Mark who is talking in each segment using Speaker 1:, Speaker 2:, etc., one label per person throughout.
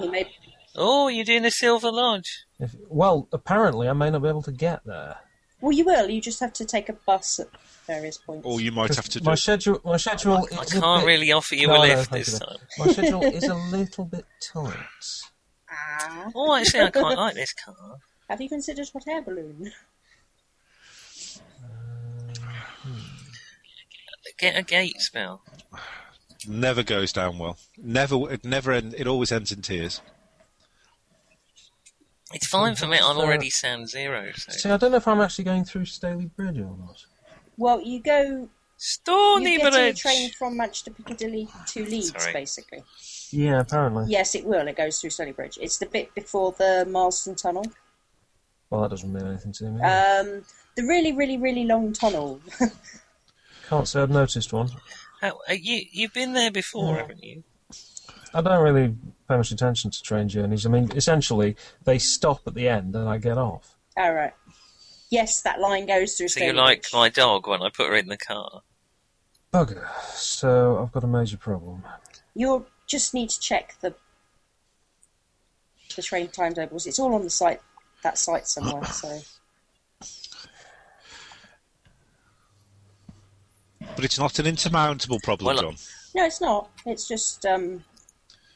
Speaker 1: He may
Speaker 2: Oh, you're doing the Silver Lodge.
Speaker 3: If, well, apparently I may not be able to get there.
Speaker 1: well, you will. You just have to take a bus at various points.
Speaker 4: Or you might have to do
Speaker 3: my schedule, my schedule
Speaker 2: I
Speaker 3: is a
Speaker 2: can't
Speaker 3: bit-
Speaker 2: really offer you
Speaker 3: No,
Speaker 2: a
Speaker 3: no,
Speaker 2: lift
Speaker 3: thank
Speaker 2: this
Speaker 3: you.
Speaker 2: time.
Speaker 3: My schedule is a little bit tight.
Speaker 1: Ah.
Speaker 2: Oh, actually, I quite like this car.
Speaker 1: Have you considered hot air balloon?
Speaker 2: Get a gate spell.
Speaker 4: never goes down well. Never, it never end, It always ends in tears.
Speaker 2: It's fine for me. I'm
Speaker 3: So-
Speaker 2: already sound zero.
Speaker 3: See,
Speaker 2: So.
Speaker 3: I don't know if I'm actually going through Staley Bridge or not.
Speaker 1: Well, you go.
Speaker 2: Stony
Speaker 1: you get on a
Speaker 2: Bridge.
Speaker 1: train from Manchester Piccadilly to Leeds,
Speaker 2: Ah, Sorry.
Speaker 1: basically.
Speaker 3: Yeah, apparently.
Speaker 1: Yes, it will. It goes through Stony Bridge. It's the bit before the Marston Tunnel.
Speaker 3: Well, that doesn't mean anything to me.
Speaker 1: Um, the really, really, really long tunnel.
Speaker 3: Can't say I've noticed one.
Speaker 2: How- uh, you you've been there before, haven't you?
Speaker 3: I don't really pay much attention to train journeys. I mean, essentially, they stop at the end and I get off.
Speaker 1: All right. Yes, that line goes through.
Speaker 2: So you
Speaker 1: Stony
Speaker 2: like
Speaker 1: Bridge.
Speaker 2: my dog when I put her in the car?
Speaker 3: Bugger. So I've got a major problem.
Speaker 1: You'll just need to check the the train timetables. It's all on the site. That site somewhere. So
Speaker 4: But it's not an insurmountable problem,
Speaker 2: Well, uh,
Speaker 4: John.
Speaker 1: no, it's not. It's just um,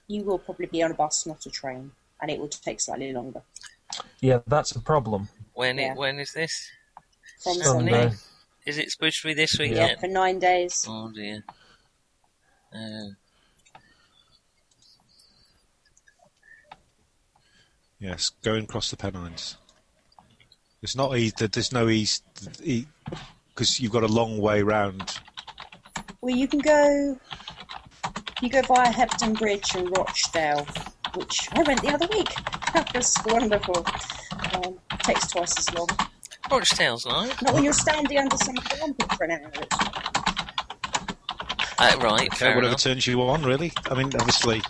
Speaker 1: you will probably be on a bus, not a train, and it will take slightly longer.
Speaker 3: Yeah, that's a problem.
Speaker 2: When
Speaker 1: Yeah.
Speaker 2: it, when is this?
Speaker 1: From
Speaker 3: Sunday.
Speaker 1: Sunday.
Speaker 2: Is it supposed to be this
Speaker 1: Yeah,
Speaker 2: weekend?
Speaker 1: for nine days.
Speaker 2: Oh dear. Oh.
Speaker 4: Yes, going across the Pennines. It's not easy. There's no east because you've got a long way round.
Speaker 1: Well, you can go. You go via Hepton Bridge and Rochdale, which I went the other week. That was wonderful. Um, takes twice as long.
Speaker 2: Rochdale's right.
Speaker 1: Not when you're standing under someone's armpit for an hour. It's-
Speaker 2: Uh, right,
Speaker 4: Okay,
Speaker 2: fair
Speaker 4: whatever
Speaker 2: enough.
Speaker 4: turns you on, really. I mean, obviously,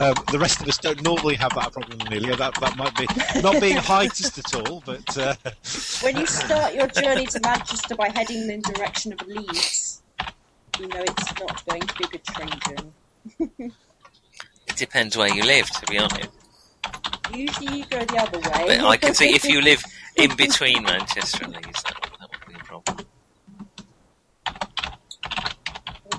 Speaker 4: um, the rest of us don't normally have that problem. Really, that that might be not being heightist at all, but uh,
Speaker 1: When you start your journey to Manchester by heading in the direction of Leeds, you know it's not going to be a good train journey.
Speaker 2: It depends where you live, to be honest.
Speaker 1: Usually you go the other way.
Speaker 2: But I can see if you live in between Manchester and Leeds, that, that would be a problem.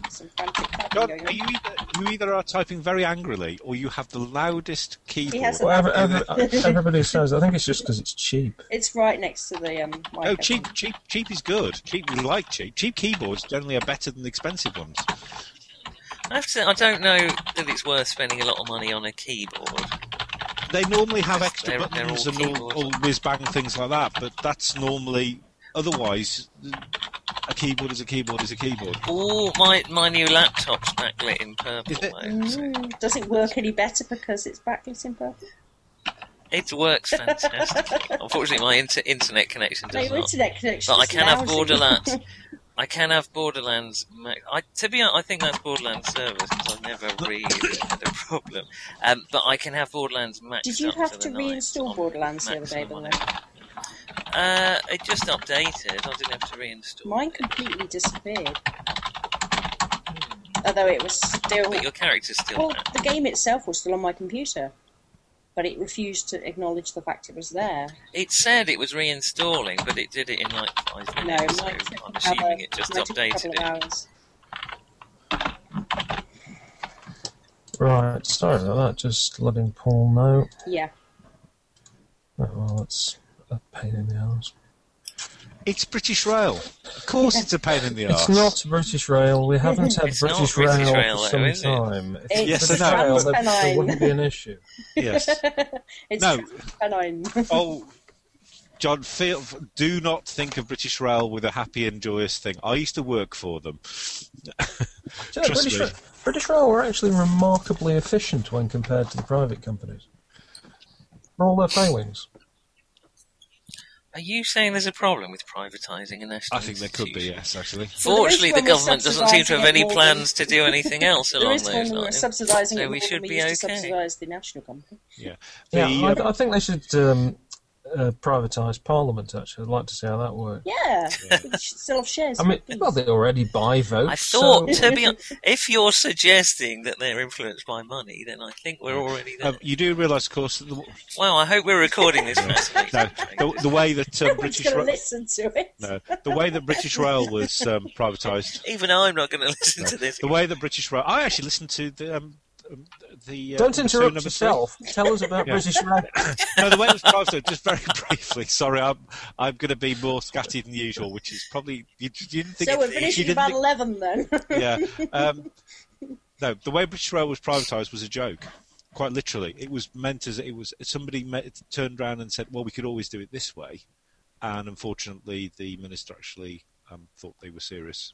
Speaker 1: Some frantic tapping
Speaker 4: John,
Speaker 1: going
Speaker 4: are
Speaker 1: on.
Speaker 4: you either you either are typing very angrily or you have the loudest
Speaker 1: He
Speaker 4: keyboard.
Speaker 1: has
Speaker 3: Well, every, every, everybody says, I think it's just because it's cheap.
Speaker 1: It's right next to the um, mic. I
Speaker 4: Oh,
Speaker 1: think.
Speaker 4: cheap, cheap, cheap is good. Cheap, we like cheap. Cheap keyboards generally are better than expensive ones.
Speaker 2: I have to say, I don't know that it's worth spending a lot of money on a keyboard.
Speaker 4: They normally have
Speaker 2: Just-
Speaker 4: extra
Speaker 2: they're- they're
Speaker 4: buttons
Speaker 2: all
Speaker 4: and all,
Speaker 2: keyboards.
Speaker 4: all whiz bang things like that, but that's normally otherwise. A keyboard is a keyboard is a keyboard.
Speaker 2: Oh, my, my new laptop's backlit in purple.
Speaker 4: Is it-
Speaker 2: though, so
Speaker 1: Mm, Does it work any better because it's backlit in purple?
Speaker 4: Mm.
Speaker 2: It works fantastic. Unfortunately, my inter- internet connection
Speaker 1: No,
Speaker 2: does
Speaker 1: your
Speaker 2: not.
Speaker 1: internet connection.
Speaker 2: But I
Speaker 1: is
Speaker 2: can have
Speaker 1: lousy.
Speaker 2: Borderlands. I can have Borderlands. ma- I, to be honest, I think that's Borderlands service because I've never really had a problem. Um, but I can have Borderlands maxed
Speaker 1: Did you
Speaker 2: up
Speaker 1: have
Speaker 2: to
Speaker 1: to
Speaker 2: the ninth
Speaker 1: reinstall
Speaker 2: on
Speaker 1: Borderlands the other
Speaker 2: max
Speaker 1: day,
Speaker 2: on
Speaker 1: by the way?
Speaker 2: my- Uh, it just updated. I didn't have to reinstall.
Speaker 1: Mine
Speaker 2: it.
Speaker 1: completely disappeared. Although it was still.
Speaker 2: But your character's still
Speaker 1: Well,
Speaker 2: there.
Speaker 1: the game itself was still on my computer, but it refused to acknowledge the fact it was there.
Speaker 2: It said it was reinstalling, but it did it in like five
Speaker 1: No, it
Speaker 2: minutes.
Speaker 1: might
Speaker 2: so
Speaker 1: take
Speaker 2: I'm
Speaker 1: another-
Speaker 2: assuming it just
Speaker 1: might take a
Speaker 2: updated
Speaker 1: couple
Speaker 2: it.
Speaker 1: of hours.
Speaker 3: Right, sorry about that. Just letting Paul know.
Speaker 1: Yeah.
Speaker 3: Oh, well, that's a pain in the arse.
Speaker 4: It's British Rail. Of course, it's a pain in the
Speaker 3: It's
Speaker 4: arse.
Speaker 3: not British Rail. We haven't had
Speaker 2: It's not
Speaker 3: British,
Speaker 2: British
Speaker 3: Rail,
Speaker 2: Rail,
Speaker 3: for
Speaker 2: though,
Speaker 3: some
Speaker 2: is it?
Speaker 3: time. If it
Speaker 4: Yes,
Speaker 3: was
Speaker 4: I
Speaker 3: British
Speaker 4: know.
Speaker 3: Rail, there- there
Speaker 1: Transpennine.
Speaker 3: wouldn't be an issue.
Speaker 4: Yes.
Speaker 1: it's
Speaker 4: No.
Speaker 1: Pennine.
Speaker 4: Oh, John, feel, do not think of British Rail with a happy and joyous thing. I used to work for them.
Speaker 3: Do you know,
Speaker 4: Trust
Speaker 3: British,
Speaker 4: me.
Speaker 3: Ra- British Rail were actually remarkably efficient when compared to the private companies. For all their failings.
Speaker 2: Are you saying there's a problem with privatising a national?
Speaker 4: I think there could be,
Speaker 2: institution?
Speaker 4: yes, actually.
Speaker 2: Fortunately,
Speaker 1: Well,
Speaker 2: the
Speaker 1: there is one
Speaker 2: government
Speaker 1: we're
Speaker 2: doesn't seem to have any
Speaker 1: subsidising it more
Speaker 2: plans to do anything else
Speaker 1: there
Speaker 2: along
Speaker 1: is one
Speaker 2: those
Speaker 1: we were
Speaker 2: lines.
Speaker 1: subsidising
Speaker 2: So
Speaker 1: it
Speaker 2: we
Speaker 1: more
Speaker 2: should
Speaker 1: than
Speaker 2: be
Speaker 1: we used to
Speaker 2: okay.
Speaker 1: subsidise the national company.
Speaker 4: Yeah. The,
Speaker 3: Yeah,
Speaker 4: uh,
Speaker 3: I, I think they should um, uh, privatised Parliament. Actually, I'd like to see how that works.
Speaker 1: Yeah, we should sell off shares.
Speaker 3: I mean, well, they already buy votes.
Speaker 2: I thought,
Speaker 3: so-
Speaker 2: to be hon- if you're suggesting that they're influenced by money, then I think we're already there.
Speaker 4: Um, you do realise, of course, that the,
Speaker 2: well, I hope we're recording this. fascinating
Speaker 4: no,
Speaker 2: thing.
Speaker 4: the, the way that um,
Speaker 1: no one's
Speaker 4: British
Speaker 1: going to
Speaker 4: Ra-
Speaker 1: listen to it.
Speaker 4: no, the way that British Rail was um, privatised.
Speaker 2: Even I'm not going to listen to this.
Speaker 4: The way that British Rail. I actually listened to the. Um, um, the uh,
Speaker 3: Don't
Speaker 4: episode
Speaker 3: interrupt
Speaker 4: number three.
Speaker 3: yourself. Tell us about
Speaker 4: Yeah.
Speaker 3: British Rail.
Speaker 4: No, the way it was privatised. Just very briefly. Sorry, I'm I'm going to be more scatty than usual, which is probably you, you didn't think.
Speaker 1: So
Speaker 4: it-
Speaker 1: we're
Speaker 4: you
Speaker 1: finishing
Speaker 4: didn't
Speaker 1: about
Speaker 4: think-
Speaker 1: eleven then.
Speaker 4: yeah. Um, no, the way British Rail was privatised was a joke. Quite literally, it was meant as it was. Somebody met, turned around and said, "Well, we could always do it this way," and unfortunately, the minister actually um, thought they were serious.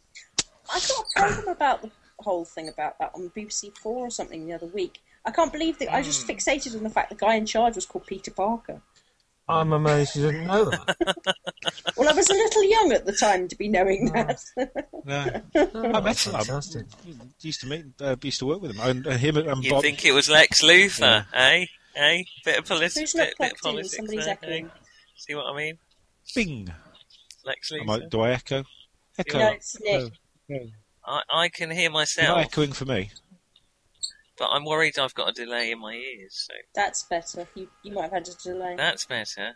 Speaker 1: I got a problem about the whole thing about that on BBC Four or something the other week. I can't believe that I
Speaker 2: Hmm.
Speaker 1: just fixated on the fact the guy in charge was called Peter Parker.
Speaker 3: I'm amazed you didn't know that.
Speaker 1: Well, I was a little young at the time to be knowing
Speaker 3: Hmm.
Speaker 1: that.
Speaker 4: No,
Speaker 3: Oh, that's
Speaker 4: him.
Speaker 3: fantastic.
Speaker 4: used to meet, uh, used to work with him, and, and him and um,
Speaker 2: You'd
Speaker 4: Bob.
Speaker 2: think it was Lex Luthor, eh? Eh? Bit of politics.
Speaker 1: Who's not
Speaker 2: Bit, bit of
Speaker 1: plugged in?
Speaker 2: politics.
Speaker 1: Somebody's
Speaker 2: there, eh?
Speaker 1: echoing.
Speaker 2: See what I mean?
Speaker 4: Bing.
Speaker 2: Lex
Speaker 4: Am I,
Speaker 2: Luthor.
Speaker 4: do I echo? Echo.
Speaker 1: No, it's Nick.
Speaker 4: Oh,
Speaker 3: Hmm.
Speaker 2: I, I can hear
Speaker 4: you're not
Speaker 2: myself,
Speaker 4: echoing for me.
Speaker 2: but I'm worried I've got a delay in my ears. So
Speaker 1: That's better. You, you might have had a delay.
Speaker 2: that's better.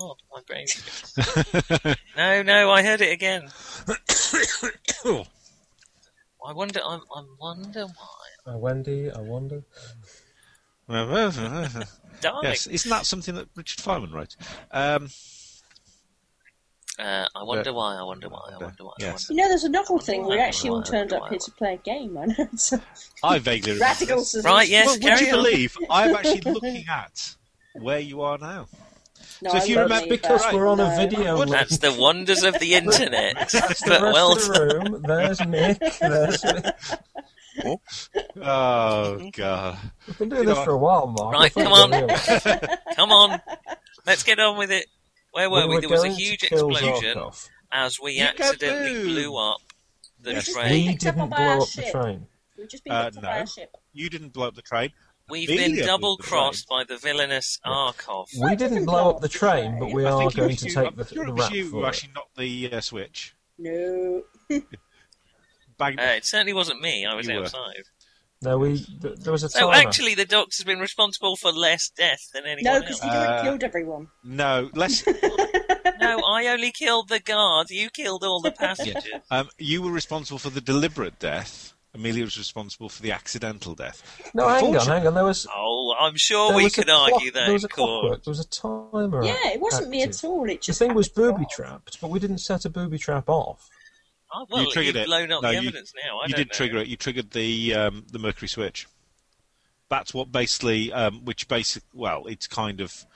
Speaker 2: Oh, my brain. no, no, I heard it again.
Speaker 4: Oh.
Speaker 2: I wonder. I'm, I wonder why.
Speaker 3: Uh, Wendy, I wonder.
Speaker 2: Darling.
Speaker 4: yes, isn't that something that Richard Feynman wrote? Um,
Speaker 2: Uh, I wonder
Speaker 4: Yeah.
Speaker 2: why. I wonder why. I wonder why. I
Speaker 4: Yes.
Speaker 1: You know, there's a novel thing. We
Speaker 2: Wow.
Speaker 1: actually all turned up here to play a game. I know. It's
Speaker 4: I vaguely remember.
Speaker 1: radical
Speaker 4: this.
Speaker 1: solution.
Speaker 2: Right, yes,
Speaker 4: Well, would
Speaker 2: carry
Speaker 4: you
Speaker 2: on.
Speaker 4: believe I'm actually looking at where you are now?
Speaker 1: No,
Speaker 4: So if
Speaker 1: I
Speaker 4: you
Speaker 1: won't
Speaker 4: remember-
Speaker 1: leave
Speaker 3: Because
Speaker 1: that.
Speaker 3: we're on a
Speaker 1: No.
Speaker 3: video
Speaker 4: Well,
Speaker 3: link.
Speaker 2: That's the wonders of the internet.
Speaker 3: The
Speaker 2: but
Speaker 3: rest
Speaker 2: well,
Speaker 3: of the room, there's Nick. There's We've
Speaker 4: Oh god!
Speaker 3: been doing
Speaker 4: You know
Speaker 3: this
Speaker 4: what?
Speaker 3: for a while, Mark.
Speaker 2: Right,
Speaker 3: I think
Speaker 2: come on.
Speaker 3: we're here.
Speaker 2: come on, let's get on with it. Where were
Speaker 3: We
Speaker 2: we?
Speaker 3: were
Speaker 2: There was a
Speaker 3: going to
Speaker 2: huge
Speaker 3: kill
Speaker 2: explosion
Speaker 3: Zarkov.
Speaker 2: as we
Speaker 4: You got
Speaker 2: accidentally
Speaker 4: booed.
Speaker 2: blew up the
Speaker 1: Yes.
Speaker 2: train.
Speaker 1: Picked
Speaker 3: He
Speaker 1: up
Speaker 3: didn't
Speaker 1: by our
Speaker 3: blow up the
Speaker 1: ship.
Speaker 3: train.
Speaker 1: We've just been
Speaker 4: Uh,
Speaker 1: picked up by
Speaker 4: no.
Speaker 1: a ship.
Speaker 4: You didn't blow up the train.
Speaker 2: We've
Speaker 4: Me
Speaker 2: been
Speaker 4: blew up
Speaker 2: double
Speaker 4: the
Speaker 2: crossed by the villainous Arkov.
Speaker 3: We didn't blow up the train, but we
Speaker 4: I
Speaker 3: are
Speaker 4: think it
Speaker 3: going
Speaker 4: was
Speaker 3: to
Speaker 4: you-
Speaker 3: take
Speaker 4: I'm
Speaker 3: the,
Speaker 4: sure
Speaker 3: the
Speaker 4: it was
Speaker 3: rap
Speaker 4: you who
Speaker 3: for it.
Speaker 4: actually knocked the uh, switch.
Speaker 1: No.
Speaker 4: Bang.
Speaker 2: Uh, it certainly wasn't me. I was
Speaker 4: You were.
Speaker 2: outside.
Speaker 3: No, we th- there was a
Speaker 2: So
Speaker 3: timer.
Speaker 2: actually, the doctor's been responsible for less death than
Speaker 1: No,
Speaker 2: anyone
Speaker 1: because
Speaker 2: else.
Speaker 1: he already
Speaker 4: Uh,
Speaker 1: killed everyone.
Speaker 4: no, let's.
Speaker 2: No, I only killed the guard. You killed all the passengers.
Speaker 4: Um, you were responsible for the deliberate death. Amelia was responsible for the accidental death.
Speaker 3: no, hang on,
Speaker 4: Unfortunately-
Speaker 3: hang on. There was.
Speaker 2: Oh, I'm sure
Speaker 3: there
Speaker 2: we
Speaker 3: was a
Speaker 2: could argue
Speaker 3: clock-
Speaker 2: that
Speaker 3: There was a
Speaker 2: in court.
Speaker 3: clockwork. There was a timer.
Speaker 1: Yeah, it wasn't me at
Speaker 3: active.
Speaker 1: all. It
Speaker 3: The
Speaker 1: just
Speaker 3: thing was
Speaker 1: happened.
Speaker 3: booby trapped, but we didn't set a booby trap off.
Speaker 2: Oh, well,
Speaker 4: You triggered
Speaker 2: have
Speaker 4: it.
Speaker 2: blown up
Speaker 4: No,
Speaker 2: the
Speaker 4: you-
Speaker 2: evidence now. I
Speaker 4: you
Speaker 2: don't
Speaker 4: did
Speaker 2: know.
Speaker 4: trigger it. You triggered the um, the Mercury switch. That's what basically, um, which basic. Well, it's kind of.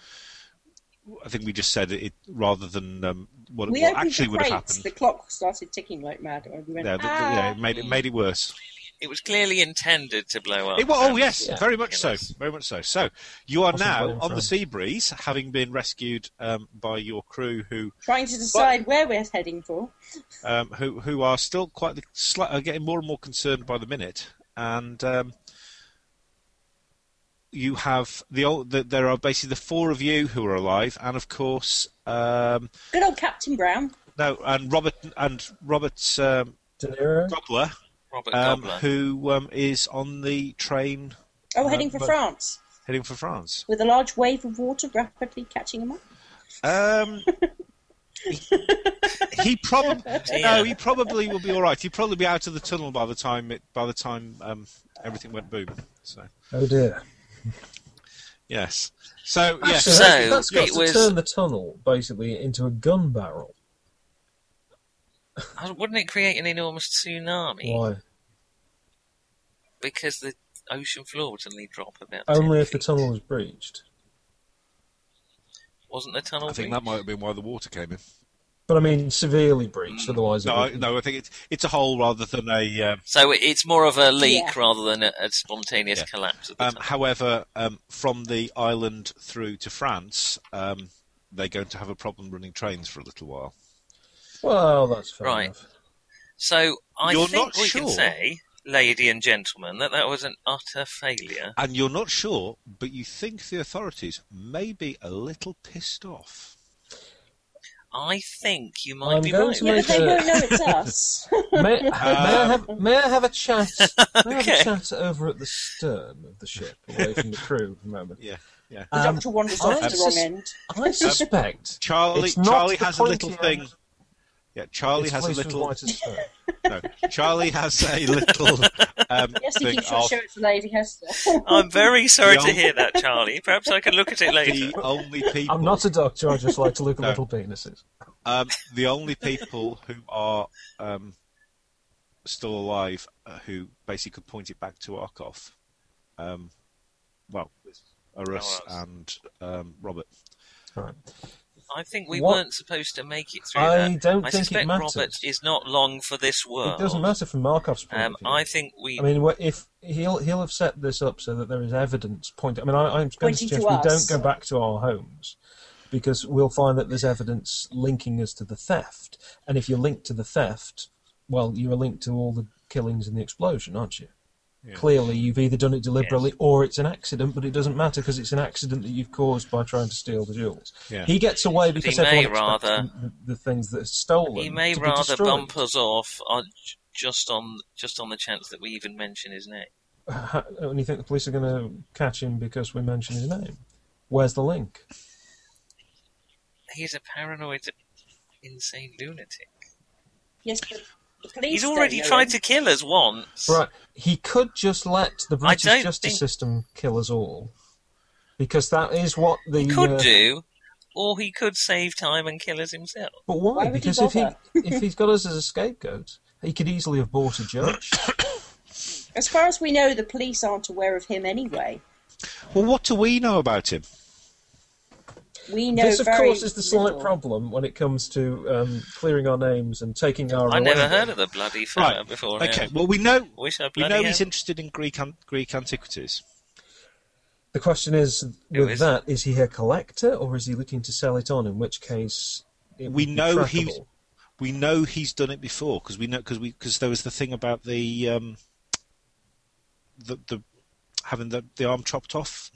Speaker 4: I think we just said it, it rather than um, what,
Speaker 1: We
Speaker 4: what
Speaker 1: opened
Speaker 4: actually
Speaker 1: the
Speaker 4: would have
Speaker 1: crates,
Speaker 4: happened.
Speaker 1: The clock started ticking like mad, and we went,
Speaker 4: Yeah, the- the-
Speaker 1: ah.
Speaker 4: yeah, it made it made it worse.
Speaker 2: It was clearly intended to blow up.
Speaker 4: It, wa- oh
Speaker 2: Um,
Speaker 4: yes,
Speaker 3: Yeah.
Speaker 4: very much so,
Speaker 2: Ridiculous.
Speaker 4: very much so. So you are
Speaker 3: Wasn't
Speaker 4: now
Speaker 3: waiting for
Speaker 4: on the
Speaker 3: him.
Speaker 4: sea breeze, having been rescued um, by your crew, who
Speaker 1: trying to decide where we're heading for.
Speaker 4: um, who who are still quite the, sli- are getting more and more concerned by the minute, and um, you have the, old, the there are basically the four of you who are alive, and of course um,
Speaker 1: Good old Captain Brown.
Speaker 4: no, and Robert and Robert um,
Speaker 3: De Niro?
Speaker 4: Gobler,
Speaker 2: Robert
Speaker 4: um,
Speaker 2: Gobler.
Speaker 4: who um, is on the train
Speaker 1: Oh,
Speaker 4: No,
Speaker 1: heading for
Speaker 4: Uh, but-
Speaker 1: France
Speaker 4: heading for France.
Speaker 1: with a large wave of water rapidly catching him up.
Speaker 4: Um, he, he probably no, he probably will be all right. He'll probably be out of the tunnel by the time it by the time um, everything went boom. So.
Speaker 3: Oh dear.
Speaker 4: Yes. So yes.
Speaker 3: Actually, that's- that's got
Speaker 2: it
Speaker 3: to
Speaker 2: was-
Speaker 3: turn the tunnel basically into a gun barrel.
Speaker 2: Oh, Wouldn't it create an enormous tsunami?
Speaker 3: Why?
Speaker 2: Because the ocean floor would suddenly drop about. 10
Speaker 3: Only if the
Speaker 2: feet.
Speaker 3: tunnel was breached.
Speaker 2: wasn't the tunnel.
Speaker 4: I think
Speaker 2: breached?
Speaker 4: that might have been why the water came in.
Speaker 3: But I mean, severely breached. Otherwise, it
Speaker 4: Mm, No, I-
Speaker 3: would,
Speaker 4: no. I think it's it's a hole rather than a. Um,
Speaker 2: So it- it's more of a leak
Speaker 1: Yeah.
Speaker 2: rather than a, a spontaneous
Speaker 4: Yeah.
Speaker 2: collapse of the
Speaker 4: um,
Speaker 2: tunnel.
Speaker 4: however, um, from the island through to France, um, they're going to have a problem running trains for a little while.
Speaker 3: Well, that's fair
Speaker 2: Right.
Speaker 3: enough.
Speaker 2: So I
Speaker 4: You're
Speaker 2: think
Speaker 4: not
Speaker 2: we can
Speaker 4: sure?
Speaker 2: say lady and gentleman, that that was an utter failure.
Speaker 4: And you're not sure, but you think the authorities may be a little pissed off.
Speaker 2: I think you might
Speaker 3: I'm
Speaker 2: be
Speaker 3: going
Speaker 2: right.
Speaker 3: to
Speaker 1: Yeah,
Speaker 3: make
Speaker 1: but they
Speaker 4: uh,
Speaker 3: a-
Speaker 1: won't know it's us.
Speaker 3: May, may, I have, may I have a chat? May I
Speaker 2: Okay.
Speaker 3: have a chat over at the stern of the ship, away from the crew for a moment?
Speaker 4: Yeah, yeah.
Speaker 1: The
Speaker 3: Um,
Speaker 1: doctor wanders off
Speaker 3: I
Speaker 1: to the wrong
Speaker 3: sus-
Speaker 1: end.
Speaker 3: I suspect
Speaker 4: Charlie,
Speaker 3: It's not
Speaker 4: Charlie
Speaker 3: the
Speaker 4: has a little
Speaker 3: pointy end.
Speaker 4: thing. Yeah, Charlie
Speaker 3: it's
Speaker 4: has a
Speaker 3: placed as
Speaker 4: little.
Speaker 3: white as snow.
Speaker 4: No, Charlie has a little um,
Speaker 1: Yes, he
Speaker 4: thing
Speaker 1: keeps on
Speaker 4: of
Speaker 1: showing it to Lady Hester.
Speaker 2: I'm very sorry
Speaker 4: The
Speaker 2: to
Speaker 4: old-
Speaker 2: hear that, Charlie. Perhaps I can look at it later.
Speaker 4: the only people.
Speaker 3: I'm not a doctor. I just like to look at
Speaker 4: No.
Speaker 3: little penises.
Speaker 4: um, the only people who are um, still alive uh, who basically could point it back to Arkoff, um, well, are us
Speaker 2: Oh, us.
Speaker 4: and um, Robert.
Speaker 3: Right.
Speaker 2: I think we
Speaker 3: What-
Speaker 2: weren't supposed to make it through
Speaker 3: I
Speaker 2: that.
Speaker 3: don't
Speaker 2: I
Speaker 3: think it
Speaker 2: suspect
Speaker 3: matters.
Speaker 2: Robert is not long for this world.
Speaker 3: It doesn't matter from Markov's point
Speaker 2: Um,
Speaker 3: of view.
Speaker 2: I think we.
Speaker 3: I mean, what- if he'll he'll have set this up so that there is evidence pointing. I mean, I, I'm going to
Speaker 1: Pointing to
Speaker 3: suggest we
Speaker 1: us.
Speaker 3: don't go back to our homes because we'll find that there's evidence linking us to the theft. And if you're linked to the theft, well, you're linked to all the killings and the explosion, aren't you?
Speaker 4: Yeah.
Speaker 3: Clearly, you've either done it deliberately or it's an accident, but it doesn't matter because it's an accident that you've caused by trying to steal the jewels.
Speaker 4: Yeah.
Speaker 3: He gets away because
Speaker 2: may
Speaker 3: everyone expects
Speaker 2: rather-
Speaker 3: the, the things that are stolen.
Speaker 2: he may
Speaker 3: to be
Speaker 2: rather
Speaker 3: destroyed.
Speaker 2: bump us off on, just on just on the chance that we even mention his name.
Speaker 3: Ha- and you think the police are going to catch him because we mention his name? Where's the link?
Speaker 2: He's a paranoid, insane lunatic.
Speaker 1: yes, but the police
Speaker 2: He's
Speaker 1: don't
Speaker 2: already
Speaker 1: know
Speaker 2: tried
Speaker 1: him.
Speaker 2: to kill us once.
Speaker 3: Right, he could just let the British
Speaker 2: don't
Speaker 3: justice
Speaker 2: think-
Speaker 3: system kill us all, because that is what the
Speaker 2: He could
Speaker 3: uh,
Speaker 2: do, or he could save time and kill us himself.
Speaker 3: But why?
Speaker 1: Why would he
Speaker 3: because if he
Speaker 1: bother?
Speaker 3: if he's got us as a scapegoat, he could easily have bought a judge.
Speaker 1: As far as we know, the police aren't aware of him anyway.
Speaker 4: Well, what do we know about him?
Speaker 1: We know
Speaker 3: this, of
Speaker 1: very
Speaker 3: course, is the slight
Speaker 1: little.
Speaker 3: problem when it comes to um, clearing our names and taking our.
Speaker 2: I never
Speaker 3: allowance.
Speaker 2: heard of the bloody fella
Speaker 4: Right.
Speaker 2: Uh, before.
Speaker 4: Okay,
Speaker 2: now.
Speaker 4: well, we know
Speaker 2: Wish I
Speaker 4: we
Speaker 2: bloody
Speaker 4: know
Speaker 2: had.
Speaker 4: he's interested in Greek an- Greek antiquities.
Speaker 3: The question is,
Speaker 2: Who
Speaker 3: with
Speaker 2: is-
Speaker 3: that, is he a collector or is he looking to sell it on? In which case, it would
Speaker 4: We
Speaker 3: be
Speaker 4: know he's-
Speaker 3: trackable.
Speaker 4: We know he's done it before because we know because we because there was the thing about the um, the, the having the, the arm chopped off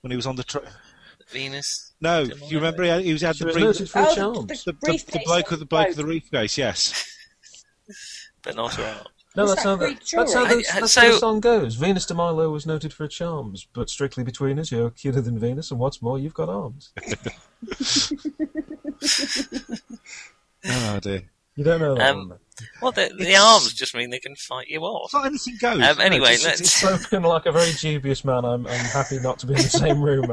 Speaker 4: when he was on the tr-
Speaker 2: Venus.
Speaker 4: no.
Speaker 2: Didn't
Speaker 4: You remember he had, he was had
Speaker 3: She
Speaker 4: the,
Speaker 3: was
Speaker 4: brief-
Speaker 3: noted for
Speaker 1: Oh,
Speaker 3: her charms.
Speaker 1: the-
Speaker 4: the, the, the
Speaker 1: Briefcase
Speaker 4: bloke with the bloke with the
Speaker 1: bloke.
Speaker 4: reef case. Yes.
Speaker 2: but not around.
Speaker 3: No,
Speaker 1: Is
Speaker 3: that's
Speaker 1: that
Speaker 3: how, the,
Speaker 1: Greek
Speaker 3: that's, how
Speaker 1: jewelry?
Speaker 3: the,
Speaker 2: I- I-
Speaker 3: that's how the
Speaker 2: so-
Speaker 3: song goes. Venus de Milo was noted for her charms, but strictly between us, you're cuter than Venus, and what's more, you've got arms.
Speaker 4: Oh dear.
Speaker 3: You don't know that
Speaker 2: Um,
Speaker 3: one.
Speaker 2: Well, the, the
Speaker 4: It's-
Speaker 2: arms just mean they can fight you off.
Speaker 4: It's not anything goes.
Speaker 2: Um,
Speaker 4: No,
Speaker 2: anyway,
Speaker 4: it's-
Speaker 2: let's-
Speaker 4: it's- it's-
Speaker 3: Spoken like a very dubious man, I'm, I'm happy not to be in the same room.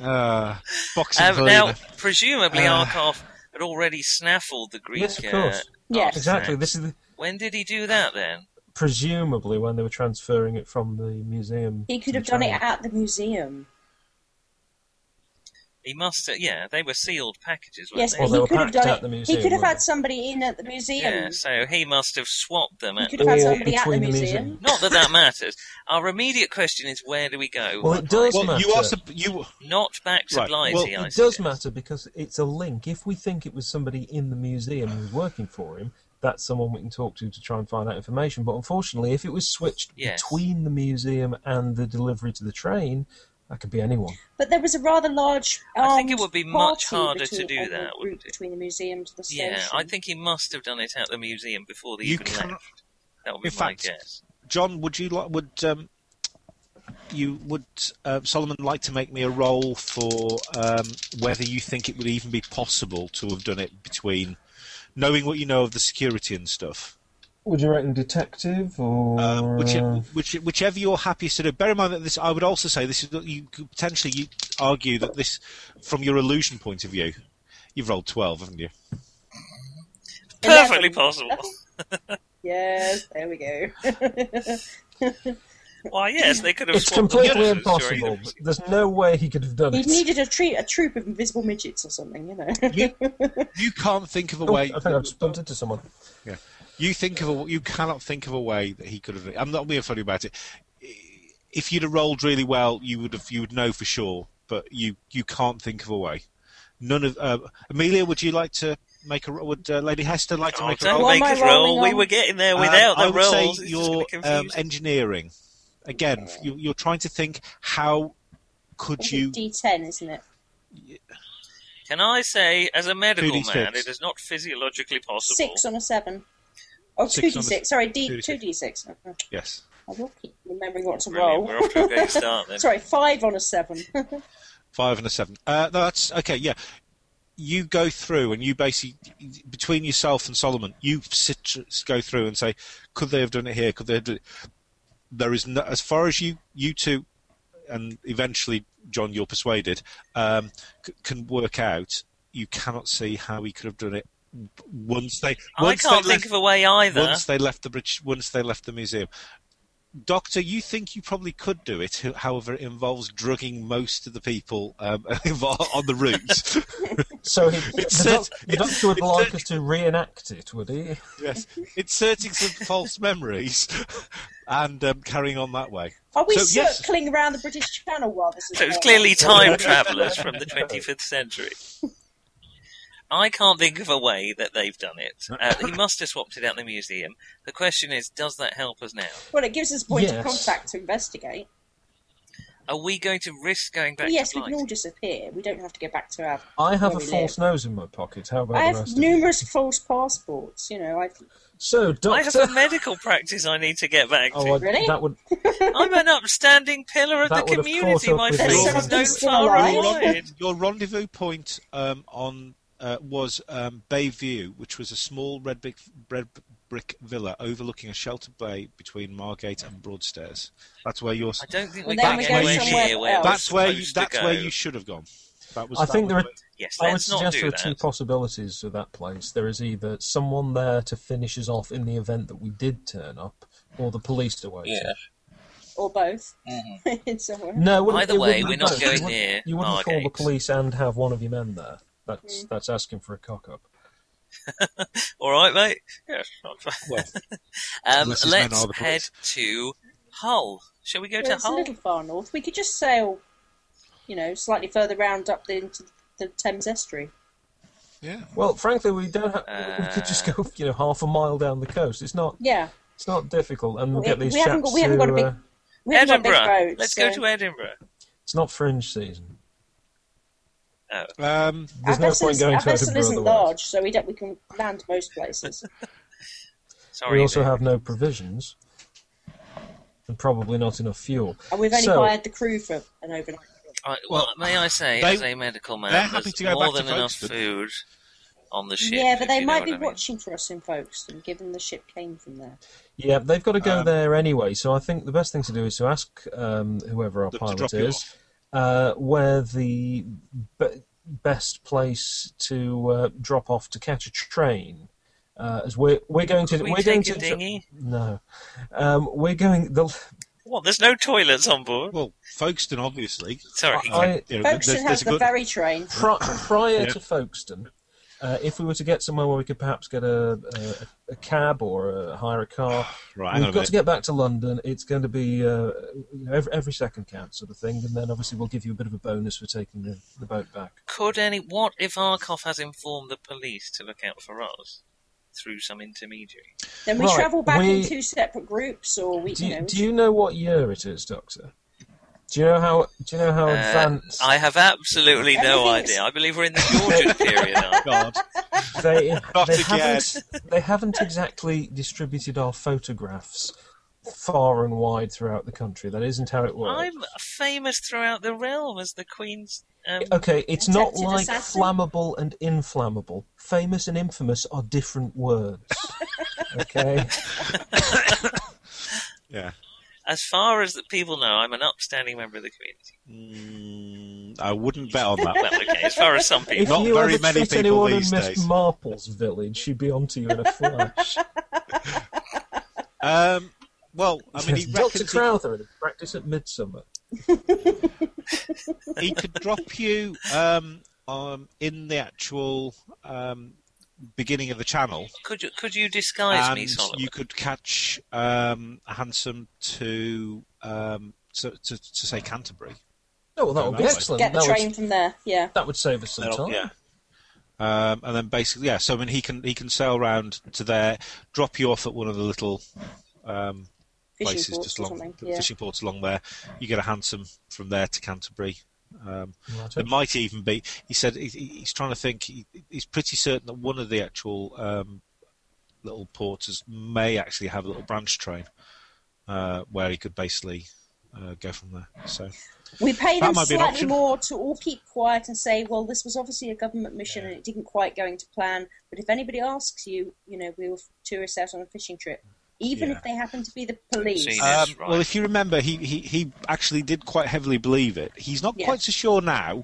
Speaker 4: uh, boxing
Speaker 2: Um,
Speaker 4: for
Speaker 2: now,
Speaker 4: later.
Speaker 2: presumably,
Speaker 4: Uh,
Speaker 2: Arkoff had already snaffled the Greek.
Speaker 3: yes, of
Speaker 2: uh,
Speaker 3: course.
Speaker 1: Yes.
Speaker 3: Exactly. This is the,
Speaker 2: when did he do that then?
Speaker 3: presumably when they were transferring it from the museum.
Speaker 1: He could
Speaker 3: to
Speaker 1: have
Speaker 3: the
Speaker 1: done it
Speaker 3: train.
Speaker 1: at the museum.
Speaker 2: He must have. Yeah, they were sealed packages. Weren't
Speaker 1: Yes,
Speaker 2: they?
Speaker 3: Well,
Speaker 1: but
Speaker 3: they
Speaker 1: he
Speaker 3: were
Speaker 1: could have
Speaker 3: packed
Speaker 1: done
Speaker 3: at
Speaker 1: it.
Speaker 3: the
Speaker 1: he
Speaker 3: museum,
Speaker 1: could have
Speaker 3: weren't
Speaker 1: had
Speaker 3: they?
Speaker 1: somebody in at the museum.
Speaker 2: yeah. So he must have swapped them.
Speaker 1: He
Speaker 2: At,
Speaker 1: could have had
Speaker 3: Or
Speaker 1: somebody at the
Speaker 3: between the
Speaker 1: museum.
Speaker 3: museum.
Speaker 2: not that that matters. Our immediate question is, where do we go?
Speaker 3: Well, it does
Speaker 4: well, you are
Speaker 3: matter.
Speaker 4: sup- you
Speaker 2: Not back to
Speaker 4: Right,
Speaker 2: Blighty.
Speaker 4: well,
Speaker 2: I
Speaker 3: It does
Speaker 2: suggest.
Speaker 3: matter because it's a link. If we think it was somebody in the museum who's working for him, that's someone we can talk to to try and find out information. But unfortunately, if it was switched
Speaker 2: Yes.
Speaker 3: between the museum and the delivery to the train, that could be anyone.
Speaker 1: But there was a rather large.
Speaker 2: I think it
Speaker 1: armed
Speaker 2: would be much
Speaker 1: party
Speaker 2: harder to
Speaker 1: between-
Speaker 2: do
Speaker 1: on the
Speaker 2: that, wouldn't
Speaker 1: route between the museum to the station.
Speaker 2: Yeah, I think he must have done it at the museum before they
Speaker 4: you
Speaker 2: even
Speaker 4: can
Speaker 2: left. That would be
Speaker 4: in
Speaker 2: my
Speaker 4: fact-
Speaker 2: guess.
Speaker 4: John, would you like would um, you would uh, Solomon like to make me a roll for um, whether you think it would even be possible to have done it between knowing what you know of the security and stuff?
Speaker 3: Would you reckon detective or?
Speaker 4: Um, which,
Speaker 3: Uh.
Speaker 4: which, whichever you're happiest to do. Bear in mind that this, I would also say this is you could potentially you argue that this, from your illusion point of view, you've rolled twelve, haven't you?
Speaker 1: Eleven.
Speaker 2: Perfectly possible.
Speaker 1: Yes, there we go.
Speaker 2: Why, yes, they could have.
Speaker 3: it's
Speaker 2: swapped the judges
Speaker 3: completely
Speaker 2: during the
Speaker 3: impossible.
Speaker 2: meeting.
Speaker 3: There's no way he could have done
Speaker 1: he
Speaker 3: it.
Speaker 1: needed a, tre- a troop of invisible midgets or something, you know.
Speaker 4: You, you can't think of a
Speaker 3: Oh,
Speaker 4: way.
Speaker 3: I think I just bumped into someone.
Speaker 4: Yeah. You think of a, you cannot think of a way that he could have. I'm not being funny about it. If you'd have rolled really well, you would have you would know for sure. But you you can't think of a way. None of uh, Amelia, would you like to make a would uh, Lady Hester like to
Speaker 2: Oh,
Speaker 4: make a
Speaker 2: don't
Speaker 4: roll?
Speaker 1: What
Speaker 2: make
Speaker 1: am
Speaker 2: us
Speaker 1: I rolling
Speaker 2: roll. We
Speaker 1: on?
Speaker 2: were getting there
Speaker 4: Um,
Speaker 2: without
Speaker 4: I
Speaker 2: the
Speaker 4: would
Speaker 2: rolls.
Speaker 4: say
Speaker 2: It's just
Speaker 4: your
Speaker 2: gonna be
Speaker 4: um,
Speaker 2: confusing.
Speaker 4: engineering. Again, f- you, you're trying to think how could
Speaker 1: It's
Speaker 4: you?
Speaker 1: D10, isn't it?
Speaker 2: Can I say, as a medical
Speaker 4: 2d6.
Speaker 2: man, it is not physiologically possible.
Speaker 1: Six on a seven. Oh,
Speaker 4: Six on a
Speaker 1: 2d6.
Speaker 4: s-
Speaker 1: Sorry, D,
Speaker 4: 2d6.
Speaker 1: 2d6. Uh-uh.
Speaker 4: Yes.
Speaker 1: I will keep remembering what to
Speaker 2: Brilliant.
Speaker 1: roll.
Speaker 2: We're off to a great start then.
Speaker 1: Sorry, five on a seven.
Speaker 4: Five and a seven. Uh, no, that's okay. Yeah, you go through and you basically between yourself and Solomon, you sit, go through and say, could they have done it here? Could they have done it? There is no, as far as you you two, and eventually John, you're persuaded, um, c- can work out. You cannot see how he could have done it once they.
Speaker 2: I
Speaker 4: Once
Speaker 2: can't
Speaker 4: they
Speaker 2: think
Speaker 4: left,
Speaker 2: of a way either.
Speaker 4: once they left the bridge. Once they left the museum. Doctor, you think you probably could do it. h- However, it involves drugging most of the people um, on the route.
Speaker 3: So he,
Speaker 4: It's
Speaker 3: the,
Speaker 4: such-
Speaker 3: doc, the doctor would like us to reenact it, would he?
Speaker 4: yes, inserting some false memories and um, carrying on that way.
Speaker 1: Are we
Speaker 4: So, yes.
Speaker 1: circling around the British Channel while this is
Speaker 2: So it's
Speaker 1: going
Speaker 2: clearly
Speaker 1: on?
Speaker 2: time travellers from the 25th century. I can't think of a way that they've done it. Uh, he must have swapped it out in the museum. The question is, does that help us now?
Speaker 1: Well, it gives us a point
Speaker 3: Yes.
Speaker 1: of contact to investigate.
Speaker 2: Are we going to risk going back
Speaker 1: yes,
Speaker 2: to
Speaker 1: we
Speaker 2: life?
Speaker 1: can all disappear. We don't have to go back to our.
Speaker 3: I have
Speaker 1: where
Speaker 3: a
Speaker 1: we
Speaker 3: false nose in my pocket. How about
Speaker 1: live. I
Speaker 3: the
Speaker 1: have
Speaker 3: rest? of you?
Speaker 1: numerous false passports. You know, I
Speaker 3: So,
Speaker 2: I have a
Speaker 3: doctor,
Speaker 2: medical practice I need to get back to.
Speaker 3: oh, I,
Speaker 1: Really?
Speaker 3: that would
Speaker 2: I'm an upstanding pillar of
Speaker 3: That
Speaker 2: the
Speaker 3: would have
Speaker 2: community.
Speaker 3: caught up
Speaker 2: My
Speaker 3: with
Speaker 2: face
Speaker 4: me.
Speaker 2: is known
Speaker 1: Still
Speaker 2: far and
Speaker 1: alive?
Speaker 2: wide.
Speaker 4: Your rendezvous point um, on uh, was um, Bayview, which was a small red brick, red brick villa overlooking a sheltered bay between Margate and Broadstairs. That's where your
Speaker 2: I don't think we're
Speaker 1: Well, then
Speaker 2: going
Speaker 4: we go
Speaker 2: anywhere
Speaker 4: somewhere
Speaker 2: near where
Speaker 1: else.
Speaker 2: we're
Speaker 4: that's where you,
Speaker 2: supposed to
Speaker 4: that's
Speaker 2: go.
Speaker 4: where you should have gone. That was.
Speaker 3: I
Speaker 4: that
Speaker 3: think
Speaker 4: was
Speaker 3: there are
Speaker 4: where-
Speaker 2: Yes,
Speaker 3: I would
Speaker 2: let's not
Speaker 3: suggest there
Speaker 2: do
Speaker 3: are two
Speaker 2: that.
Speaker 3: possibilities of that place. There is either someone there to finish us off in the event that we did turn up, or the police are waiting.
Speaker 2: Yeah.
Speaker 1: or both. in some way.
Speaker 3: Mm-hmm. No, it wouldn't-
Speaker 2: Either
Speaker 3: it
Speaker 2: way,
Speaker 3: wouldn't
Speaker 2: we're
Speaker 3: be
Speaker 2: not
Speaker 3: both.
Speaker 2: going
Speaker 3: you wouldn't-
Speaker 2: near
Speaker 3: You wouldn't call the
Speaker 2: Margate. Hmm.
Speaker 3: police and have one of your men there. That's that's asking for a cock up.
Speaker 2: All right, mate. Yes, not bad.
Speaker 4: Well,
Speaker 2: um,
Speaker 4: unless his men
Speaker 2: let's
Speaker 4: are the
Speaker 2: head
Speaker 4: police.
Speaker 2: to Hull. Shall we go
Speaker 1: Well,
Speaker 2: to
Speaker 1: it's a
Speaker 2: Hull?
Speaker 1: little far north. We could just sail, you know, slightly further round up the, into the Thames estuary.
Speaker 4: yeah.
Speaker 3: Well, frankly, we don't. Have, we could just
Speaker 2: Uh.
Speaker 3: go, you know, half a mile down the coast. It's not.
Speaker 1: Yeah,
Speaker 3: It's not difficult, and we'll
Speaker 1: We-
Speaker 3: get these
Speaker 1: we haven't
Speaker 3: chaps
Speaker 1: got- we haven't
Speaker 3: who,
Speaker 1: got a big-
Speaker 3: uh,
Speaker 1: we haven't got big
Speaker 2: Edinburgh.
Speaker 1: boats.
Speaker 2: Let's
Speaker 1: so
Speaker 2: go to Edinburgh.
Speaker 3: it's not fringe season.
Speaker 2: Oh,
Speaker 4: Um,
Speaker 1: our
Speaker 3: There's no
Speaker 1: vessel
Speaker 3: point
Speaker 1: isn't-
Speaker 3: going
Speaker 1: our
Speaker 3: to
Speaker 1: vessel
Speaker 3: Edinburgh
Speaker 1: isn't
Speaker 3: otherwise.
Speaker 1: large, so we don't. We can land most places.
Speaker 2: Sorry.
Speaker 3: We also
Speaker 2: Nick.
Speaker 3: have no provisions, and probably not enough fuel.
Speaker 1: and we've only
Speaker 3: So-
Speaker 1: hired the crew for an overnight.
Speaker 2: All right, well,
Speaker 4: Well,
Speaker 2: may I say,
Speaker 4: they-
Speaker 2: as a medical man,
Speaker 4: they're happy
Speaker 2: there's
Speaker 4: to go
Speaker 2: more
Speaker 4: back to
Speaker 2: than enough
Speaker 4: Folkestone.
Speaker 2: food on the ship.
Speaker 1: yeah, but
Speaker 2: if
Speaker 1: they
Speaker 2: you know
Speaker 1: might
Speaker 2: what
Speaker 1: be
Speaker 2: I mean.
Speaker 1: watching for us in Folkestone, given the ship came from there.
Speaker 3: Yeah, they've got to go
Speaker 4: Um,
Speaker 3: there anyway. So I think the best thing to do is to ask um, whoever our
Speaker 4: to
Speaker 3: pilot
Speaker 4: drop you
Speaker 3: is
Speaker 4: off.
Speaker 3: uh, where the be- best place to uh, drop off to catch a train. Uh, as we're we're going to
Speaker 2: Could we
Speaker 3: are
Speaker 2: take
Speaker 3: going
Speaker 2: a
Speaker 3: to
Speaker 2: dinghy?
Speaker 3: no, um, we're going the
Speaker 2: What? There's no toilets on board.
Speaker 4: Well, Folkestone, obviously.
Speaker 2: Sorry.
Speaker 3: I-
Speaker 4: You
Speaker 1: Folkestone
Speaker 4: know,
Speaker 1: has
Speaker 4: there's- there's a
Speaker 1: the
Speaker 4: good-
Speaker 1: ferry train.
Speaker 3: pri- prior
Speaker 4: Yeah.
Speaker 3: to Folkestone. Uh, if we were to get somewhere where we could perhaps get a, a, a cab or uh hire a car,
Speaker 4: Right, hang
Speaker 3: We've
Speaker 4: on
Speaker 3: got
Speaker 4: a
Speaker 3: to
Speaker 4: minute.
Speaker 3: get back to London. It's going to be uh, you know, every, every second count sort of thing, and then obviously we'll give you a bit of a bonus for taking the, the boat back.
Speaker 2: Could any? What if Arkoff has informed the police to look out for us through some intermediary?
Speaker 1: Then we
Speaker 3: Right,
Speaker 1: travel back
Speaker 3: we-
Speaker 1: in two separate groups, or we,
Speaker 3: Do
Speaker 1: you
Speaker 3: you,
Speaker 1: know,
Speaker 3: do you know what year it is, Doctor? Do you know how? Do you know how
Speaker 4: Oh,
Speaker 2: Uh,
Speaker 3: advanced
Speaker 2: I have absolutely no
Speaker 1: Everything's-
Speaker 2: idea. I believe we're in the Georgian period. Now.
Speaker 4: God.
Speaker 3: they,
Speaker 4: Not
Speaker 3: they
Speaker 4: again.
Speaker 3: haven't? They haven't exactly distributed our photographs far and wide throughout the country. That isn't how it works.
Speaker 2: I'm famous throughout the realm as the Queen's. Um,
Speaker 3: Okay, it's not
Speaker 1: Detective
Speaker 3: like
Speaker 1: assassin?
Speaker 3: flammable and inflammable. Famous and infamous are different words. okay.
Speaker 4: Yeah.
Speaker 2: as far as the people know, I'm an upstanding member of the community.
Speaker 4: Mm, I wouldn't bet on that.
Speaker 2: Well, okay, as far as some
Speaker 3: If
Speaker 2: people.
Speaker 4: Not
Speaker 3: you
Speaker 4: very
Speaker 3: ever
Speaker 4: many
Speaker 3: treat
Speaker 4: people
Speaker 3: anyone
Speaker 4: these
Speaker 3: in Miss
Speaker 4: days.
Speaker 3: Marple's village, she'd be onto you in a flash.
Speaker 4: um, well, I mean, he
Speaker 3: Doctor
Speaker 4: reckons he,
Speaker 3: Crowther in practice at midsummer.
Speaker 4: he could drop you um, um, in the actual um, beginning of the channel,
Speaker 2: Could you could you disguise me,
Speaker 4: and
Speaker 2: Solomon?
Speaker 4: you could catch um, a hansom to, um, to, to to say Canterbury.
Speaker 3: Oh well, that would be
Speaker 4: Right.
Speaker 3: excellent.
Speaker 1: get the
Speaker 3: That
Speaker 1: train
Speaker 3: would,
Speaker 1: from there. Yeah.
Speaker 3: that would save us some
Speaker 4: That'll-
Speaker 3: time.
Speaker 4: yeah. Um, and then basically, yeah. So I mean, he can he can sail round to there, drop you off at one of the little um,
Speaker 1: Fishing
Speaker 4: places
Speaker 1: ports
Speaker 4: just
Speaker 1: or
Speaker 4: along
Speaker 1: something. Yeah.
Speaker 4: fishing ports along there. You get a hansom from there to Canterbury. Um,
Speaker 3: Right.
Speaker 4: there might even be. He said he, he- he's trying to think. He, he's pretty certain that one of the actual um, little porters may actually have a little branch train uh, where he could basically uh, go from there. So
Speaker 1: We pay
Speaker 4: That
Speaker 1: them
Speaker 4: might be an
Speaker 1: slightly
Speaker 4: option.
Speaker 1: more to all keep quiet and say, well, this was obviously a government mission and it didn't quite go into plan, but if anybody asks you, you know, we were tourists out on a fishing trip, even
Speaker 4: Yeah.
Speaker 1: if they happen to be the police.
Speaker 2: Seen it.
Speaker 4: Um,
Speaker 2: That's
Speaker 4: Well,
Speaker 2: right.
Speaker 4: if you remember, he, he, he actually did quite heavily believe it. He's not
Speaker 1: Yeah.
Speaker 4: quite so sure now.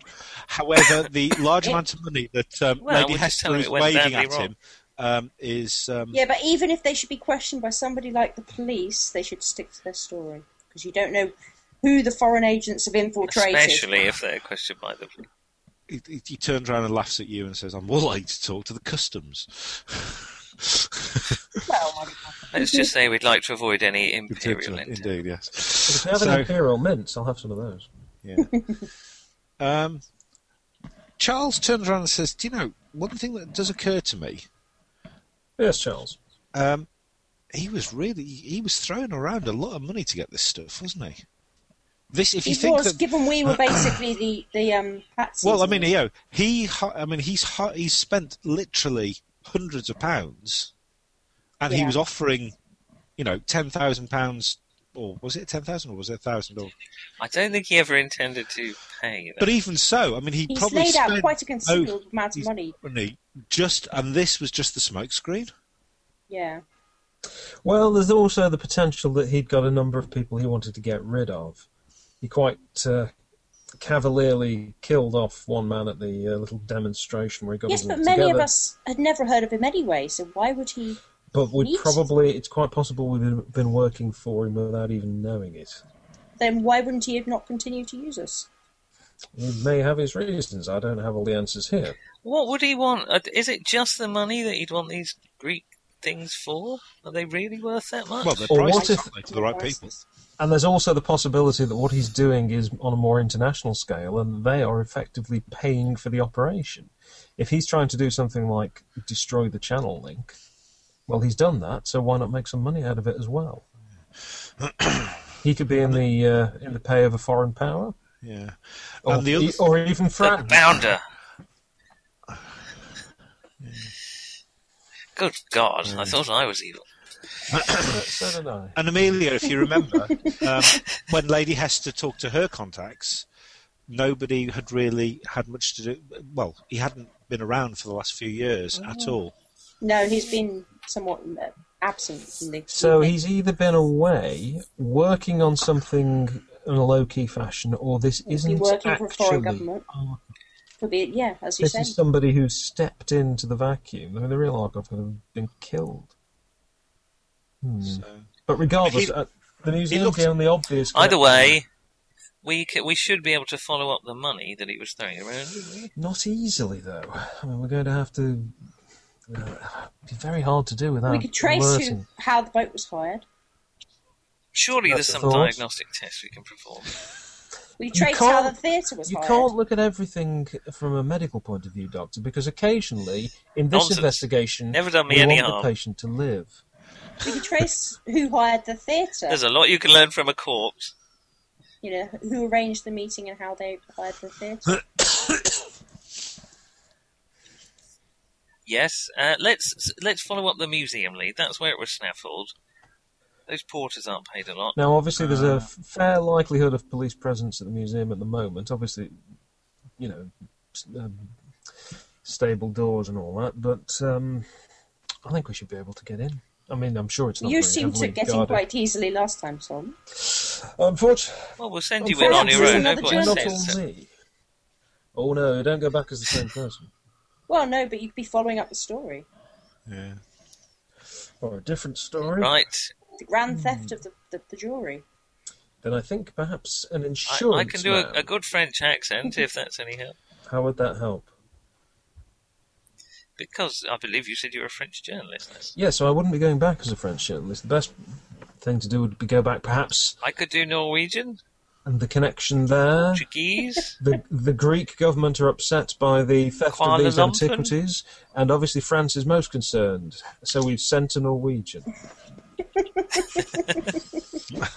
Speaker 4: However, the large
Speaker 1: It-
Speaker 4: amount of money that um,
Speaker 2: Well,
Speaker 4: Lady
Speaker 2: we'll just tell
Speaker 4: Hester
Speaker 2: him
Speaker 4: is
Speaker 2: it went
Speaker 4: waving
Speaker 2: badly
Speaker 4: at
Speaker 2: wrong.
Speaker 4: him um, is. Um,
Speaker 1: Yeah, but even if they should be questioned by somebody like the police, they should stick to their story because you don't know who the foreign agents have infiltrated.
Speaker 2: Especially if they're questioned by the police.
Speaker 4: He, he- he turns around and laughs at you and says, I'm more likely to talk to the customs.
Speaker 1: Well, my-
Speaker 2: Let's just say we'd like to avoid any imperial
Speaker 4: Indeed,
Speaker 2: intent.
Speaker 4: Indeed, yes.
Speaker 3: If they have
Speaker 4: So-
Speaker 3: an imperial mints, I'll have some of those.
Speaker 4: Yeah. um, Charles turns around and says, Do you know, one thing that does occur to me
Speaker 3: Yes, Charles.
Speaker 4: Um, he was really he was throwing around a lot of money to get this stuff, wasn't he? This, if you
Speaker 1: it
Speaker 4: think
Speaker 1: was
Speaker 4: that,
Speaker 1: given we were basically the the um. Patsies
Speaker 4: well, I mean,
Speaker 1: and-
Speaker 4: you know, he, hi- I mean, he's hi- he's spent literally hundreds of pounds, and he
Speaker 1: Yeah.
Speaker 4: was offering, you know, ten thousand pounds, or was it ten thousand, or was it thousand? Or
Speaker 2: I don't think he ever intended to pay. That.
Speaker 4: but even so, I mean, he
Speaker 1: he's
Speaker 4: probably
Speaker 1: laid out
Speaker 4: spent
Speaker 1: quite a considerable amount of
Speaker 4: he's-
Speaker 1: money.
Speaker 4: money just, and this was just the smoke screen.
Speaker 1: Yeah,
Speaker 3: Well, there's also the potential that he'd got a number of people he wanted to get rid of. He quite uh, cavalierly killed off one man at the uh, little demonstration where he got
Speaker 1: yes,
Speaker 3: us
Speaker 1: but
Speaker 3: all
Speaker 1: many of
Speaker 3: together.
Speaker 1: us had never heard of him anyway, so why would he?
Speaker 3: But we
Speaker 1: Meat?
Speaker 3: would probably, it's quite possible we've been, been working for him without even knowing it.
Speaker 1: Then why wouldn't he have not continued to use us?
Speaker 3: He may have his reasons. I don't have all the answers here.
Speaker 2: What would he want? Uh, Is it just the money that he'd want these Greek things for? Are they really worth that much?
Speaker 4: Well, they're
Speaker 3: Or what
Speaker 4: priceless,
Speaker 3: if-
Speaker 4: aren't they, to the right people.
Speaker 3: And there's also the possibility that what he's doing is on a more international scale, and they are effectively paying for the operation. If he's trying to do something like destroy the channel link, well, he's done that, so why not make some money out of it as well? he could be in the uh, in the pay of a foreign power,
Speaker 4: Yeah,
Speaker 3: or,
Speaker 4: and the other,
Speaker 3: e- or even
Speaker 2: the
Speaker 3: France.
Speaker 2: bounder. Good God! I thought I was evil.
Speaker 3: so did I.
Speaker 4: And Amelia, if you remember, um, when Lady Hester talked to her contacts, nobody had really had much to do. Well, he hadn't been around for the last few years
Speaker 1: Mm.
Speaker 4: at all.
Speaker 1: No, he's been somewhat uh, absent from the.
Speaker 3: So he's either been away working on something in a low key fashion, or this
Speaker 1: He's
Speaker 3: isn't
Speaker 1: working for a foreign
Speaker 3: actually
Speaker 1: government.
Speaker 3: our
Speaker 1: Could be, yeah, as you
Speaker 3: This
Speaker 1: say.
Speaker 3: is somebody who stepped into the vacuum. I mean, the real Argov would have been killed. Hmm.
Speaker 4: So,
Speaker 3: But regardless,
Speaker 4: He-
Speaker 3: uh, the museum's
Speaker 4: looked-
Speaker 3: the only obvious.
Speaker 2: Either
Speaker 3: connection.
Speaker 2: way, we c- we should be able to follow up the money that he was throwing around.
Speaker 3: not easily though. I mean, we're going to have to. Uh, be very hard to do without.
Speaker 1: we could trace
Speaker 3: alerting.
Speaker 1: who, how the boat was fired.
Speaker 2: Surely there's
Speaker 3: That's a
Speaker 2: some
Speaker 3: thought.
Speaker 2: diagnostic test we can perform.
Speaker 1: We
Speaker 3: You
Speaker 1: traced how the
Speaker 3: can't-
Speaker 1: theatre was
Speaker 3: You
Speaker 1: hired.
Speaker 3: can't look at everything from a medical point of view, doctor, because occasionally in this
Speaker 2: Nonsense.
Speaker 3: investigation,
Speaker 2: Never done me
Speaker 3: we
Speaker 2: any
Speaker 3: want
Speaker 2: harm.
Speaker 3: the patient to live.
Speaker 1: We could trace who hired the
Speaker 2: There's
Speaker 1: theatre.
Speaker 2: a lot you can learn from a corpse.
Speaker 1: You know, who arranged the meeting and how they hired the
Speaker 3: Oh,
Speaker 1: theatre.
Speaker 2: Yes, uh, let's let's follow up the museum lead. That's where it was snaffled. Those porters aren't paid a lot.
Speaker 3: Now, obviously, there's
Speaker 1: Ah.
Speaker 3: a f- fair likelihood of police presence at the museum at the moment. Obviously, you know, s- um, stable doors and all that. But um, I think we should be able to get in. I mean, I'm sure it's not.
Speaker 1: you
Speaker 3: very
Speaker 1: seemed to
Speaker 3: heavily
Speaker 1: get in
Speaker 3: guarded.
Speaker 1: quite easily last time, Tom.
Speaker 3: Unfortunately,
Speaker 2: Well, we'll send you in on your
Speaker 1: Unfortunately,
Speaker 2: own.
Speaker 1: another
Speaker 2: Nobody
Speaker 1: journal-
Speaker 3: not
Speaker 2: says
Speaker 3: all
Speaker 2: so.
Speaker 3: me. Oh no! Don't go back as the same person
Speaker 1: Well, no, but you'd be following up the story.
Speaker 4: yeah.
Speaker 3: or a different story.
Speaker 2: Right,
Speaker 1: The grand theft of the, the, the jewellery.
Speaker 3: Then I think perhaps an
Speaker 2: I,
Speaker 3: insurance.
Speaker 2: I can do a,
Speaker 3: man.
Speaker 2: a good French accent if that's any help.
Speaker 3: How would that help?
Speaker 2: Because I believe you said you were a French journalist. That's-
Speaker 3: Yeah, so I wouldn't be going back as a French journalist. The best thing to do would be go back, perhaps
Speaker 2: I could do Norwegian.
Speaker 3: And the connection there.
Speaker 2: Portuguese?
Speaker 3: The, the Greek government are upset by the theft
Speaker 2: Kuala
Speaker 3: of these
Speaker 2: Lumpur?
Speaker 3: antiquities, and obviously France is most concerned. So we've sent a Norwegian.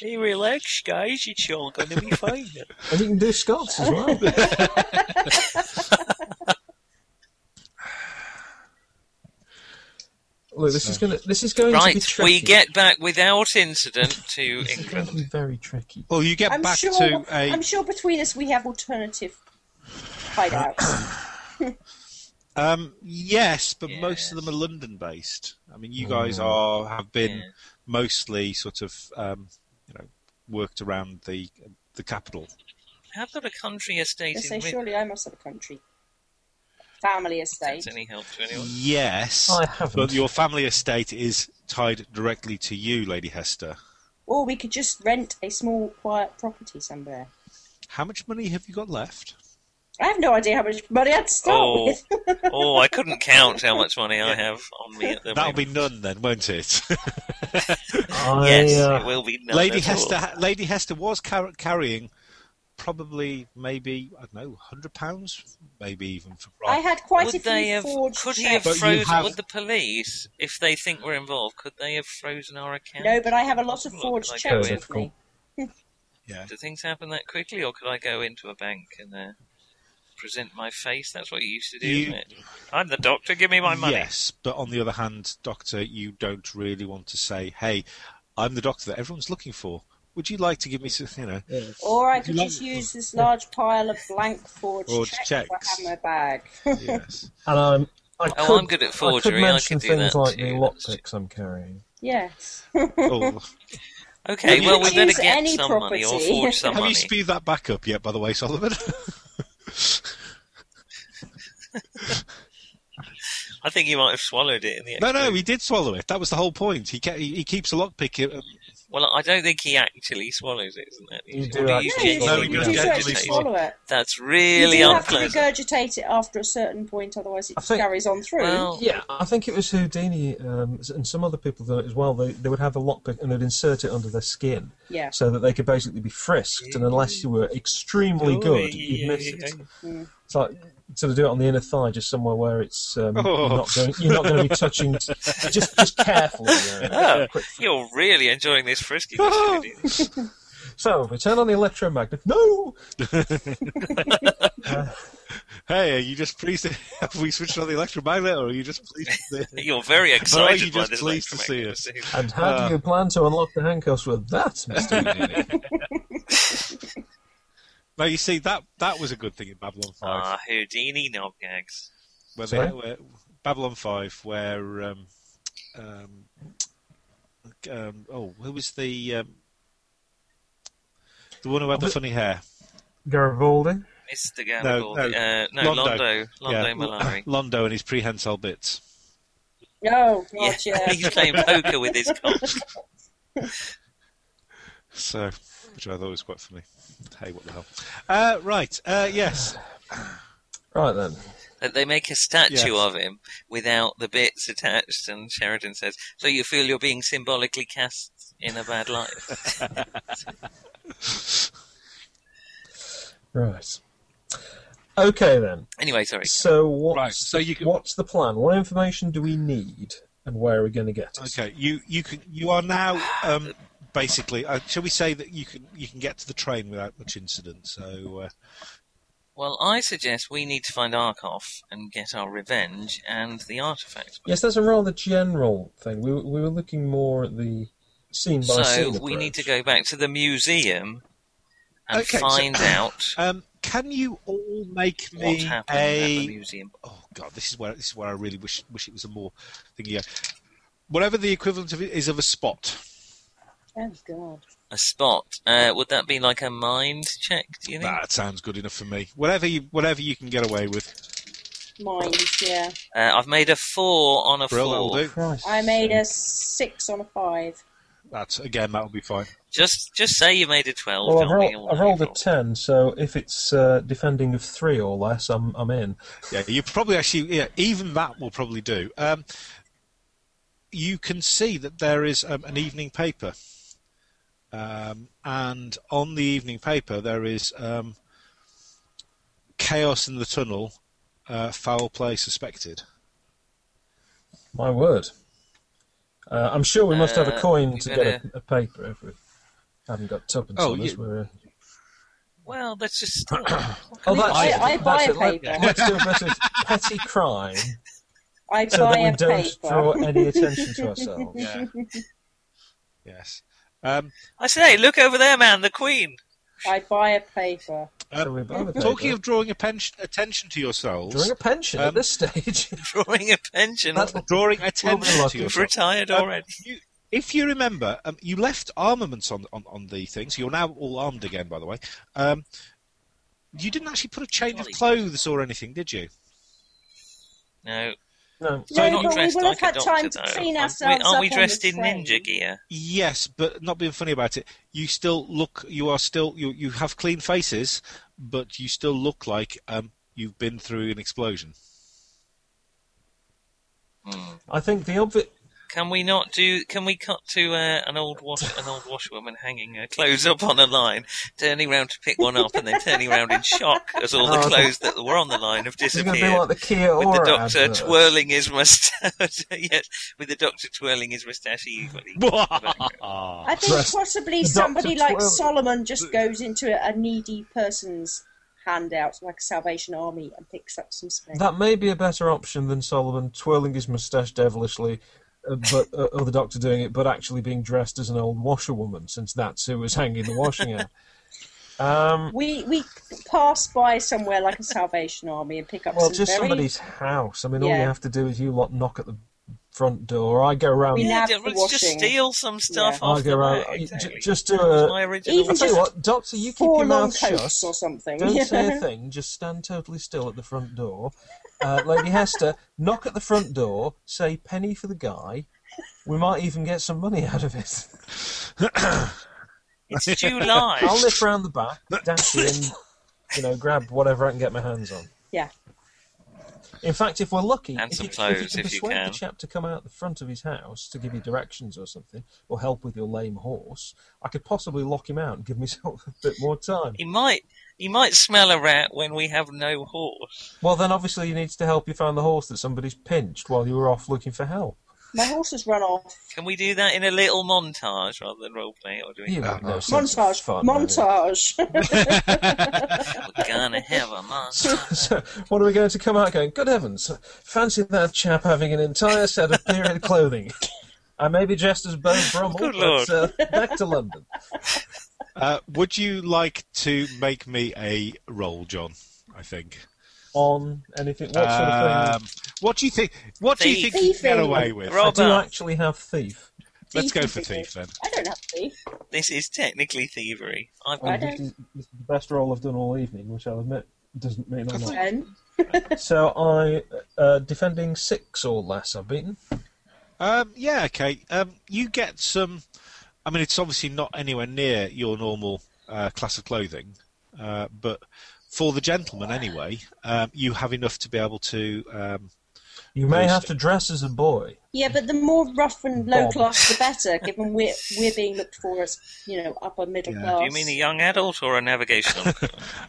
Speaker 2: Hey, relax, guys. It's all going to be fine.
Speaker 3: And you can do Scots as well. Look, this is going to this is going to be
Speaker 2: right,
Speaker 3: tricky.
Speaker 2: we get back without incident to
Speaker 3: This is going
Speaker 2: England.
Speaker 3: to be very tricky.
Speaker 4: Well, you get
Speaker 1: I'm
Speaker 4: back
Speaker 1: sure.
Speaker 4: to a.
Speaker 1: I'm sure between us we have alternative hideouts.
Speaker 4: Um, yes, but most of
Speaker 2: Yes.
Speaker 4: them are London based. I mean, you guys
Speaker 3: Mm.
Speaker 4: are have been
Speaker 2: Yeah.
Speaker 4: mostly sort of um, you know worked around the the capital.
Speaker 2: I've got a country
Speaker 1: they
Speaker 2: estate
Speaker 1: say
Speaker 2: in Midlands.
Speaker 1: surely I must have a country, family estate.
Speaker 2: That's any help to anyone?
Speaker 4: Yes,
Speaker 3: I haven't.
Speaker 4: but your family estate is tied directly to you, Lady Hester.
Speaker 1: Or we could just rent a small, quiet property somewhere.
Speaker 4: How much money have you got left?
Speaker 1: I have no idea how much money I'd start
Speaker 2: Oh.
Speaker 1: with.
Speaker 2: Oh, I couldn't count how much money I have on me at the
Speaker 4: That'll
Speaker 2: moment.
Speaker 4: be none then, won't it?
Speaker 3: I,
Speaker 2: yes,
Speaker 3: uh,
Speaker 2: it will be. none
Speaker 4: Lady
Speaker 2: at all.
Speaker 4: Hester, Lady Hester was car- carrying probably maybe I don't know, hundred pounds, maybe even for.
Speaker 1: I had quite a few
Speaker 2: Would they have?
Speaker 1: forged
Speaker 2: Could he have
Speaker 1: checks.
Speaker 4: But you
Speaker 2: frozen?
Speaker 4: have-
Speaker 2: Would the police, if they think we're involved, could they have frozen our account? uh,
Speaker 1: No, but I have a lot of
Speaker 2: Well,
Speaker 1: forged
Speaker 2: could I go
Speaker 1: checks
Speaker 2: in-
Speaker 1: with me.
Speaker 4: yeah.
Speaker 2: Do things happen that quickly, or could I go into a bank and uh, present my face? That's what you used to do,
Speaker 4: You-
Speaker 2: isn't it? I'm the doctor. Give me my money.
Speaker 4: Yes, but on the other hand, Doctor, you don't really want to say, "Hey, I'm the doctor that everyone's looking for. Would you like to give me some?" You know,
Speaker 1: Or I
Speaker 4: Would you
Speaker 1: could
Speaker 4: like-
Speaker 1: just use this large pile of blank forged,
Speaker 4: Forged checks.
Speaker 1: I have in my bag.
Speaker 4: yes.
Speaker 3: and I'm. I
Speaker 2: Oh,
Speaker 3: could,
Speaker 2: I'm good at
Speaker 3: I could
Speaker 2: forgery, I
Speaker 3: mention
Speaker 2: could do
Speaker 3: things
Speaker 2: that
Speaker 3: like
Speaker 2: too,
Speaker 3: the
Speaker 2: that's-
Speaker 3: lockpicks I'm carrying.
Speaker 1: Yes.
Speaker 4: Oh,
Speaker 2: Okay.
Speaker 1: You
Speaker 2: Well,
Speaker 1: could
Speaker 2: we better
Speaker 1: use
Speaker 2: get
Speaker 1: any
Speaker 2: some money or
Speaker 1: property.
Speaker 2: forge some
Speaker 4: have
Speaker 2: money.
Speaker 4: you speed that back up yet? By the way, Solomon.
Speaker 2: I think you might have swallowed it in the.
Speaker 4: no, no,
Speaker 2: explosion.
Speaker 4: he did swallow it. That was the whole point. He ke- he, he keeps a lockpick. uh,
Speaker 2: Well, I don't think he actually swallows it, isn't it?
Speaker 3: You
Speaker 2: Or
Speaker 3: do
Speaker 2: you
Speaker 3: actually
Speaker 2: get-
Speaker 1: no,
Speaker 4: swallow
Speaker 1: you,
Speaker 4: it.
Speaker 1: you
Speaker 4: No,
Speaker 1: do
Speaker 4: you
Speaker 1: actually
Speaker 4: don't.
Speaker 1: swallow it.
Speaker 2: That's really
Speaker 1: you do have to
Speaker 2: unpleasant.
Speaker 1: regurgitate it after a certain point, otherwise it
Speaker 3: I
Speaker 1: just
Speaker 3: think-
Speaker 1: carries on through.
Speaker 2: Well-
Speaker 3: Yeah, I think it was Houdini um, and some other people done it as well. They, they would have a lockpick and they'd insert it under their skin
Speaker 1: yeah.
Speaker 3: so that they could basically be frisked. And unless you were extremely good, you'd miss it. It's like sort of do it on the inner thigh, just somewhere where it's um,
Speaker 4: Oh.
Speaker 3: you're not going. You're not going to be touching. just just carefully. you know.
Speaker 2: Oh, you're really enjoying this friskiness. Judy.
Speaker 3: So we turn on the electromagnet. No.
Speaker 4: Hey, are you just pleased? To, have we switched on the electromagnet, or are you just pleased? With the,
Speaker 2: You're very excited
Speaker 4: you
Speaker 2: by
Speaker 4: just
Speaker 2: this
Speaker 4: pleased to
Speaker 2: electromagnet
Speaker 4: see
Speaker 2: receiver.
Speaker 3: And how
Speaker 4: Uh.
Speaker 3: do you plan to unlock the handcuffs with that, Mister Houdini?
Speaker 4: no, you see that that was a good thing in Babylon Five.
Speaker 2: Ah, Houdini knobgags.
Speaker 4: where
Speaker 3: Sorry?
Speaker 4: they where, Babylon Five, where um, um, um, oh, who was the um, the one who had the
Speaker 3: Was-
Speaker 4: funny hair?
Speaker 3: Garibaldi.
Speaker 2: Mr. Garibaldi.
Speaker 4: no,
Speaker 2: uh, no
Speaker 4: Londo.
Speaker 2: Londo. Londo Malari.
Speaker 4: Londo and his prehensile bits.
Speaker 1: Oh,
Speaker 2: Yeah,
Speaker 1: God, yeah.
Speaker 2: he's playing poker with his cock.
Speaker 4: So, which I thought was quite funny. Hey, what the hell? Uh, right, uh, yes,
Speaker 3: Right then.
Speaker 2: That They make a statue
Speaker 4: Yes.
Speaker 2: of him without the bits attached, and Sheridan says, "So you feel you're being symbolically cast in a bad light."
Speaker 3: Right. Okay then.
Speaker 2: anyway, sorry.
Speaker 3: So what's
Speaker 4: Right, so you can-
Speaker 3: what's the plan? What information do we need, and where are we going to get it?
Speaker 4: okay. You you can you are now um, basically. Uh, shall we say that you can you can get to the train without much incident? So. Uh,
Speaker 2: Well, I suggest we need to find Arkoff and get our revenge and the artifact. back.
Speaker 3: Yes, that's a rather general thing. We were, we were looking more at the scene by
Speaker 2: so
Speaker 3: scene.
Speaker 2: we need to
Speaker 3: approach.
Speaker 2: go back to the museum and
Speaker 4: Okay, so-
Speaker 2: find out
Speaker 4: um, can you all make
Speaker 2: what
Speaker 4: me
Speaker 2: happened at the
Speaker 4: a
Speaker 2: museum.
Speaker 4: oh god, this is where this is where I really wish wish it was a more thing. Yeah, whatever the equivalent of it is of a spot.
Speaker 1: Oh, God.
Speaker 2: A spot. Uh, would that be like a mind check? Do you think?
Speaker 4: That sounds good enough for me. Whatever you whatever you can get away with,
Speaker 1: Mines, yeah.
Speaker 2: Uh, I've made a four on a
Speaker 4: Brill, that'll
Speaker 2: four.
Speaker 4: do.
Speaker 3: Christ's
Speaker 1: I made a
Speaker 3: sake.
Speaker 1: six on a five.
Speaker 4: That's again that'll be fine.
Speaker 2: Just, just say you made a twelve.
Speaker 3: Well, I've,
Speaker 2: don't be
Speaker 3: roll,
Speaker 2: all
Speaker 3: I've rolled a
Speaker 2: evil.
Speaker 3: ten, so if it's uh, defending of three or less, I'm I'm in.
Speaker 4: Yeah, you probably actually yeah even that will probably do. Um, you can see that there is um, an evening paper. Um, and on the evening paper, there is um, chaos in the tunnel, uh, foul play suspected.
Speaker 3: My word. Uh, I'm sure we must have a
Speaker 2: Uh,
Speaker 3: coin
Speaker 2: we
Speaker 3: to
Speaker 2: better-
Speaker 3: get a, a paper if we haven't got tuppence
Speaker 4: Oh,
Speaker 3: on us.
Speaker 4: yeah.
Speaker 3: We're,
Speaker 2: Well, let's just start. What
Speaker 3: oh,
Speaker 2: can
Speaker 3: that's
Speaker 1: I-
Speaker 3: it.
Speaker 1: I buy
Speaker 3: that's
Speaker 1: a
Speaker 3: it. Let-
Speaker 1: paper.
Speaker 3: Let's do a bit of petty crime
Speaker 1: I
Speaker 3: so that
Speaker 1: buy
Speaker 3: we
Speaker 1: a
Speaker 3: don't
Speaker 1: paper.
Speaker 3: draw any attention to ourselves.
Speaker 4: Yeah. yes. Um,
Speaker 2: I say, look over there, man, the Queen.
Speaker 1: I buy a paper.
Speaker 3: So we buy the paper.
Speaker 4: talking of drawing atten- attention to yourselves,
Speaker 3: Drawing a pension at
Speaker 4: Um,
Speaker 3: this stage.
Speaker 2: Drawing a pension.
Speaker 3: That's-
Speaker 4: drawing
Speaker 3: Well,
Speaker 4: attention
Speaker 3: we're
Speaker 4: to
Speaker 3: lucky.
Speaker 2: You've
Speaker 4: yourselves.
Speaker 2: retired
Speaker 4: Um,
Speaker 2: already.
Speaker 4: you- if you remember, um, you left armaments on, on, on the thing, so you're now all armed again, by the way. Um, you didn't actually put a change of
Speaker 2: Golly.
Speaker 4: clothes or anything, did you?
Speaker 2: No,
Speaker 3: no,
Speaker 2: so
Speaker 1: No,
Speaker 2: not
Speaker 1: but we
Speaker 2: dressed
Speaker 1: will
Speaker 2: like a
Speaker 1: have had
Speaker 2: doctor,
Speaker 1: time to
Speaker 2: though.
Speaker 1: clean
Speaker 2: Aren't we-
Speaker 1: ourselves
Speaker 2: aren't
Speaker 1: up
Speaker 2: we
Speaker 1: on
Speaker 2: dressed
Speaker 1: the
Speaker 2: in
Speaker 1: train?
Speaker 2: ninja gear?
Speaker 4: Yes, but not being funny about it. You still look. You are still. You you have clean faces, but you still look like um, you've been through an explosion.
Speaker 2: Hmm.
Speaker 3: I think the obvious.
Speaker 2: Can we not do? Can we cut to uh, an old wash, an old washwoman hanging her clothes up on a line, turning round to pick one up, and then turning round in shock as all
Speaker 3: Oh,
Speaker 2: the
Speaker 3: it's-
Speaker 2: clothes that were on the line have
Speaker 3: This is going to be
Speaker 2: disappeared?
Speaker 3: like the Kia Ora
Speaker 2: with the doctor
Speaker 3: advert.
Speaker 2: twirling his mustache, yes, with the doctor twirling his mustache eagerly.
Speaker 4: Uh,
Speaker 1: I think
Speaker 3: Dressed-
Speaker 1: possibly
Speaker 3: Dr.
Speaker 1: somebody like
Speaker 3: Twirl.
Speaker 1: Solomon just goes into a, a needy person's handout, like a Salvation Army, and picks up some space.
Speaker 3: That may be a better option than Solomon twirling his moustache devilishly, uh, but uh, or the doctor doing it, but actually being dressed as an old washerwoman, since that's who was hanging the washing out. Um,
Speaker 1: we we pass by somewhere like a Salvation Army and pick up
Speaker 3: well,
Speaker 1: some
Speaker 3: just
Speaker 1: very...
Speaker 3: somebody's house. I mean, all you
Speaker 1: Yeah.
Speaker 3: have to do is you lot knock at the front door. I go round.
Speaker 1: We
Speaker 2: Yeah,
Speaker 1: nabbed the
Speaker 2: let's just
Speaker 1: washing.
Speaker 2: steal some stuff
Speaker 1: Yeah.
Speaker 2: off
Speaker 3: I
Speaker 2: the
Speaker 3: go round.
Speaker 2: rack,
Speaker 3: you-
Speaker 2: exactly.
Speaker 3: j- just do
Speaker 2: That's my
Speaker 3: a.
Speaker 2: original.
Speaker 1: Even
Speaker 3: I'll tell you
Speaker 1: just
Speaker 3: what, Doctor, you keep
Speaker 1: four
Speaker 3: your
Speaker 1: long
Speaker 3: mouth
Speaker 1: coats
Speaker 3: shut.
Speaker 1: or something.
Speaker 3: Don't
Speaker 1: yeah.
Speaker 3: say a thing. Just stand totally still at the front door. Uh, Lady Hester, knock at the front door. Say penny for the guy. We might even get some money out of it.
Speaker 2: It's July.
Speaker 3: I'll lift round the back, dash in, you know, grab whatever I can get my hands on.
Speaker 1: Yeah.
Speaker 3: In fact, if we're lucky,
Speaker 2: And
Speaker 3: if
Speaker 2: some
Speaker 3: you,
Speaker 2: clothes,
Speaker 3: if you can
Speaker 2: if you
Speaker 3: persuade
Speaker 2: can.
Speaker 3: the chap to come out the front of his house to give you directions or something, or help with your lame horse, I could possibly lock him out and give myself a bit more time.
Speaker 2: He might. He might smell a rat when we have no horse.
Speaker 3: Well, then obviously he needs to help you find the horse that somebody's pinched while you were off looking for help.
Speaker 1: My horse has run off.
Speaker 2: Can we do that in a little montage rather than roleplay? Or do we?
Speaker 3: You have no sense of
Speaker 1: Montage.
Speaker 3: fun, have you?
Speaker 1: montage.
Speaker 2: We're gonna have a montage.
Speaker 3: So, what are we going to come out going? Good heavens! Fancy that chap having an entire set of period clothing. I may be dressed as Beau Brummel,
Speaker 2: Good
Speaker 3: but uh, back to London.
Speaker 4: Uh, would you like to make me a roll, John? I think.
Speaker 3: On anything? What sort
Speaker 2: Uh,
Speaker 3: of thing?
Speaker 4: Um, what do you think? What do you
Speaker 2: Thief.
Speaker 4: think you can get
Speaker 1: Thieving.
Speaker 4: away with?
Speaker 3: I
Speaker 2: Rob-
Speaker 3: do
Speaker 2: Robert.
Speaker 3: actually have thief.
Speaker 4: Let's go
Speaker 1: Thief
Speaker 4: for
Speaker 1: is
Speaker 4: thief
Speaker 1: good.
Speaker 4: then.
Speaker 1: I don't have thief.
Speaker 2: This is technically thievery. I've
Speaker 1: I
Speaker 3: And
Speaker 1: don't-
Speaker 3: this, is, this is the best role I've done all evening, which I'll admit doesn't mean I'm not.
Speaker 1: Ten.
Speaker 3: So I uh, defending six or less. I've beaten.
Speaker 4: Um, yeah, okay. Um, you get some. I mean, it's obviously not anywhere near your normal uh, class of clothing, uh, but for the gentleman anyway, um, you have enough to be able to. Um,
Speaker 3: You may
Speaker 4: Nice.
Speaker 3: have to dress as a boy.
Speaker 1: Yeah, but the more rough and low
Speaker 3: Bob.
Speaker 1: class, the better. Given we're we're being looked for as you know upper middle
Speaker 4: Yeah.
Speaker 1: class.
Speaker 2: Do you mean a young adult or a navigational?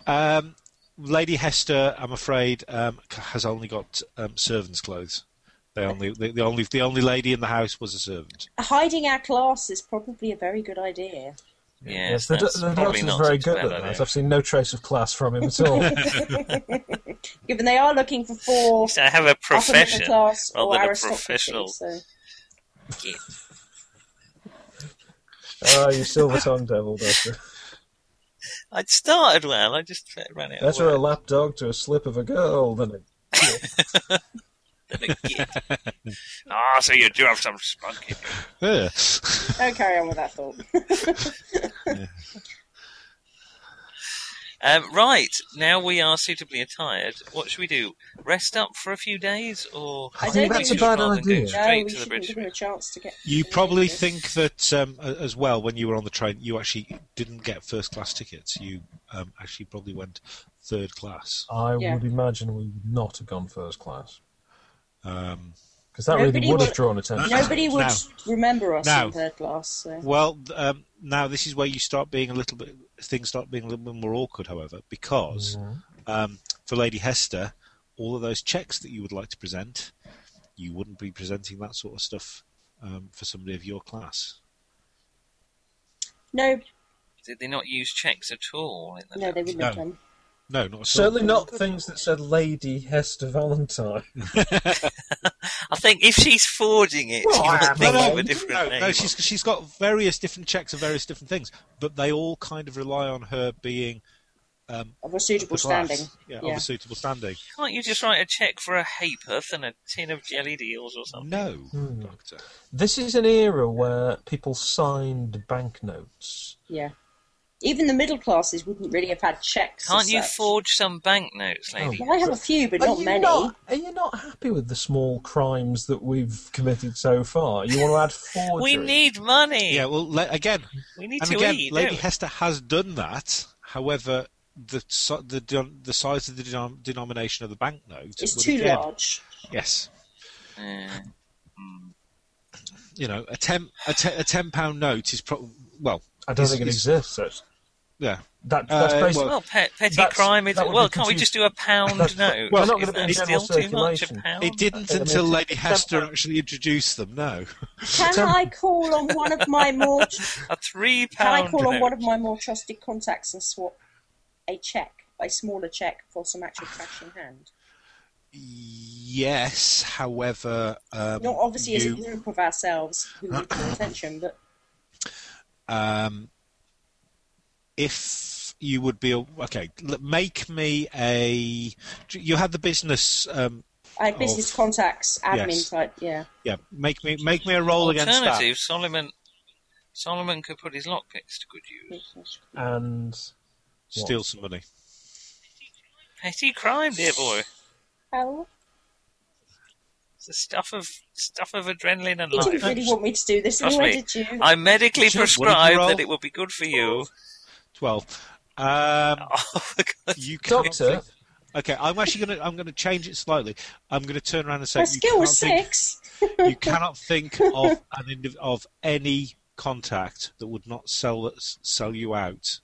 Speaker 4: um, Lady Hester, I'm afraid, um, c- has only got um, servants' clothes. They only the, the only the only lady in the house was a servant.
Speaker 1: hiding our class is probably a very good idea?
Speaker 2: yes,
Speaker 3: the,
Speaker 2: that's
Speaker 3: the
Speaker 2: probably
Speaker 3: doctor's
Speaker 2: not
Speaker 3: very
Speaker 2: such a
Speaker 3: good
Speaker 2: bad
Speaker 3: at that.
Speaker 2: idea.
Speaker 3: I've seen no trace of class from him at all.
Speaker 1: Given they are looking for four
Speaker 2: So I have a
Speaker 1: upper
Speaker 2: profession.
Speaker 1: middle class
Speaker 2: rather
Speaker 1: or
Speaker 2: than a
Speaker 1: aristocracy.
Speaker 2: professional.
Speaker 1: So
Speaker 2: Yeah.
Speaker 3: oh, you silver tongued devil, doctor.
Speaker 2: I'd started well. I just ran out.
Speaker 3: Better
Speaker 2: of
Speaker 3: a lapdog to a slip of a girl than a
Speaker 2: Ah, so you do have some spunk in you.
Speaker 4: Ugh.
Speaker 1: don't carry on with that thought.
Speaker 2: Um, right, now we are suitably attired. What should we do? Rest up for a few days, or
Speaker 1: I think
Speaker 3: that's
Speaker 1: a
Speaker 3: bad
Speaker 2: rather than go
Speaker 3: idea.
Speaker 1: No, we
Speaker 2: Straight to the
Speaker 1: should
Speaker 2: bridge.
Speaker 1: give them a chance to get.
Speaker 4: Hmm. You probably think that um, a- as well when you were on the train, you actually didn't get first class tickets. You um, actually probably went third class.
Speaker 3: I
Speaker 1: Yeah.
Speaker 3: would imagine we would not have gone first class.
Speaker 4: Um,
Speaker 3: because that really
Speaker 1: Nobody
Speaker 3: would
Speaker 1: will-
Speaker 3: have drawn attention.
Speaker 1: Nobody would
Speaker 4: Now.
Speaker 1: remember us
Speaker 4: Now.
Speaker 1: in third class. So.
Speaker 4: Well, th- um, now this is where you start being a little bit. Things start being a little bit more awkward, however, because um, for Lady Hester, all of those checks that you would like to present, you wouldn't be presenting that sort of stuff um, for somebody of your class.
Speaker 1: No,
Speaker 2: Did they not use checks at all? In the
Speaker 1: no, they wouldn't have
Speaker 4: No.
Speaker 1: done.
Speaker 4: No, not at all.
Speaker 3: Certainly not things that said Lady Hester Valentine.
Speaker 2: I think if she's forging it, she
Speaker 3: Well,
Speaker 2: would
Speaker 3: I
Speaker 2: think
Speaker 3: don't
Speaker 2: of a
Speaker 3: know.
Speaker 2: different
Speaker 4: um, no,
Speaker 2: name.
Speaker 4: no, she's she's got various different checks of various different things, but they all kind of rely on her being
Speaker 1: Of a
Speaker 4: the
Speaker 1: suitable
Speaker 4: class,
Speaker 1: standing.
Speaker 4: yeah, of
Speaker 1: Yeah.
Speaker 4: a suitable standing.
Speaker 2: Can't you just write a check for a ha'porth and a tin of jelly deals or something?
Speaker 4: No, doctor.
Speaker 3: This is an era where people signed banknotes.
Speaker 1: Yeah. Even the middle classes wouldn't really have had checks.
Speaker 2: Can't
Speaker 1: as
Speaker 2: you
Speaker 1: such.
Speaker 2: forge some banknotes, lady?
Speaker 1: Well, I have a few, but
Speaker 3: Are
Speaker 1: not
Speaker 3: you
Speaker 1: many.
Speaker 3: not- are you not happy with the small crimes that we've committed so far? You want to add forgery?
Speaker 2: we need money.
Speaker 4: Yeah, well, le- again,
Speaker 2: We need
Speaker 4: and
Speaker 2: to
Speaker 4: again,
Speaker 2: eat.
Speaker 4: Lady
Speaker 2: don't we?
Speaker 4: Hester has done that. However, the si- the den- the size of the denom- denomination of the banknote
Speaker 1: It's
Speaker 4: would
Speaker 1: too
Speaker 4: again-
Speaker 1: large.
Speaker 4: Yes,
Speaker 2: Yeah.
Speaker 4: you know, a ten a, te- a ten pound note is pro- well,
Speaker 3: I don't
Speaker 4: is-
Speaker 3: think it
Speaker 4: is-
Speaker 3: exists. That's,
Speaker 4: Yeah,
Speaker 3: that, that's
Speaker 4: Uh,
Speaker 3: basically.
Speaker 2: Well, pe- petty
Speaker 3: That's-
Speaker 2: crime is
Speaker 3: that would
Speaker 2: well.
Speaker 3: be
Speaker 2: Can't we just
Speaker 3: confused.
Speaker 2: do a pound
Speaker 3: That's-
Speaker 2: note?
Speaker 3: well, not
Speaker 2: is
Speaker 3: gonna be
Speaker 2: that
Speaker 3: in
Speaker 2: still
Speaker 3: general
Speaker 2: too much? A
Speaker 3: circulation.
Speaker 2: pound.
Speaker 4: it
Speaker 3: I
Speaker 4: didn't
Speaker 3: mean,
Speaker 4: until
Speaker 3: it's-
Speaker 4: Lady
Speaker 3: it's-
Speaker 4: Hester actually introduced them. No,
Speaker 1: Can I call on one of my more?
Speaker 2: A three
Speaker 1: Can
Speaker 2: pound.
Speaker 1: I call on
Speaker 2: note.
Speaker 1: one of my more trusted contacts and swap a check, a smaller check, for some actual cash in hand?
Speaker 4: yes. However, um,
Speaker 1: Not obviously as a
Speaker 4: you- Uh,
Speaker 1: group of ourselves who need your attention, but
Speaker 4: um, if you would be a- okay, l- make me a. You had the business. Um,
Speaker 1: I had Uh, business
Speaker 4: Of-
Speaker 1: contacts, admin
Speaker 4: Yes.
Speaker 1: type. Yeah.
Speaker 4: yeah, make me make me a roll against that.
Speaker 2: Alternative, Solomon. Solomon could put his lockpicks to good use.
Speaker 3: And
Speaker 4: Steal some money.
Speaker 2: Petty crime, dear boy.
Speaker 1: Oh,
Speaker 2: It's the stuff of stuff of adrenaline and
Speaker 1: you
Speaker 2: life.
Speaker 1: didn't really want me to do this
Speaker 2: Trust
Speaker 1: anyway,
Speaker 2: me.
Speaker 1: did you?
Speaker 2: I medically
Speaker 4: Sure, what did you
Speaker 2: prescribed
Speaker 4: roll?
Speaker 2: that it would be good for you.
Speaker 4: 12. Um,
Speaker 2: Oh, for God's-
Speaker 4: you can't
Speaker 3: Doctor,
Speaker 4: think- Okay, I'm actually gonna I'm gonna change it slightly. I'm gonna turn around and say
Speaker 1: My
Speaker 4: you
Speaker 1: skill was
Speaker 4: can't
Speaker 1: six.
Speaker 4: Think, you cannot think of an indiv- of any contact that would not sell sell you out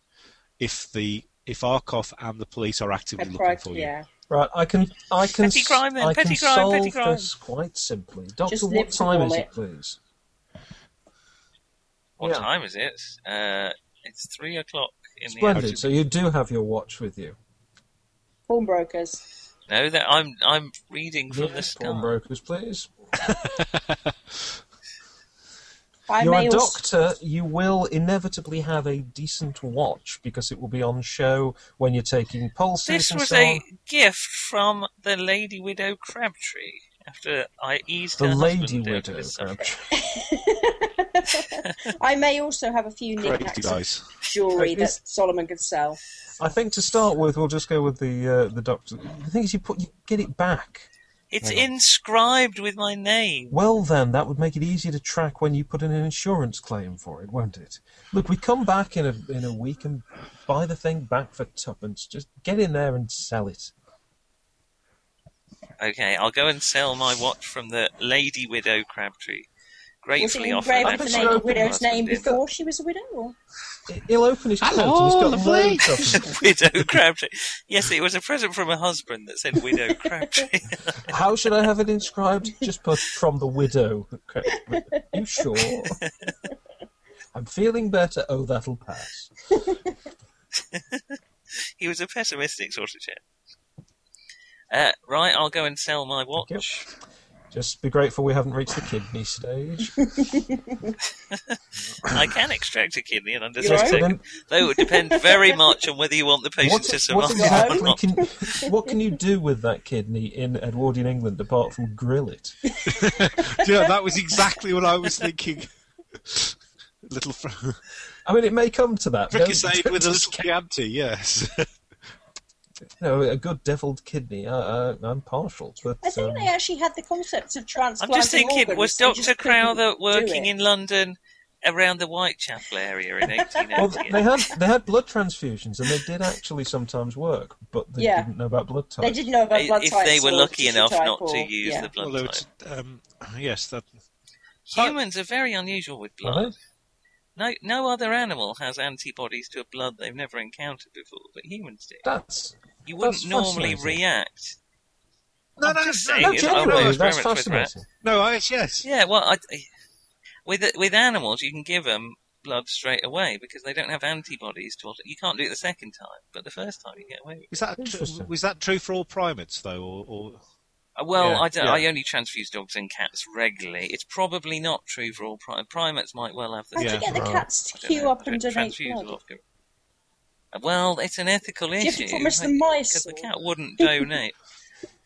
Speaker 4: if the if Arkoff and the police are actively
Speaker 1: I
Speaker 4: looking
Speaker 1: cried,
Speaker 4: for you.
Speaker 1: yeah.
Speaker 3: right, I can, I can,
Speaker 2: Petty crime then,
Speaker 3: I
Speaker 2: petty
Speaker 3: can
Speaker 2: crime,
Speaker 3: solve
Speaker 2: petty crime.
Speaker 3: this quite simply. Doctor,
Speaker 1: Just
Speaker 3: what
Speaker 1: lift the
Speaker 3: time is
Speaker 1: wallet.
Speaker 3: it, please?
Speaker 2: what
Speaker 3: Yeah.
Speaker 2: time is it? Uh, it's three o'clock in the
Speaker 3: Splendid.
Speaker 2: afternoon.
Speaker 3: So you do have your watch with you.
Speaker 1: Pawnbrokers.
Speaker 2: No, that I'm I'm reading from the
Speaker 3: Yes,
Speaker 2: start.
Speaker 3: pawnbrokers, please.
Speaker 1: I
Speaker 3: You're
Speaker 1: may
Speaker 3: a
Speaker 1: also-
Speaker 3: doctor. You will inevitably have a decent watch because it will be on show when you're taking pulses
Speaker 2: This
Speaker 3: and
Speaker 2: was
Speaker 3: so
Speaker 2: a
Speaker 3: on.
Speaker 2: gift from the lady widow Crabtree after I eased
Speaker 3: The
Speaker 2: her
Speaker 3: lady
Speaker 2: husband
Speaker 3: widow.
Speaker 2: With some-
Speaker 3: Crabtree.
Speaker 1: I may also have a few
Speaker 4: Crazy
Speaker 1: knickknacks of
Speaker 4: guys.
Speaker 1: jewellery
Speaker 3: Is-
Speaker 1: that Solomon could sell.
Speaker 3: I think to start with, we'll just go with the uh, the doctor. The thing is, you put you get it back.
Speaker 2: It's
Speaker 3: Hang on.
Speaker 2: inscribed with my name.
Speaker 3: Well, then that would make it easier to track when you put in an insurance claim for it, won't it? Look, we come back in a in a week and buy the thing back for tuppence. Just get in there and sell it.
Speaker 2: Okay, I'll go and sell my watch from the lady widow Crabtree.
Speaker 1: Was it
Speaker 2: Gratefully offered.
Speaker 1: engraved
Speaker 2: after
Speaker 1: with the
Speaker 3: I've
Speaker 1: name,
Speaker 3: opened
Speaker 1: widow's
Speaker 2: my
Speaker 1: name
Speaker 2: husband
Speaker 1: before she was a widow? Or?
Speaker 3: He'll open his coat
Speaker 4: Hello,
Speaker 3: and he's got
Speaker 4: lovely.
Speaker 3: loads of them.
Speaker 2: did. Widow Crabtree. Yes, it was a present from a husband that said Widow Crabtree.
Speaker 3: How should I have it inscribed? Just put from the widow. Okay. You sure? I'm feeling better. Oh, that'll pass.
Speaker 2: he was a pessimistic sort of chap. Uh, right, I'll go and sell my watch.
Speaker 3: Just be grateful we haven't reached the kidney stage.
Speaker 2: I can extract a kidney and
Speaker 1: You're
Speaker 2: understand
Speaker 1: right.
Speaker 2: second. Though it would depend very much on whether you want the patient
Speaker 3: What,
Speaker 2: to survive
Speaker 3: what
Speaker 2: or
Speaker 3: exactly
Speaker 2: not.
Speaker 3: can what can you do with that kidney in Edwardian England apart from grill it?
Speaker 4: Do you know, that was exactly what I was thinking. little fr-
Speaker 3: I mean, it may come to that. Don't-
Speaker 4: fricasseed with a little Chianti, yes.
Speaker 3: you know, a good deviled kidney. Uh, uh, I'm partial, but
Speaker 1: I think
Speaker 3: um,
Speaker 1: they actually had the concept of
Speaker 2: I'm
Speaker 1: transplanting
Speaker 2: just thinking,
Speaker 1: organs,
Speaker 2: was
Speaker 1: they just
Speaker 2: Dr.
Speaker 1: couldn't
Speaker 2: Crowther
Speaker 1: do
Speaker 2: working
Speaker 1: it.
Speaker 2: in London around the Whitechapel area in 1880.
Speaker 3: Well, they had they had blood transfusions, and they did actually sometimes work, but they
Speaker 1: Yeah.
Speaker 3: didn't know about blood type.
Speaker 1: They didn't know about blood
Speaker 2: if
Speaker 1: types
Speaker 2: they were
Speaker 1: or
Speaker 2: lucky
Speaker 1: tissue
Speaker 2: enough
Speaker 1: type
Speaker 2: not to
Speaker 1: or-
Speaker 2: use
Speaker 1: yeah.
Speaker 2: the blood
Speaker 4: Although
Speaker 2: type.
Speaker 4: it's, um, yes, that
Speaker 2: Humans are very unusual with blood.
Speaker 3: Are they?
Speaker 2: No, no other animal has antibodies to a blood they've never encountered before, but humans do.
Speaker 3: That's
Speaker 2: You wouldn't
Speaker 3: That's
Speaker 2: normally
Speaker 3: fascinating.
Speaker 2: react.
Speaker 4: no,
Speaker 2: I'm
Speaker 4: no,
Speaker 2: just
Speaker 4: no,
Speaker 2: saying,
Speaker 3: no,
Speaker 2: it's
Speaker 3: generally,
Speaker 2: almost very
Speaker 3: that's
Speaker 2: much with rats.
Speaker 3: fascinating.
Speaker 4: no, I, yes,
Speaker 2: Yeah, well, I, with with animals, you can give them blood straight away because they don't have antibodies to. You can't do it the second time, but the first time you get away. with
Speaker 4: Is that tr-
Speaker 3: Interesting.
Speaker 4: was that true for all primates though, or, or
Speaker 2: it. Uh, Well,
Speaker 4: Yeah,
Speaker 2: I, don't,
Speaker 4: yeah.
Speaker 2: I only transfuse dogs and cats regularly. It's probably not true for all pri- primates. Might well have the.
Speaker 1: How'd
Speaker 4: Yeah.
Speaker 1: you get the
Speaker 3: Right.
Speaker 1: cats to
Speaker 2: I don't
Speaker 1: queue
Speaker 2: know,
Speaker 1: up
Speaker 2: I
Speaker 1: and
Speaker 2: don't
Speaker 1: donate
Speaker 2: transfuse a
Speaker 1: blood?
Speaker 2: lot of them. Well, it's an ethical
Speaker 1: you have to
Speaker 2: issue.
Speaker 1: promise
Speaker 2: like,
Speaker 1: them mice
Speaker 2: because the
Speaker 1: or-
Speaker 2: cat wouldn't donate.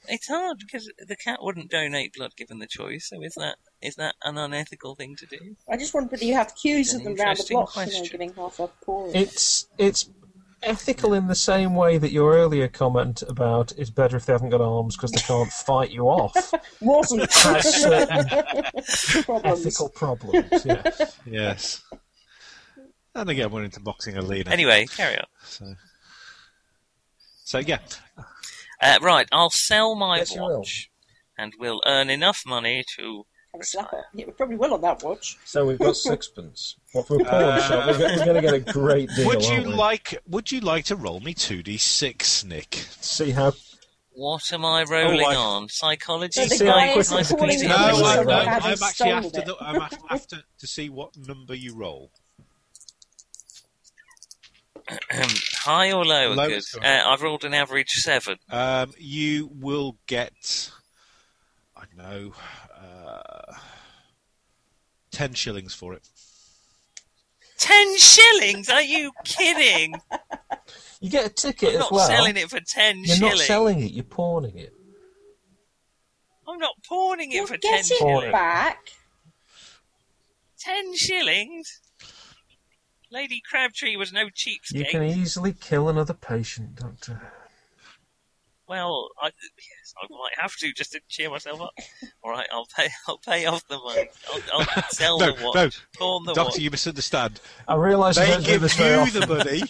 Speaker 2: it's hard because the cat wouldn't donate blood given the choice. So is that is that an unethical thing to do?
Speaker 1: I just wonder whether you have queues
Speaker 2: An
Speaker 1: of them round the
Speaker 2: interesting
Speaker 1: block, you know,
Speaker 2: question.
Speaker 1: giving half a pour.
Speaker 3: It's it's ethical in the same way that your earlier comment about it's better if they haven't got arms because they can't fight you off.
Speaker 1: Wasn't
Speaker 3: Has certain
Speaker 1: problems.
Speaker 3: ethical problems. Yeah.
Speaker 4: yes? And again, we're into boxing arena.
Speaker 2: Anyway, carry on.
Speaker 4: so, so yeah,
Speaker 2: Uh, right, I'll sell my
Speaker 3: Yes, you will.
Speaker 2: watch, and we'll earn enough money to.
Speaker 1: Have a slap it. Yeah, we probably will on that watch.
Speaker 3: So we've got sixpence. Uh, What for a pawn shop? We're, go- we're going to get a great deal.
Speaker 4: would you
Speaker 3: aren't we?
Speaker 4: like would you like to roll me two d six, Nick?
Speaker 3: see how?
Speaker 2: What am
Speaker 3: Oh,
Speaker 2: I rolling
Speaker 4: I-
Speaker 2: on?
Speaker 1: So
Speaker 2: Psychology,
Speaker 3: the guy
Speaker 2: nice,
Speaker 3: is
Speaker 2: nice
Speaker 3: calling
Speaker 2: piece
Speaker 3: the
Speaker 4: Oh,
Speaker 2: of advice.
Speaker 3: No, police I-
Speaker 4: I'm,
Speaker 3: over I-
Speaker 1: having
Speaker 4: actually
Speaker 1: stolen
Speaker 4: after
Speaker 1: it.
Speaker 4: the, I'm af- after to see what number you roll.
Speaker 2: High or low? are
Speaker 4: Low
Speaker 2: good.
Speaker 4: is good.
Speaker 2: Uh, I've rolled an average seven.
Speaker 4: Um, you will get, I don't know, uh, ten shillings for it.
Speaker 2: Ten shillings? Are you kidding?
Speaker 3: You get a ticket
Speaker 2: I'm
Speaker 3: as
Speaker 2: not
Speaker 3: well.
Speaker 2: selling it for 10
Speaker 3: You're
Speaker 2: shillings.
Speaker 3: not selling it. You're pawning it.
Speaker 2: I'm not pawning it
Speaker 1: You're
Speaker 2: for 10
Speaker 1: getting
Speaker 2: shillings.
Speaker 1: it back.
Speaker 2: 10 shillings? Lady Crabtree was no
Speaker 3: You
Speaker 2: cheapskate.
Speaker 3: can easily kill another patient, Doctor.
Speaker 2: Well, I, yes, I might have to just to cheer myself up. All right, I'll pay. I'll pay off the money. I'll, I'll sell
Speaker 4: No,
Speaker 2: the watch,
Speaker 4: no.
Speaker 2: pawn the
Speaker 4: Doctor,
Speaker 2: watch.
Speaker 4: you misunderstand.
Speaker 3: I realise I
Speaker 4: They
Speaker 3: don't do
Speaker 4: give you
Speaker 3: this very often.
Speaker 4: the money.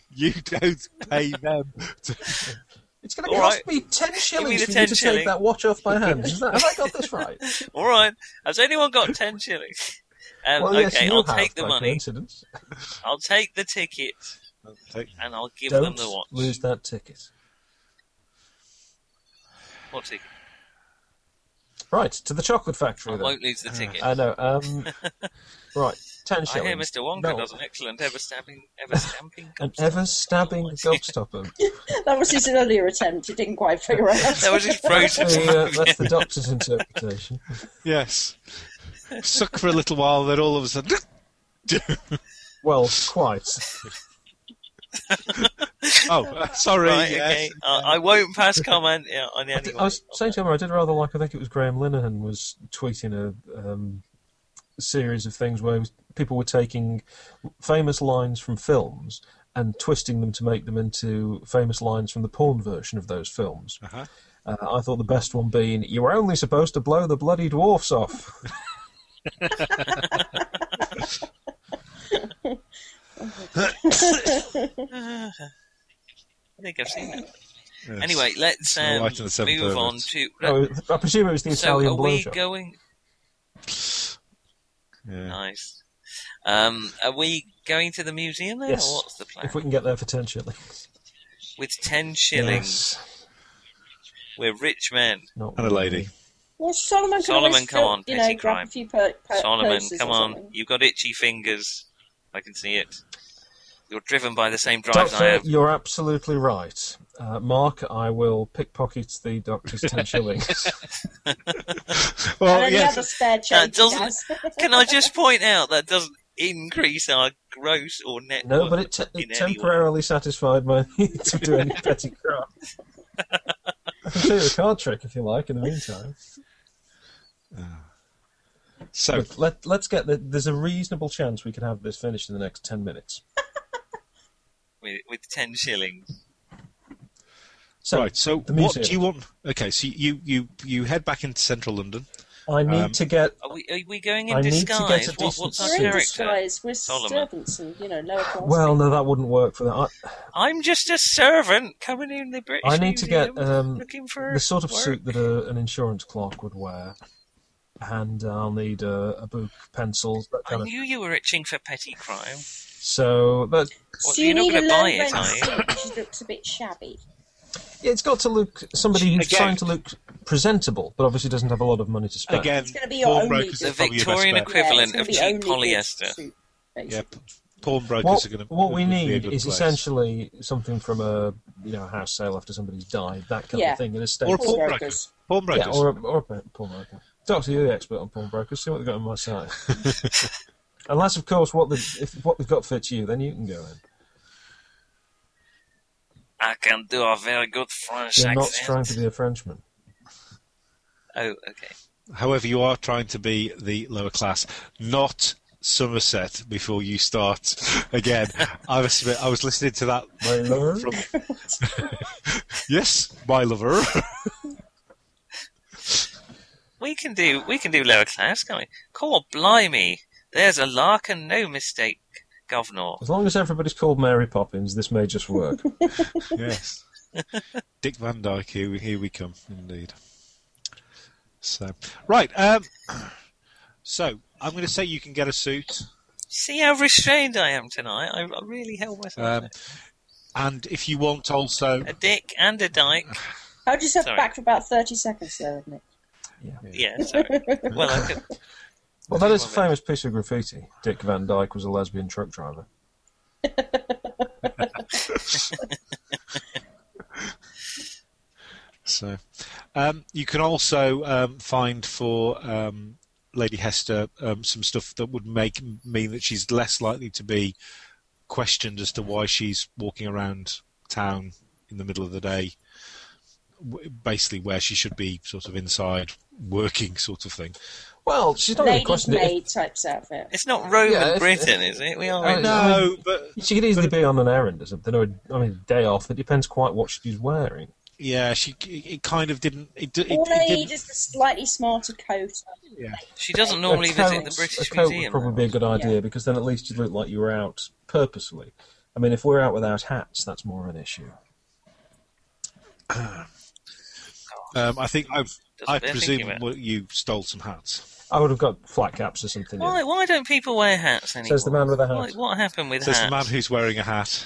Speaker 4: you don't pay them.
Speaker 3: It's going to
Speaker 2: All
Speaker 3: cost
Speaker 2: right.
Speaker 3: me ten shillings
Speaker 2: the
Speaker 3: for
Speaker 2: 10
Speaker 3: you to
Speaker 2: shilling.
Speaker 3: take that watch off my hands. Is that, have I got this right?
Speaker 2: All right, has anyone got ten shillings? Um,
Speaker 3: well, yes,
Speaker 2: okay,
Speaker 3: you
Speaker 2: I'll
Speaker 3: have,
Speaker 2: take the
Speaker 3: by
Speaker 2: money.
Speaker 3: Coincidence.
Speaker 2: I'll take the ticket
Speaker 4: Take-
Speaker 2: and I'll give them
Speaker 3: Don't
Speaker 2: the watch.
Speaker 3: lose that ticket.
Speaker 2: What ticket?
Speaker 3: Right to the chocolate factory.
Speaker 2: I
Speaker 3: then.
Speaker 2: won't lose the ticket.
Speaker 3: I know. Um, right, ten
Speaker 2: I
Speaker 3: shillings.
Speaker 2: hear Mr. Wonka
Speaker 3: No,
Speaker 2: does an excellent ever stabbing, ever stamping.
Speaker 3: An ever stabbing
Speaker 2: Oh, I see.
Speaker 3: gobstopper.
Speaker 1: That was his earlier attempt. He didn't quite figure out.
Speaker 2: That was his prototype.
Speaker 3: the, uh, that's the doctor's interpretation.
Speaker 4: yes. Suck for a little while, then all of a sudden.
Speaker 3: Well, quite.
Speaker 4: Oh, uh, sorry.
Speaker 2: Right,
Speaker 4: yes.
Speaker 2: okay. I, I won't pass comment yeah, on
Speaker 3: I,
Speaker 2: anyone.
Speaker 3: did- I was saying to him, I did rather like. I think it was Graham Linehan was tweeting a um, series of things where people were taking famous lines from films and twisting them to make them into famous lines from the porn version of those films.
Speaker 4: Uh-huh.
Speaker 3: Uh, I thought the best one being, "You were only supposed to blow the bloody dwarfs off."
Speaker 2: I think I've seen that.
Speaker 4: Yes.
Speaker 2: Anyway, let's
Speaker 4: Snow
Speaker 2: um,
Speaker 4: White and the Seven
Speaker 2: move on
Speaker 4: Perverts.
Speaker 2: to.
Speaker 3: Oh, I presume it was the
Speaker 2: so
Speaker 3: Italian
Speaker 2: are we
Speaker 3: blowjob.
Speaker 2: going?
Speaker 4: Yeah.
Speaker 2: Nice. Um, are we going to the museum now?
Speaker 3: Yes.
Speaker 2: Or what's the plan?
Speaker 3: If we can get there for ten shillings,
Speaker 2: With ten shillings,
Speaker 4: Yes.
Speaker 2: we're rich men.
Speaker 3: Not
Speaker 4: And a lady.
Speaker 1: Well, Solomon, could
Speaker 2: Solomon,
Speaker 1: always
Speaker 2: come
Speaker 1: go-
Speaker 2: on,
Speaker 1: you
Speaker 2: petty
Speaker 1: know,
Speaker 2: crime.
Speaker 1: grab a few per- per-
Speaker 2: Solomon,
Speaker 1: purses
Speaker 2: come
Speaker 1: or
Speaker 2: on!
Speaker 1: something.
Speaker 2: You've got itchy fingers. I can see it. You're driven by the same drives I
Speaker 3: Doctor,
Speaker 2: am.
Speaker 3: you're absolutely right. Uh, Mark, I will pickpocket the doctor's ten shillings.
Speaker 1: And
Speaker 4: Well,
Speaker 1: then the
Speaker 4: Oh, yes.
Speaker 1: other spare change he
Speaker 2: Uh, doesn't-
Speaker 1: has.
Speaker 2: Can I just point out that doesn't increase our gross or net?
Speaker 3: No,
Speaker 2: worth
Speaker 3: but it, te-
Speaker 2: in
Speaker 3: it
Speaker 2: any way.
Speaker 3: temporarily satisfied my need to do any petty crime. I can show you a card trick if you like. In the meantime,
Speaker 4: So,
Speaker 3: Look, let let's get the, there's a reasonable chance we can have this finished in the next ten minutes.
Speaker 2: with, with ten shillings.
Speaker 3: So,
Speaker 4: right. So,
Speaker 3: the
Speaker 4: what
Speaker 3: museum.
Speaker 4: do you want? Okay. So you you you head back into central London.
Speaker 3: I need
Speaker 4: Um,
Speaker 3: to get.
Speaker 2: Are we, are we going in
Speaker 3: I need to get a
Speaker 2: disguise? What, what's our
Speaker 3: decent
Speaker 1: We're in
Speaker 2: character?
Speaker 1: disguise. We're
Speaker 2: Solomon.
Speaker 1: servants and, you know, lower class.
Speaker 3: Well,
Speaker 1: people.
Speaker 3: no, that wouldn't work for that. I,
Speaker 2: I'm just a servant coming in the British
Speaker 3: I need to
Speaker 2: Museum
Speaker 3: get, um,
Speaker 2: looking for
Speaker 3: the sort of
Speaker 2: work.
Speaker 3: suit that a, an insurance clerk would wear, and I'll need a, a book, pencils, that
Speaker 2: I
Speaker 3: kind of.
Speaker 2: knew you were itching for petty crime.
Speaker 3: So that
Speaker 2: Well,
Speaker 1: so
Speaker 2: you're
Speaker 1: you
Speaker 2: not
Speaker 1: need a
Speaker 2: gonna
Speaker 1: low
Speaker 2: buy it,
Speaker 1: rent
Speaker 2: are you?
Speaker 1: suit, which looks a bit shabby.
Speaker 3: yeah, it's got to look somebody who's
Speaker 4: Again-
Speaker 3: trying to look presentable, but obviously doesn't have a lot of money to spend.
Speaker 4: Again,
Speaker 1: It's gonna be your only
Speaker 4: pawnbrokers
Speaker 1: The
Speaker 4: are probably your
Speaker 2: Victorian
Speaker 4: best bet.
Speaker 2: equi- Equivalent
Speaker 1: yeah,
Speaker 2: of
Speaker 1: it's gonna
Speaker 2: cheap
Speaker 1: be only good
Speaker 2: polyester.
Speaker 1: suit,
Speaker 4: Yeah,
Speaker 1: basically.
Speaker 4: p- pawnbrokers
Speaker 3: what,
Speaker 4: are going to.
Speaker 3: what we need is essentially something from a you know house sale after somebody's died, that kind
Speaker 1: Yeah.
Speaker 3: of thing, in a state.
Speaker 4: or a
Speaker 1: Pawnbrokers.
Speaker 4: pawnbroker. Pawnbrokers.
Speaker 3: yeah, or a, or a pawnbroker. Doctor, you're the expert on pawnbrokers. See what they've got on my side. Unless, of course, what the if what they've got fits you, then you can go in.
Speaker 2: I can do a very good French
Speaker 3: You're not
Speaker 2: accent.
Speaker 3: trying to be a Frenchman.
Speaker 2: Oh, okay.
Speaker 4: However, you are trying to be the lower class, not Somerset. Before you start again, I was I was listening to that.
Speaker 3: My lord.
Speaker 4: From, yes, my lover.
Speaker 2: We can do we can do lower class, can't we? Call blimey, there's a lark and no mistake, governor.
Speaker 3: As long as everybody's called Mary Poppins, this may just work.
Speaker 4: yes, Dick Van Dyke. Here we here we come, indeed. So right, um, so I'm going to say you can get a suit.
Speaker 2: See how restrained I am tonight. I, I really held myself.
Speaker 4: Um,
Speaker 2: back.
Speaker 4: and if you want also,
Speaker 2: a dick and a dyke.
Speaker 1: Hold yourself
Speaker 2: Sorry.
Speaker 1: back for about 30 seconds there, Nick.
Speaker 2: Yeah, sorry. well, I could,
Speaker 3: Well, that is a
Speaker 2: Love it.
Speaker 3: famous piece of graffiti. Dick Van Dyke was a lesbian truck driver.
Speaker 4: so um, you can also um, find for um, Lady Hester um, some stuff that would make mean that she's less likely to be questioned as to why she's walking around town in the middle of the day, w- basically where she should be sort of inside working, sort of thing.
Speaker 3: Well, she's not really
Speaker 1: Lady's
Speaker 3: questioned it.
Speaker 1: maid types outfit.
Speaker 2: it's not Roman
Speaker 3: Yeah, it's-
Speaker 2: Britain, is it? We are.
Speaker 3: Oh,
Speaker 2: in-
Speaker 3: no.
Speaker 4: No, but
Speaker 3: She could easily be on an errand or something, or a- on a day off. It depends quite what she's wearing.
Speaker 4: yeah, she it kind of didn't. It, d- it,
Speaker 1: All
Speaker 4: it
Speaker 1: they
Speaker 4: didn't.
Speaker 1: need is a slightly smarter coat.
Speaker 4: yeah.
Speaker 2: She doesn't normally
Speaker 3: a coat,
Speaker 2: visit the British
Speaker 3: a coat
Speaker 2: Museum.
Speaker 3: would probably be a good idea because then at least you'd look like you were out purposely. I mean, if we're out without hats, that's more of an issue.
Speaker 4: Um, I think I've.
Speaker 2: That's
Speaker 4: I
Speaker 2: what they're thinking
Speaker 4: presume
Speaker 2: about.
Speaker 4: what you stole some hats.
Speaker 3: I would have got flat caps or something. yeah.
Speaker 2: Why? Why don't people wear hats anymore?
Speaker 3: Says the man with a hat.
Speaker 2: Like, what happened with
Speaker 4: There's
Speaker 2: hats?
Speaker 4: the man who's wearing a hat.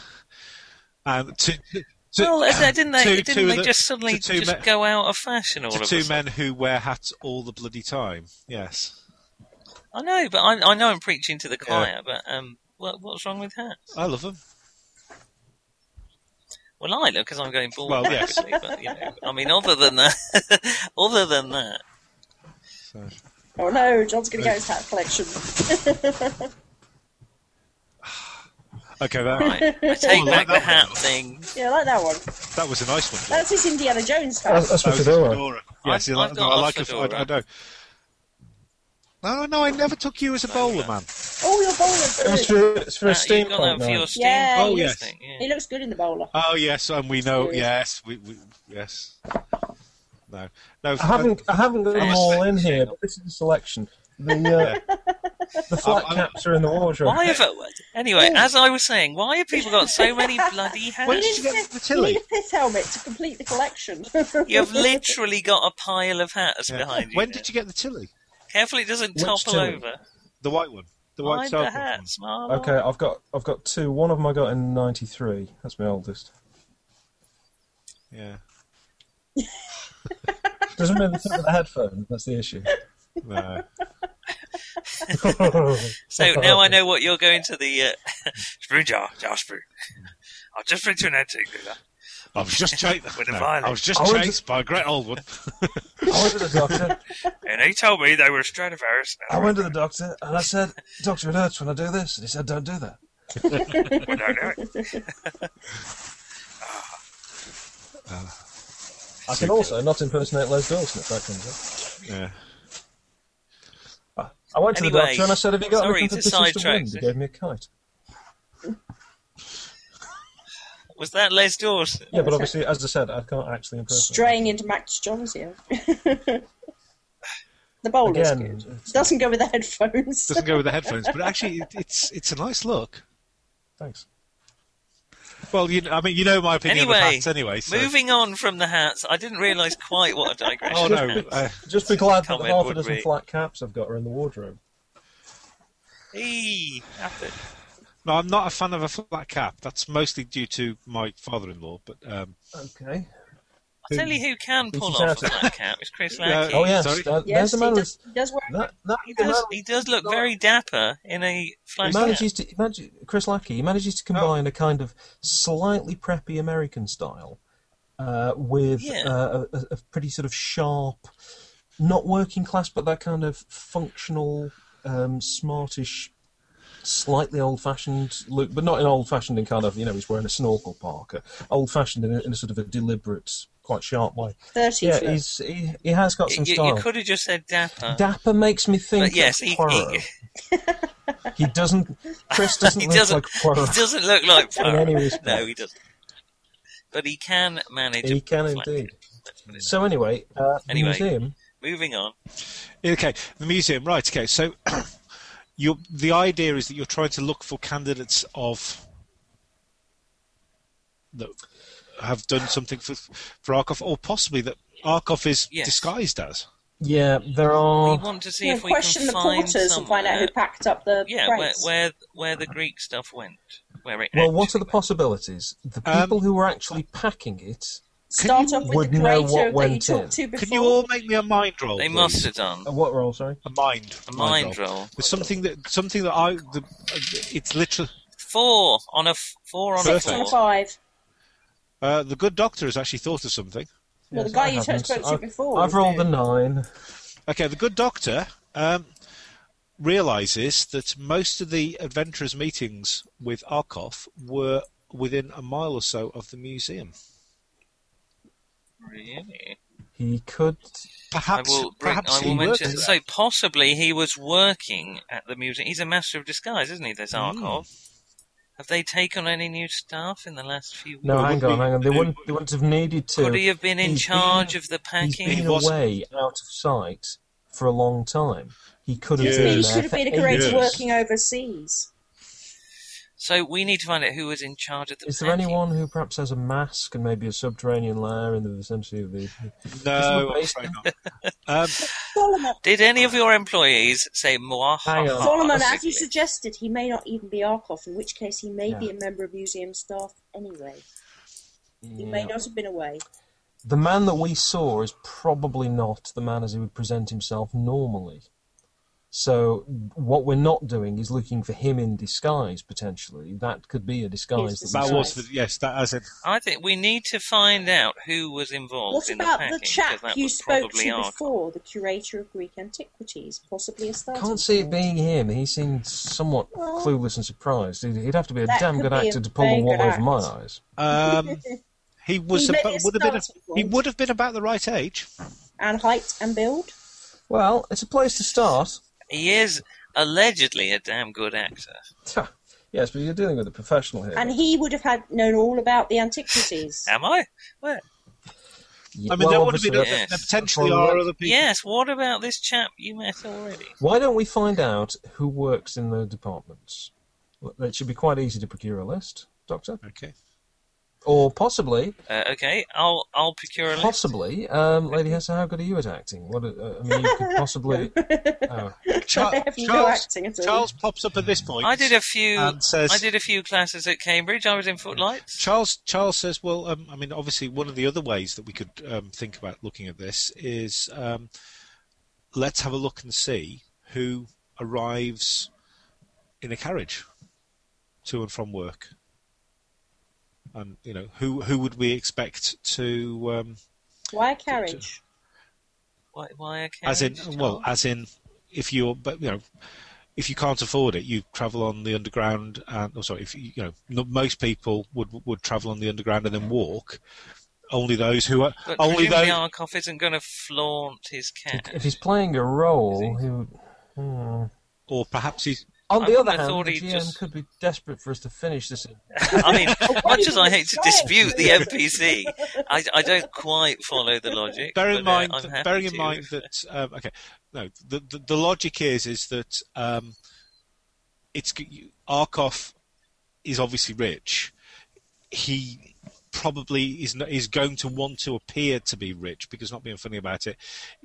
Speaker 4: And to, to,
Speaker 2: well, uh, didn't they?
Speaker 4: to-
Speaker 2: didn't
Speaker 4: to
Speaker 2: they
Speaker 4: the-
Speaker 2: just suddenly
Speaker 4: to two
Speaker 2: just
Speaker 4: men-
Speaker 2: go out of fashion all
Speaker 4: to
Speaker 2: of a
Speaker 4: two
Speaker 2: sudden?
Speaker 4: men who wear hats all the bloody time. Yes.
Speaker 2: I know, but I, I know I'm preaching to the choir. But um, what, what's wrong with hats?
Speaker 4: I love them.
Speaker 2: Well, I look because I'm going bald.
Speaker 4: Well, yes.
Speaker 2: obviously, But, you know, I mean, other than that, other than that,
Speaker 1: Oh no, John's going to go his hat collection.
Speaker 4: Okay, that,
Speaker 2: right? I take
Speaker 4: Oh,
Speaker 2: back
Speaker 4: like
Speaker 2: the
Speaker 4: that
Speaker 2: hat
Speaker 4: one.
Speaker 2: thing.
Speaker 1: Yeah, I like that one.
Speaker 4: that was a nice one.
Speaker 1: That's his Indiana Jones hat.
Speaker 3: That's, that's
Speaker 4: That
Speaker 3: what
Speaker 4: was a
Speaker 3: Fedora.
Speaker 4: fedora. Yes,
Speaker 2: I've-
Speaker 4: you like-
Speaker 2: I've
Speaker 4: no,
Speaker 2: got
Speaker 4: I
Speaker 2: a
Speaker 4: like a f- I-
Speaker 2: fedora.
Speaker 4: I know. No, no, I never took you as a bowler, man.
Speaker 1: Oh, your bowler's
Speaker 3: It was
Speaker 1: good.
Speaker 3: for, it's for
Speaker 2: Uh,
Speaker 3: a
Speaker 2: you've got
Speaker 3: steampunk
Speaker 2: that for your
Speaker 3: night.
Speaker 2: steam
Speaker 1: Yeah,
Speaker 4: Oh,
Speaker 2: yeah.
Speaker 4: yes.
Speaker 2: thing.
Speaker 1: He
Speaker 2: Yeah.
Speaker 1: looks good in the bowler.
Speaker 4: Oh yes, and we know.
Speaker 1: Yes.
Speaker 4: Yes, we, we yes. No, no. uh,
Speaker 3: I haven't, I haven't got them
Speaker 2: Yes.
Speaker 3: all in here, but this is a selection. The, uh, the flat
Speaker 4: I'm- I'm-
Speaker 3: caps are in the wardrobe.
Speaker 2: Why have anyway? As I was saying, why have people got so many bloody hats?
Speaker 4: When
Speaker 1: You
Speaker 4: did you
Speaker 1: need, a
Speaker 4: get the
Speaker 1: pith, you
Speaker 4: Tilly?
Speaker 1: need a pith helmet to complete the collection.
Speaker 2: You've literally got a pile of hats
Speaker 4: yeah.
Speaker 2: behind you.
Speaker 4: When
Speaker 2: now.
Speaker 4: did you get the tilly?
Speaker 2: Careful, it doesn't
Speaker 3: Which
Speaker 2: topple
Speaker 3: tilly?
Speaker 2: over.
Speaker 4: The white one. The white
Speaker 2: Mind the
Speaker 4: Starbucks one.
Speaker 2: hats, Marlon.
Speaker 3: Okay, I've got, I've got two. One of them I got in '93. That's my oldest.
Speaker 4: Yeah.
Speaker 3: Doesn't mean the thing with the headphones. That's the issue.
Speaker 4: No.
Speaker 2: So now I know what you're going to the uh, spoon jar, jar spoon. I've just been to an antique dealer.
Speaker 4: I was just chased.
Speaker 2: With a
Speaker 4: no,
Speaker 2: violin.
Speaker 4: I was just
Speaker 3: I was-
Speaker 4: chased by a great old one.
Speaker 3: I went to the doctor.
Speaker 2: And he told me they were Stradivarius.
Speaker 3: I went to the doctor and I said, "Doctor, it hurts when I do this," and he said, "Don't do that."
Speaker 2: Well, don't do it.
Speaker 3: I can also not impersonate Les Dawson if that comes
Speaker 4: Yeah.
Speaker 3: up. I went to the
Speaker 2: Anyway,
Speaker 3: doctor and I said, "Have you got
Speaker 2: sorry
Speaker 3: anything
Speaker 2: to
Speaker 3: to persist the
Speaker 2: sidetrack
Speaker 3: wind?" He
Speaker 2: you.
Speaker 3: gave me a kite.
Speaker 2: Was that Les Dawson?
Speaker 3: Yeah, but obviously, as I said, I can't actually impersonate.
Speaker 1: Straying into Max John's here. The bowl is
Speaker 3: Again,
Speaker 1: good.
Speaker 3: it's-
Speaker 1: Doesn't go with the headphones.
Speaker 4: Doesn't go with the headphones, but actually, it, it's it's a nice look.
Speaker 3: Thanks.
Speaker 4: Well, you know, I mean, you know my opinion on the
Speaker 2: Anyway,
Speaker 4: hats anyway. So.
Speaker 2: Moving on from the hats, I didn't realise quite what a digression.
Speaker 4: Oh no,
Speaker 2: hats.
Speaker 4: uh,
Speaker 3: Just be glad that
Speaker 2: Comment
Speaker 3: half a
Speaker 2: would
Speaker 3: dozen
Speaker 2: be-
Speaker 3: flat caps I've got are in the wardrobe.
Speaker 2: Eee, happened.
Speaker 4: no, I'm not a fan of a flat cap. That's mostly due to my father-in-law. But um,
Speaker 3: Okay.
Speaker 2: I tell you who can
Speaker 3: Who's
Speaker 2: pull
Speaker 3: he
Speaker 2: off a
Speaker 3: shouting?
Speaker 2: flat cap is Chris
Speaker 4: Yeah.
Speaker 2: Lackey.
Speaker 3: Oh yes,
Speaker 4: Sorry?
Speaker 3: that-
Speaker 1: yes,
Speaker 3: there's a
Speaker 1: he
Speaker 3: man
Speaker 1: does, he does wear.
Speaker 3: who's- that, that,
Speaker 2: He
Speaker 3: the man
Speaker 2: does. He does look very dapper in a
Speaker 3: He
Speaker 2: flat cap.
Speaker 3: manages to he manage- Chris Lackey. He manages to
Speaker 2: Oh.
Speaker 3: combine a kind of slightly preppy American style uh, with
Speaker 2: Yeah.
Speaker 3: uh, a, a pretty sort of sharp, not working class, but that kind of functional, um, smartish, slightly old-fashioned look, but not in old-fashioned in kind of you know he's wearing a snorkel parka, old-fashioned in a, in a sort of a deliberate, quite sharp way.
Speaker 1: Thirty.
Speaker 3: Yeah,
Speaker 1: foot.
Speaker 3: he's he, he has got some
Speaker 2: You,
Speaker 3: style.
Speaker 2: could have just said dapper.
Speaker 3: Dapper makes me think
Speaker 2: But yes,
Speaker 3: of
Speaker 2: he-
Speaker 3: Poirot. He, doesn't. Chris doesn't
Speaker 2: he
Speaker 3: look
Speaker 2: doesn't.
Speaker 3: like Poirot.
Speaker 2: he doesn't look like
Speaker 3: In
Speaker 2: Poirot.
Speaker 3: any respect.
Speaker 2: No, he doesn't. But he can manage.
Speaker 3: He
Speaker 2: a
Speaker 3: can
Speaker 2: flat cap.
Speaker 3: indeed.
Speaker 2: Let's put it
Speaker 3: So anyway, uh, the
Speaker 2: Anyway.
Speaker 3: museum.
Speaker 2: that way. Moving on.
Speaker 4: okay, the museum, right? Okay, so you the idea is that you're trying to look for candidates of that have done something for for Arkoff, or possibly that Arkoff is
Speaker 2: Yes.
Speaker 4: disguised as.
Speaker 3: Yeah, there
Speaker 2: We
Speaker 3: are.
Speaker 2: want to see
Speaker 1: You know,
Speaker 2: if we
Speaker 1: question
Speaker 2: can
Speaker 1: the
Speaker 2: find
Speaker 1: porters and find out who
Speaker 2: somewhere-
Speaker 1: packed up the
Speaker 2: Yeah, where,
Speaker 1: crates.
Speaker 2: where where the Greek stuff went. Where it
Speaker 3: Well, what are
Speaker 2: actually
Speaker 3: the possibilities? The
Speaker 4: Um,
Speaker 3: people who were actually packing it.
Speaker 1: Start
Speaker 4: you-
Speaker 1: off with
Speaker 3: would
Speaker 1: the
Speaker 3: know
Speaker 1: creator
Speaker 3: what
Speaker 1: that you
Speaker 3: went in.
Speaker 1: talked to before.
Speaker 4: Can you all make me a mind roll?
Speaker 2: went. They
Speaker 4: please?
Speaker 2: must have done
Speaker 3: Uh, what role? Sorry.
Speaker 4: a mind
Speaker 2: a mind roll.
Speaker 4: There's something that something that I the, it's literally
Speaker 2: Four on a f- four on
Speaker 4: Perfect.
Speaker 1: Six on
Speaker 2: a
Speaker 1: a
Speaker 2: four.
Speaker 1: five.
Speaker 4: uh, the good doctor has actually thought of something.
Speaker 1: Well, the
Speaker 3: Yes,
Speaker 1: guy
Speaker 3: I
Speaker 1: you
Speaker 3: haven't.
Speaker 1: spoke to
Speaker 3: I've-
Speaker 1: before
Speaker 3: I've rolled
Speaker 1: did.
Speaker 3: a nine.
Speaker 4: Okay, the good doctor um, realizes that most of the adventurers' meetings with Arkoff were within a mile or so of the museum.
Speaker 2: Really?
Speaker 3: He could.
Speaker 2: I
Speaker 4: Perhaps,
Speaker 2: will, bring,
Speaker 4: perhaps
Speaker 2: I will
Speaker 4: he worked
Speaker 2: mention.
Speaker 4: there.
Speaker 2: So possibly he was working at the museum. He's a master of disguise, isn't he?
Speaker 3: Hmm.
Speaker 2: This Arkov. Have they taken any new staff in the last few weeks?
Speaker 3: No,
Speaker 4: Well,
Speaker 3: hang
Speaker 4: would
Speaker 3: on,
Speaker 4: we-
Speaker 3: hang on. They wouldn't. They wouldn't have needed to.
Speaker 2: Could he have been in
Speaker 3: He's
Speaker 2: charge
Speaker 3: been-
Speaker 2: of the
Speaker 3: He's
Speaker 2: packing?
Speaker 3: been
Speaker 4: He wasn't.
Speaker 3: away, out of sight, for a long time. He could have
Speaker 4: Yes.
Speaker 3: been.
Speaker 1: He
Speaker 3: there
Speaker 1: should have
Speaker 3: for
Speaker 1: been a creator
Speaker 3: ages.
Speaker 4: Yes.
Speaker 1: working overseas.
Speaker 2: So we need to find out who was in charge of the.
Speaker 3: Is there
Speaker 2: packing.
Speaker 3: anyone who perhaps has a mask and maybe a subterranean lair in the vicinity of the?
Speaker 4: no, I'm afraid not. Um,
Speaker 1: Solomon,
Speaker 2: Did any of your employees say moi?
Speaker 3: Hang on.
Speaker 1: Solomon as you suggested, he may not even be Arkoff, in which case he may be
Speaker 3: Yeah.
Speaker 1: a member of museum staff anyway. He may not have been away.
Speaker 3: The man that we saw is probably not the man as he would present himself normally. So what we're not doing is looking for him in disguise potentially. That could be a disguise.
Speaker 1: Yes,
Speaker 3: that we
Speaker 4: that
Speaker 1: Right.
Speaker 4: was the, yes, that as it.
Speaker 2: I think we need to find out who was involved
Speaker 1: What
Speaker 2: in
Speaker 1: about
Speaker 2: the
Speaker 1: the,
Speaker 2: packing. 'cause
Speaker 1: chap
Speaker 2: that
Speaker 1: you
Speaker 2: was
Speaker 1: spoke
Speaker 2: probably
Speaker 1: to
Speaker 2: Ark.
Speaker 1: before, the curator of Greek antiquities, possibly a
Speaker 3: saw.
Speaker 1: starting
Speaker 3: Can't see it
Speaker 1: point?
Speaker 3: being him. He seemed somewhat clueless and surprised. He'd, he'd have to be a
Speaker 1: That
Speaker 3: damn
Speaker 1: could
Speaker 3: good
Speaker 1: be a
Speaker 3: actor to pull
Speaker 1: very
Speaker 3: the wool
Speaker 1: good
Speaker 3: over my
Speaker 1: act.
Speaker 3: eyes.
Speaker 4: Um, he was
Speaker 1: He may-
Speaker 4: about,
Speaker 1: it's
Speaker 4: would have been.
Speaker 1: starting
Speaker 4: he
Speaker 1: point.
Speaker 4: would have been about the right age.
Speaker 1: and height and build.
Speaker 3: Well, it's a place to start.
Speaker 2: He is allegedly a damn good actor.
Speaker 3: Ha, Yes, but you're dealing with a professional here.
Speaker 1: And he would have had known all about the antiquities.
Speaker 2: Am I? Where?
Speaker 3: Yeah,
Speaker 4: I mean,
Speaker 3: well,
Speaker 4: there would have been.
Speaker 3: obviously,
Speaker 2: yes.
Speaker 4: There potentially
Speaker 3: Probably.
Speaker 4: are other people.
Speaker 2: Yes. What about this chap you met already?
Speaker 3: Why don't we find out who works in the departments? Well, It should be quite easy to procure a list, Doctor.
Speaker 4: Okay.
Speaker 3: Or possibly,
Speaker 2: Uh, okay, I'll I'll procure a list.
Speaker 3: possibly, um, Lady Hester, how good are you at acting? What? Uh, I mean, you could possibly. Oh,
Speaker 4: Char-
Speaker 1: They have no
Speaker 4: Charles,
Speaker 1: acting at all.
Speaker 4: Charles pops up at this point.
Speaker 2: I did a few.
Speaker 4: and says-
Speaker 2: I did a few classes at Cambridge. I was in Footlights.
Speaker 4: Charles Charles says, well, um, I mean, obviously, one of the other ways that we could um, think about looking at this is um, let's have a look and see who arrives in a carriage to and from work, and you know who who would we expect to um,
Speaker 1: Why a carriage?
Speaker 2: Why? Why a
Speaker 4: as in
Speaker 2: Cambridge?
Speaker 4: well as in if you're but you know if you can't afford it you travel on the underground and or sorry if you, you know not, most people would would travel on the underground and then walk only those who are
Speaker 2: But
Speaker 4: only
Speaker 2: presumably
Speaker 4: those
Speaker 2: Arkoff isn't going to flaunt his cat.
Speaker 3: if he's playing a role, he would. Hmm.
Speaker 4: or perhaps he's
Speaker 3: On
Speaker 2: I
Speaker 3: the other
Speaker 2: wouldn't have
Speaker 3: hand,
Speaker 2: thought
Speaker 3: the
Speaker 2: he'd
Speaker 3: GM
Speaker 2: just-
Speaker 3: could be desperate for us to finish this.
Speaker 2: I mean,
Speaker 4: Oh,
Speaker 2: much as I hate to
Speaker 1: Right.
Speaker 2: dispute the NPC, I, I don't quite follow the logic.
Speaker 4: Bear in
Speaker 2: but, uh,
Speaker 4: mind,
Speaker 2: I'm happy
Speaker 4: bearing in
Speaker 2: to.
Speaker 4: mind that um, okay, no, the, the the logic is is that um, it's you- Arkoff is obviously rich. He probably is not, is going to want to appear to be rich because not being funny about it,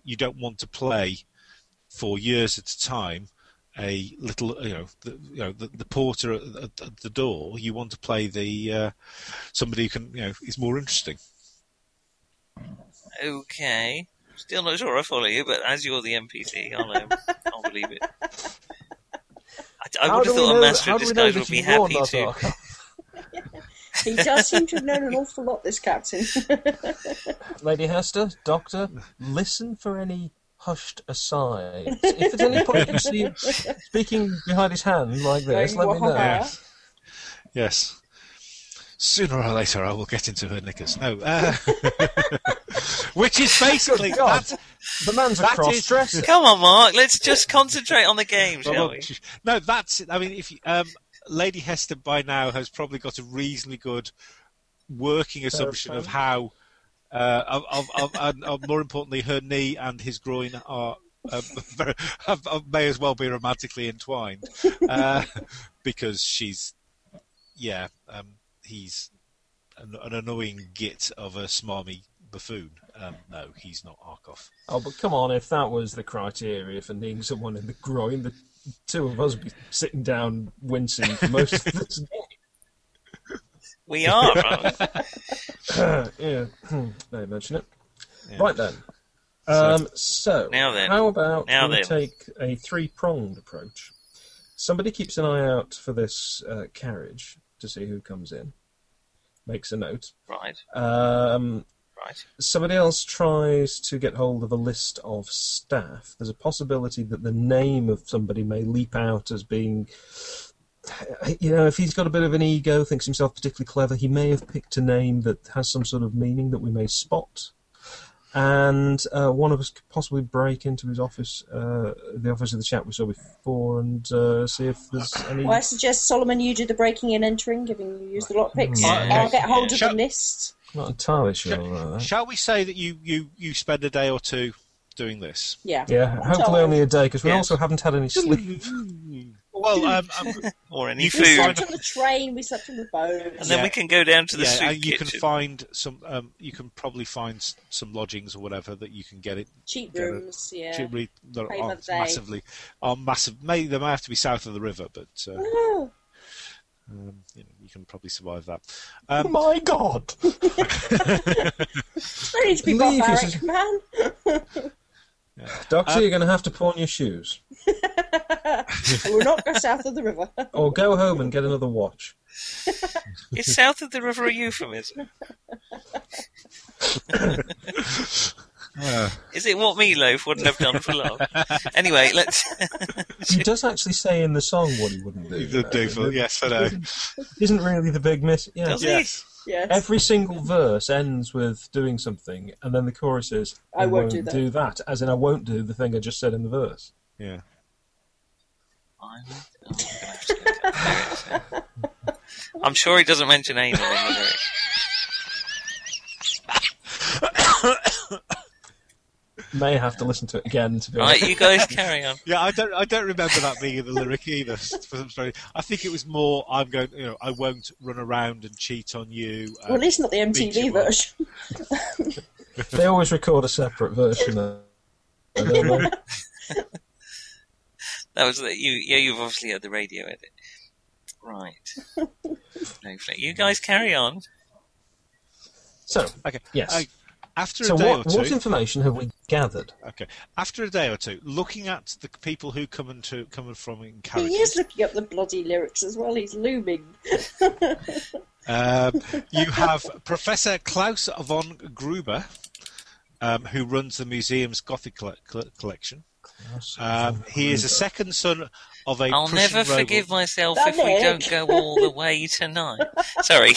Speaker 4: you don't want to play for years at a time. A little, you know, the, you know, the, the porter at, at, at the door. You want to play the uh, somebody who can, you know, is more interesting.
Speaker 2: Okay. Still not sure I follow you, but as you're the NPC, I'll, um, I'll believe it. I, I
Speaker 3: How
Speaker 2: would
Speaker 3: do
Speaker 2: have
Speaker 3: we
Speaker 2: thought
Speaker 3: know-
Speaker 2: a master
Speaker 3: how
Speaker 2: of
Speaker 3: do we
Speaker 2: disguise
Speaker 3: know that
Speaker 2: would be
Speaker 3: you warned
Speaker 2: happy
Speaker 3: us,
Speaker 2: to.
Speaker 3: Ark?
Speaker 1: He does seem to have known an awful lot, this captain.
Speaker 3: Lady Hester, Doctor, listen for any hushed asides. If at any point you see him speaking behind his hand like this, let me know.
Speaker 1: Wow.
Speaker 4: Yes. Sooner or later, I will get into her knickers. No, uh, which is basically
Speaker 3: Good God.
Speaker 4: that.
Speaker 3: The man's a
Speaker 4: That is-
Speaker 3: cross dresser.
Speaker 2: Come on, Mark. Let's just concentrate on the game, shall we?
Speaker 4: No, that's. it. I mean, if you, um, Lady Hester by now has probably got a reasonably good working assumption of
Speaker 3: phone.
Speaker 4: how, uh, of, of, of, and, of more importantly, her knee and his groin are. Uh, very, have- have- may as well be romantically entwined uh, because she's, yeah, um, he's an, an annoying git of a smarmy buffoon. Um, no, he's not Arkoff.
Speaker 3: Oh, but come on, if that was the criteria for needing someone in the groin, the two of us would be sitting down wincing for most of this
Speaker 2: We are. aren't we?
Speaker 3: game. yeah, don't mention it.
Speaker 4: Yeah.
Speaker 3: Right then. Um, so,
Speaker 2: Now then.
Speaker 3: how about
Speaker 2: Now
Speaker 3: we
Speaker 2: then.
Speaker 3: take a three pronged approach? Somebody keeps an eye out for this uh, carriage to see who comes in, makes a note.
Speaker 2: right,
Speaker 3: Um,
Speaker 2: right.
Speaker 3: somebody else tries to get hold of a list of staff, there's a possibility that the name of somebody may leap out as being. You know, if he's got a bit of an ego, thinks himself particularly clever, he may have picked a name that has some sort of meaning that we may spot. And uh, one of us could possibly break into his office, uh, the office of the chap we saw before, and uh, see if there's any.
Speaker 1: Well, I suggest Solomon, you do the breaking and entering, giving you use the lockpicks.
Speaker 2: Yeah.
Speaker 1: I'll get hold of
Speaker 4: Shall-
Speaker 1: the list.
Speaker 3: Not entirely sure about that.
Speaker 4: Shall we say that you, you, you spend a day or two doing this?
Speaker 1: Yeah.
Speaker 3: Yeah, hopefully only a day, because we
Speaker 2: Yes.
Speaker 3: also haven't had any sleep.
Speaker 4: Well, um, um,
Speaker 2: Or any
Speaker 4: You
Speaker 1: We
Speaker 4: Food.
Speaker 1: slept
Speaker 2: food.
Speaker 1: on the train, we slept on the boat.
Speaker 2: And then
Speaker 4: Yeah.
Speaker 2: we can go down to the
Speaker 4: yeah,
Speaker 2: soup
Speaker 4: and you can
Speaker 2: kitchen.
Speaker 4: find some. Um, you can probably find s- some lodgings or whatever that you can get it.
Speaker 1: Cheap
Speaker 4: Yeah.
Speaker 1: rooms, yeah.
Speaker 4: cheaply that
Speaker 1: Pay by
Speaker 4: aren't
Speaker 1: the day.
Speaker 4: massively, are massive. Maybe they might have to be south of the river, but uh,
Speaker 1: Oh,
Speaker 4: um, you, know, you can probably survive that. Um,
Speaker 3: my God!
Speaker 1: don't need to be
Speaker 3: Leave, he
Speaker 1: barbaric,
Speaker 3: says.
Speaker 1: man.
Speaker 4: Uh,
Speaker 3: Doctor, you're going to have to pawn your shoes.
Speaker 1: I will not go south of the river.
Speaker 3: Or go home and get another watch.
Speaker 2: Is south of the river a euphemism? Is it what Meatloaf wouldn't have done for love? Anyway, let's.
Speaker 3: He does actually say in the song what he wouldn't do.
Speaker 4: the devil, yes, I know.
Speaker 3: Isn't really the big miss. Yeah.
Speaker 2: Does
Speaker 4: Yes.
Speaker 1: Yes.
Speaker 3: Every single verse ends with doing something, and then the chorus is,
Speaker 1: I won't do that."
Speaker 3: do that. As in, I won't do the thing I just said in the verse.
Speaker 4: Yeah.
Speaker 2: I'm, I'm, gonna have to look up lyrics now. I'm sure he doesn't mention anal in the lyrics.
Speaker 3: May have to listen to it again to be
Speaker 2: Right,
Speaker 3: honest.
Speaker 2: you guys carry on.
Speaker 4: Yeah, I don't. I don't remember that being in the lyric either. For some strange, I think it was more. I'm going. You know, I won't run around and cheat on you. Uh,
Speaker 1: Well, at
Speaker 4: And,
Speaker 1: least not the
Speaker 4: Beach
Speaker 1: MTV
Speaker 4: Boy.
Speaker 1: version.
Speaker 3: They always record a separate version of it.
Speaker 2: That was the, you. Yeah, you've obviously had the radio edit. Right. Snowflake. You guys carry on.
Speaker 3: So,
Speaker 4: okay.
Speaker 3: Yes.
Speaker 4: I- after
Speaker 3: so
Speaker 4: a day
Speaker 3: what,
Speaker 4: or two.
Speaker 3: what information have we gathered?
Speaker 4: Okay. After a day or two, looking at the people who come and to come and from in
Speaker 1: He
Speaker 4: carriages,
Speaker 1: is looking up the bloody lyrics as well. He's looming.
Speaker 4: um, you have Professor Klaus von Gruber, um, who runs the museum's Gothic colle- colle- collection. Um, he is a second son of a.
Speaker 2: I'll
Speaker 4: Prussian
Speaker 2: never
Speaker 4: noble-
Speaker 2: forgive myself
Speaker 1: That
Speaker 2: if we
Speaker 1: Nick.
Speaker 2: don't go all the way tonight. Sorry.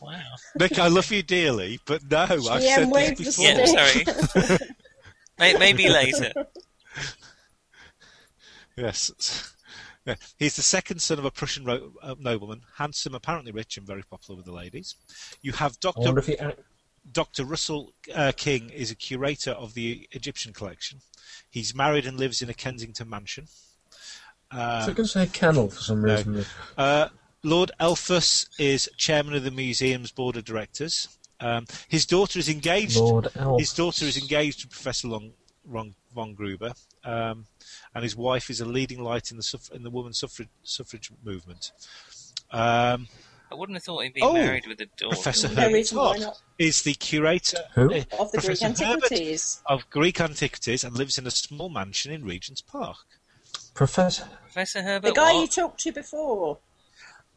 Speaker 2: wow.
Speaker 4: Nick, I love you dearly, but no, I've
Speaker 1: Yeah,
Speaker 4: said
Speaker 1: wave the
Speaker 4: this before.
Speaker 2: Yeah, sorry. May- Maybe later.
Speaker 4: Yes. Yeah. He's the second son of a Prussian ro- uh, nobleman, handsome, apparently rich, and very popular with the ladies. You have
Speaker 3: I
Speaker 4: Dr.
Speaker 3: wonder if he act-
Speaker 4: Dr. Russell uh, King is a curator of the Egyptian collection. He's married and lives in a Kensington mansion.
Speaker 5: So I'm going to say Cannell for some
Speaker 4: uh, no.
Speaker 5: reason.
Speaker 4: Uh, Lord Elphus is chairman of the museum's board of directors. Um, his daughter is engaged.
Speaker 3: Lord Elf.
Speaker 4: His daughter is engaged to Professor Long, Ron, von Gruber, um, and his wife is a leading light in the suff- in the women's suffrage suffrage movement. Um,
Speaker 2: I wouldn't have thought he'd be
Speaker 4: Oh,
Speaker 2: married with a daughter.
Speaker 4: Professor
Speaker 1: No
Speaker 4: Herbert
Speaker 1: reason why
Speaker 4: Todd
Speaker 1: not.
Speaker 4: is the curator
Speaker 3: Who?
Speaker 4: eh,
Speaker 1: Of the
Speaker 4: Professor
Speaker 1: Greek
Speaker 4: Herbert
Speaker 1: antiquities.
Speaker 4: of Greek antiquities and lives in a small mansion in Regent's Park.
Speaker 3: Professor.
Speaker 2: Professor
Speaker 1: The
Speaker 2: Herbert.
Speaker 1: guy you
Speaker 2: what?
Speaker 1: talked to before.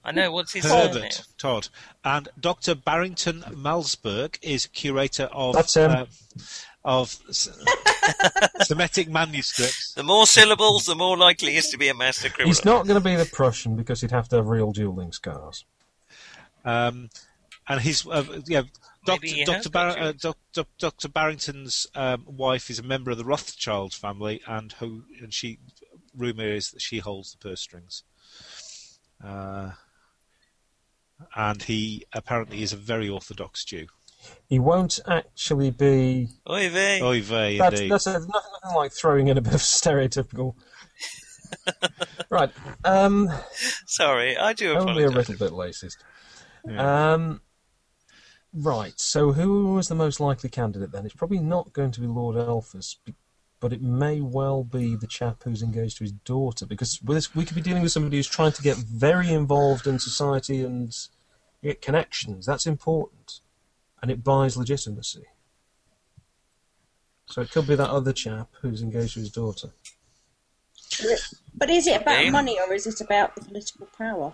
Speaker 2: I know what's his surname.
Speaker 4: Herbert Todd and Dr. Barrington Malsberg is curator of
Speaker 3: That's him.
Speaker 4: uh, of S- Semitic manuscripts.
Speaker 2: The more syllables, the more likely he is to be a master criminal.
Speaker 3: He's not going to be the Prussian because he'd have to have real dueling scars.
Speaker 4: Um, and his uh, yeah, Dr.
Speaker 2: Maybe he has
Speaker 4: Dr. Bar-
Speaker 2: got
Speaker 4: uh, Doc- Doc- Dr. Barrington's um, wife is a member of the Rothschild family, and who and she rumor is that she holds the purse strings. Uh, and he apparently is a very orthodox Jew.
Speaker 3: He won't actually be.
Speaker 2: Oy vey.
Speaker 4: Oy vey,
Speaker 3: That's,
Speaker 4: indeed.
Speaker 3: that's a, nothing, nothing like throwing in a bit of stereotypical. right. Um,
Speaker 2: Sorry, I do
Speaker 3: only a
Speaker 2: apologise.
Speaker 3: little bit racist. Um, right. So, who was the most likely candidate then? It's probably not going to be Lord Elphus, be- but it may well be the chap who's engaged to his daughter, because with this, we could be dealing with somebody who's trying to get very involved in society and get connections. That's important, and it buys legitimacy. So it could be that other chap who's engaged to his daughter.
Speaker 1: But is it about
Speaker 2: Yeah.
Speaker 1: money or is it about the political power?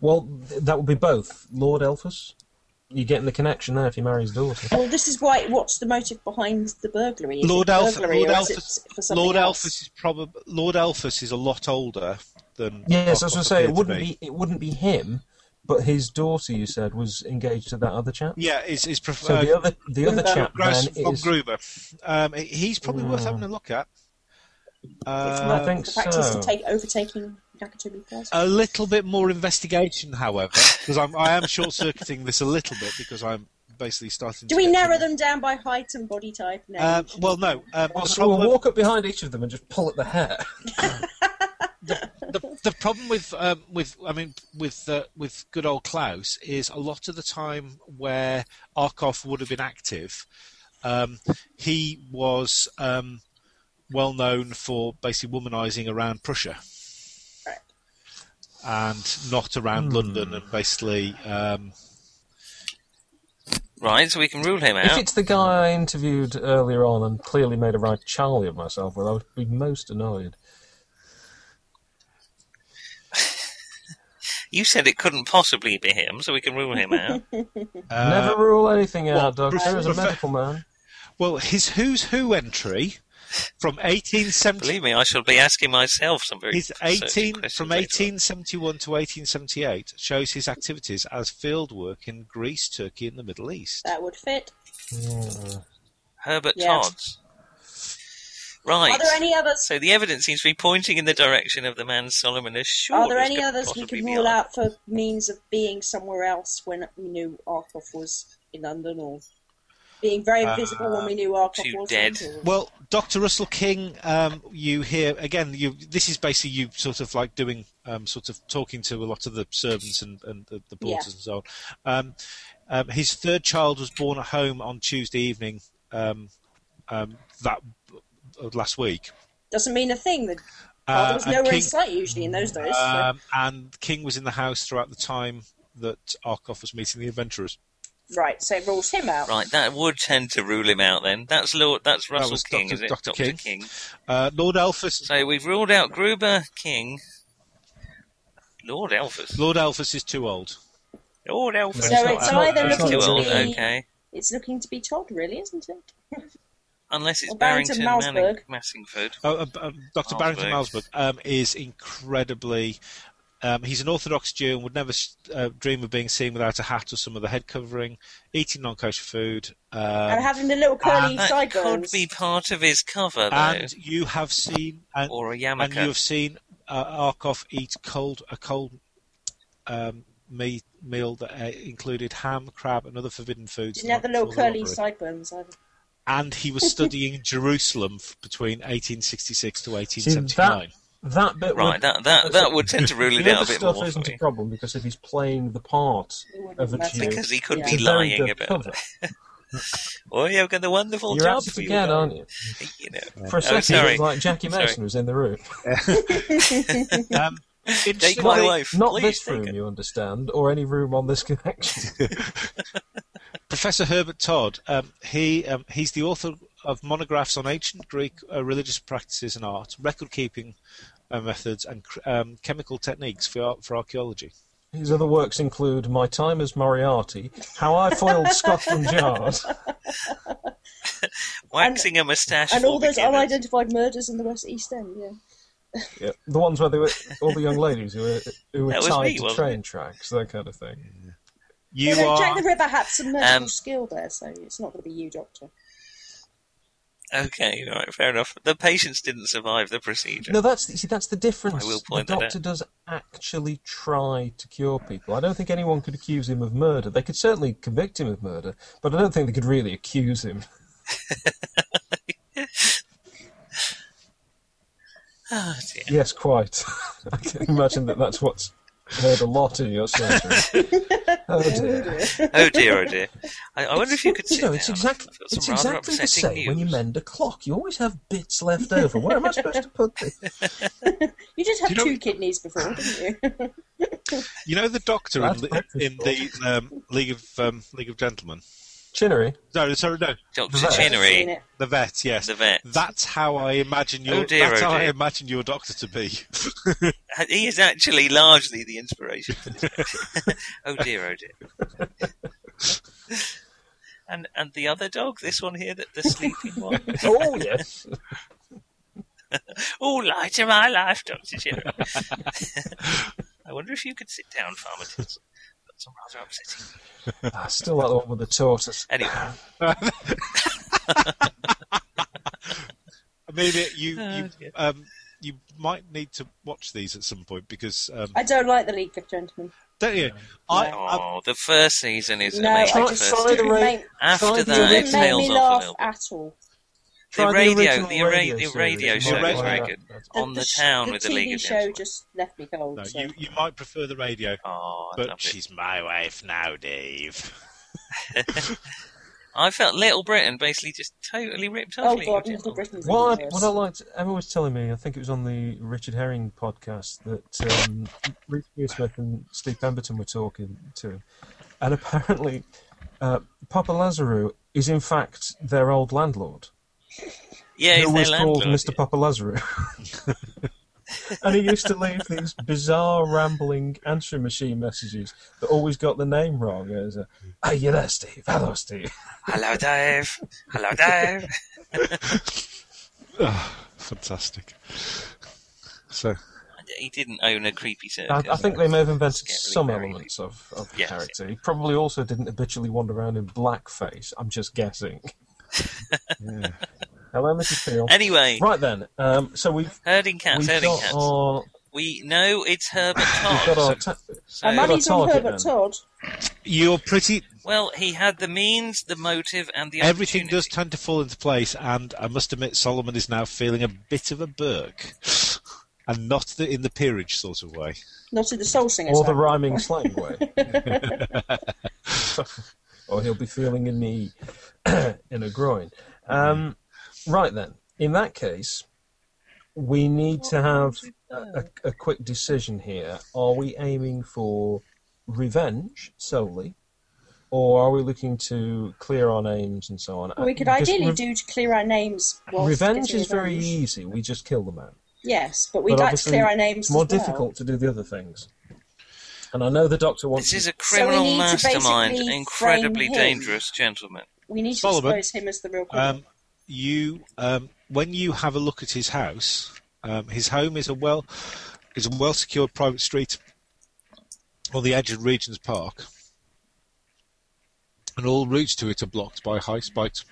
Speaker 3: Well, th- that would be both. Lord Elphus, you're getting the connection there if you marry his daughter.
Speaker 1: Well, this is why. What's the motive behind the burglary? Is it
Speaker 4: Lord Alpha,
Speaker 1: burglary
Speaker 4: Lord
Speaker 1: or is it
Speaker 4: Alphys,
Speaker 1: for something
Speaker 4: Lord
Speaker 1: else?
Speaker 4: Alphys is probably Lord Alphys is a lot older than.
Speaker 3: Yes, I
Speaker 4: Marcos
Speaker 3: was going to say
Speaker 4: appeared
Speaker 3: it
Speaker 4: to
Speaker 3: wouldn't be it wouldn't be him, but his daughter. You said was engaged to that other chap.
Speaker 4: Yeah, is is pref-
Speaker 3: So
Speaker 4: uh,
Speaker 3: the other the other
Speaker 1: Gruber.
Speaker 3: chap
Speaker 4: Gross
Speaker 3: then
Speaker 4: von
Speaker 3: is.
Speaker 4: Gruber. Um, he's probably worth having a look at.
Speaker 3: I
Speaker 4: Uh,
Speaker 3: think
Speaker 1: The practice
Speaker 3: so.
Speaker 1: of take, overtaking Nakatomi Plaza.
Speaker 4: a little bit more investigation, however, because I'm I am short circuiting this a little bit because I'm basically starting.
Speaker 1: Do
Speaker 4: to
Speaker 1: we
Speaker 4: get-
Speaker 1: narrow them down by height and body type? No.
Speaker 4: Um, well, no. Um,
Speaker 3: Well,
Speaker 4: the,
Speaker 3: so we'll
Speaker 4: problem,
Speaker 3: walk up behind each of them and just pull at the hair.
Speaker 4: the, the problem with um, with I mean with uh, with good old Klaus is a lot of the time where Arkoff would have been active, um, he was um, well known for basically womanizing around Prussia.
Speaker 1: Right.
Speaker 4: and not around London and basically um,
Speaker 2: Right, so we can rule him
Speaker 3: If
Speaker 2: out.
Speaker 3: it's the guy I interviewed earlier on and clearly made a right Charlie of myself with, I would be most annoyed.
Speaker 2: You said it couldn't possibly be him, so we can rule him out.
Speaker 4: uh,
Speaker 3: Never rule anything out,
Speaker 4: well,
Speaker 3: doctor.
Speaker 4: Prof-
Speaker 3: As a
Speaker 4: Prof-
Speaker 3: medical man,
Speaker 4: well his who's who entry from 1870
Speaker 2: Believe me, I shall be asking myself some very
Speaker 4: His
Speaker 2: searching
Speaker 4: 18
Speaker 2: questions
Speaker 4: from
Speaker 2: later on.
Speaker 4: 1871 to 1878 shows his activities as field work in Greece, Turkey, and the Middle East.
Speaker 1: that would fit.
Speaker 2: Herbert
Speaker 1: Yes.
Speaker 2: Todd's. Right.
Speaker 1: Are there any others?
Speaker 2: So the evidence seems to be pointing in the direction of the man Solomon is sure.
Speaker 1: Are there any others we could rule out for means of being somewhere else when we knew Arkoff was in London or being very visible when we knew Arkoff
Speaker 2: too
Speaker 1: was
Speaker 2: dead.
Speaker 1: in London?
Speaker 4: Uh, Well, Dr. Russell King, um, you hear again. You this is basically you sort of like doing, um, sort of talking to a lot of the servants and, and the, the
Speaker 1: Yeah.
Speaker 4: porters and so on. Um, um, his third child was born at home on Tuesday evening um, um, that uh, last week.
Speaker 1: Doesn't mean a thing. The,
Speaker 4: Uh,
Speaker 1: there was
Speaker 4: and
Speaker 1: nowhere in
Speaker 4: King-
Speaker 1: sight usually in those days. so-
Speaker 4: Um, and King was in the house throughout the time that Arkoff was meeting the adventurers.
Speaker 1: Right, so it rules him out.
Speaker 2: Right, that would tend to rule him out then. That's Lord. That's Russell
Speaker 4: was
Speaker 2: King,
Speaker 4: Dr.
Speaker 2: is it?
Speaker 4: Dr. King. Uh, Lord Elphus,
Speaker 2: So we've ruled out Gruber, King, Lord Elphus.
Speaker 4: Lord Elphus is too old.
Speaker 2: Lord Elphus.
Speaker 1: So it's
Speaker 3: not-
Speaker 1: either
Speaker 2: That's
Speaker 3: it's
Speaker 1: looking
Speaker 3: not
Speaker 2: too
Speaker 1: to
Speaker 2: old.
Speaker 1: be
Speaker 2: Okay.
Speaker 1: it's looking to be Todd, really, isn't it?
Speaker 2: Unless it's
Speaker 1: Or Barrington
Speaker 2: Barrington, Manning,
Speaker 1: Malmesbury.
Speaker 4: Oh,
Speaker 2: Massingford.
Speaker 4: Uh, uh, um, Dr. Barrington
Speaker 2: Malmesbury.
Speaker 4: Malsberg um, is incredibly Um, he's an Orthodox Jew and would never uh, dream of being seen without a hat or some other head covering, eating non kosher food.
Speaker 1: and
Speaker 4: Um,
Speaker 1: having the little curly
Speaker 4: and
Speaker 2: uh, That
Speaker 1: sideburns.
Speaker 2: could be part of his cover, though,
Speaker 4: and you have seen and,
Speaker 2: or a
Speaker 4: and you
Speaker 2: yarmulke.
Speaker 4: have seen uh, Arkoff eat cold a cold um, meat meal that uh, included ham, crab, and other forbidden foods.
Speaker 1: Didn't have the
Speaker 4: night
Speaker 1: little
Speaker 4: before
Speaker 1: curly
Speaker 4: robbery.
Speaker 1: sideburns either.
Speaker 4: and he was studying Jerusalem f- between 1866 to
Speaker 3: See,
Speaker 4: 1879.
Speaker 3: that, that bit
Speaker 2: Right,
Speaker 3: would,
Speaker 2: that, that, that would tend to rule
Speaker 3: the
Speaker 2: it out a
Speaker 3: other
Speaker 2: bit
Speaker 3: stuff
Speaker 2: more for
Speaker 3: isn't
Speaker 2: me.
Speaker 3: a problem because if he's playing the part
Speaker 1: It wouldn't
Speaker 3: of a
Speaker 1: matter.
Speaker 3: Jew,
Speaker 2: Because he could
Speaker 1: Yeah.
Speaker 3: it's
Speaker 2: be
Speaker 3: a very
Speaker 2: lying
Speaker 3: good
Speaker 2: about
Speaker 3: cover.
Speaker 2: it. Oh, you've got the wonderful
Speaker 3: You're
Speaker 2: job
Speaker 3: out
Speaker 2: for you.
Speaker 3: again, aren't you?
Speaker 2: guys, you know.
Speaker 3: For a
Speaker 2: Oh,
Speaker 3: second, it
Speaker 2: sorry.
Speaker 3: was like Jackie
Speaker 2: Sorry.
Speaker 3: Mason was in the room.
Speaker 4: Um,
Speaker 2: Take my
Speaker 4: interestingly-
Speaker 2: life.
Speaker 3: Not
Speaker 2: Please
Speaker 3: this
Speaker 2: take
Speaker 3: room,
Speaker 2: it.
Speaker 3: you understand, or any room on this connection.
Speaker 4: Professor Herbert Todd, um, he um, he's the author of monographs on ancient Greek uh, religious practices and art, record keeping uh, methods, and cr- um, chemical techniques for ar- for archaeology.
Speaker 3: His other works include My Time as Moriarty, How I Foiled Scotland Yard,
Speaker 2: Waxing a moustache.
Speaker 1: And
Speaker 2: for
Speaker 1: all those
Speaker 2: beginners.
Speaker 1: unidentified murders in the West East End, yeah.
Speaker 3: the ones where they were all the young ladies who were who were
Speaker 2: That was
Speaker 3: tied
Speaker 2: me,
Speaker 3: to
Speaker 2: wasn't
Speaker 3: train tracks, that kind of thing.
Speaker 4: You
Speaker 1: Although
Speaker 4: are
Speaker 1: Jack the Ripper had some magical
Speaker 2: Um,
Speaker 1: skill there, so it's not going to be you, Doctor.
Speaker 2: Okay, all right, fair enough. The patients didn't survive the procedure.
Speaker 3: No, that's the, see, that's the difference.
Speaker 2: I will
Speaker 3: the
Speaker 2: point that
Speaker 3: doctor does actually try to cure people. I don't think anyone could accuse him of murder. They could certainly convict him of murder, but I don't think they could really accuse him.
Speaker 2: Oh, dear.
Speaker 3: Yes, quite. I can imagine that that's what's heard a lot in your surgery. oh dear.
Speaker 2: Oh dear, oh dear. I, I wonder if you could sit
Speaker 3: You know, it's
Speaker 2: down.
Speaker 3: exactly,
Speaker 2: I've got some
Speaker 3: it's
Speaker 2: rather
Speaker 3: exactly the
Speaker 2: upsetting
Speaker 3: same when you
Speaker 2: news.
Speaker 3: mend a clock. You always have bits left over. Where am I supposed to put this?
Speaker 1: You did have
Speaker 4: Do you know-
Speaker 1: two kidneys before, didn't you?
Speaker 4: you know the doctor in,
Speaker 3: That's
Speaker 4: the,
Speaker 3: breakfast
Speaker 4: in the um, League of um, League of Gentlemen.
Speaker 3: Chinnery.
Speaker 4: No, sorry, no,
Speaker 2: Dr.
Speaker 3: Right.
Speaker 1: Seen
Speaker 2: Chinnery.
Speaker 1: it.
Speaker 4: the vet. Yes,
Speaker 2: The vet.
Speaker 4: That's how I imagine your.
Speaker 2: Oh dear,
Speaker 4: that's
Speaker 2: oh
Speaker 4: how I
Speaker 2: dear.
Speaker 4: imagine your doctor to be.
Speaker 2: He is actually largely the inspiration. for this. oh dear, oh dear. And and the other dog, this one here, that the sleeping one.
Speaker 3: Oh yes.
Speaker 2: Oh, light of my life, Doctor Chinnery. I wonder if you could sit down, Farmer Tilson. That's some rather upsetting. news.
Speaker 3: I Ah, still like the one with the tortoise.
Speaker 2: Anyway,
Speaker 4: I mean, it, you
Speaker 2: Oh,
Speaker 4: you
Speaker 2: dear.
Speaker 4: um, you might need to watch these at some point because um,
Speaker 1: I don't like the League of Gentlemen.
Speaker 4: don't you? I, I
Speaker 2: oh, the first season is
Speaker 1: No,
Speaker 2: amazing.
Speaker 1: I
Speaker 3: Try,
Speaker 2: first
Speaker 1: just-
Speaker 3: try the
Speaker 2: series.
Speaker 1: ra-
Speaker 3: radio.
Speaker 2: After
Speaker 3: try
Speaker 1: You
Speaker 2: that,
Speaker 3: the
Speaker 2: it
Speaker 1: didn't make
Speaker 2: tails
Speaker 1: me
Speaker 2: off a
Speaker 1: laugh
Speaker 2: little bit.
Speaker 1: at all.
Speaker 3: Try
Speaker 2: the radio-
Speaker 3: original
Speaker 2: the radio- the
Speaker 3: series.
Speaker 2: radio
Speaker 3: It's
Speaker 4: show
Speaker 3: not
Speaker 4: was
Speaker 3: like
Speaker 4: very
Speaker 3: that.
Speaker 2: good.
Speaker 3: That's-
Speaker 2: On the
Speaker 1: sh-
Speaker 2: town
Speaker 1: the
Speaker 2: with the
Speaker 1: TV
Speaker 2: League of
Speaker 1: show
Speaker 2: Gentlemen.
Speaker 1: just left me cold.
Speaker 4: no,
Speaker 1: so.
Speaker 4: you you might prefer the radio,
Speaker 2: Oh, I
Speaker 4: but
Speaker 2: loved it.
Speaker 4: she's my wife now, Dave.
Speaker 2: I felt Little Britain basically just totally ripped off.
Speaker 1: oh
Speaker 2: League
Speaker 1: god,
Speaker 2: of Gentlemen.
Speaker 1: Little Britain's
Speaker 3: What I,
Speaker 1: even
Speaker 3: what I liked, Emma was telling me, I think it was on the Richard Herring podcast, that um, Reece Smith and Steve Pemberton were talking to him. And apparently, uh, Papa Lazaro is in fact their old landlord,
Speaker 2: Yeah,
Speaker 3: who
Speaker 2: he's their
Speaker 3: was called
Speaker 2: landlord.
Speaker 3: Mr. Papa Lazaro. and he used to leave these bizarre, rambling answering machine messages that always got the name wrong. It was a, "Are you there, Steve? Hello, Steve.
Speaker 2: Hello, Dave. Hello, Dave.
Speaker 4: Fantastic. So
Speaker 2: he didn't own a creepy
Speaker 3: I,
Speaker 2: circus.
Speaker 3: I think they may have invented
Speaker 2: Scary,
Speaker 3: some
Speaker 2: very
Speaker 3: elements of, of the
Speaker 2: Yes.
Speaker 3: character. He probably also didn't habitually wander around in blackface. I'm just guessing. Hello, Mrs. Peel.
Speaker 2: Anyway,
Speaker 3: Right then, um, so we've,
Speaker 2: herding cats,
Speaker 3: we've
Speaker 2: herding
Speaker 3: got
Speaker 2: cats.
Speaker 3: our
Speaker 2: We know it's Herbert
Speaker 3: we've got our
Speaker 2: Todd.
Speaker 3: ta-
Speaker 1: My
Speaker 2: so-
Speaker 3: mum-
Speaker 1: money's on
Speaker 3: Uh, target
Speaker 1: Herbert
Speaker 3: then.
Speaker 1: Todd.
Speaker 4: you're pretty.
Speaker 2: well, he had the means, the motive, and the
Speaker 4: Everything does
Speaker 2: opportunity.
Speaker 4: tend to fall into place, and I must admit, Solomon is now feeling a bit of a Burke, and not the, in the peerage sort of way.
Speaker 1: Not in the soul singer.
Speaker 3: or the
Speaker 1: side.
Speaker 3: rhyming slang way. or he'll be feeling a knee in a groin. Um, right then, in that case, we need to have a, a quick decision here. Are we aiming for revenge solely? Or are we looking to clear our names and so on?
Speaker 1: Well, we could
Speaker 3: Because
Speaker 1: ideally
Speaker 3: re-
Speaker 1: do to clear our names. whilst
Speaker 3: Revenge
Speaker 1: getting
Speaker 3: is very
Speaker 1: revenge.
Speaker 3: easy. We just kill the man.
Speaker 1: Yes, but we'd
Speaker 3: but
Speaker 1: like to
Speaker 3: obviously
Speaker 1: clear our names.
Speaker 3: It's more
Speaker 1: as well.
Speaker 3: difficult to do the other things. And I know the doctor wants
Speaker 2: This is a
Speaker 1: So we
Speaker 2: criminal
Speaker 1: need to
Speaker 2: mastermind,
Speaker 1: basically
Speaker 2: incredibly
Speaker 1: frame him.
Speaker 2: dangerous gentleman.
Speaker 1: We need to
Speaker 4: Solomon.
Speaker 1: expose him as the real criminal.
Speaker 4: Um, you um, when you have a look at his house, um, his home is a well is a well secured private street on the edge of Regent's Park, and all routes to it are blocked by high spiked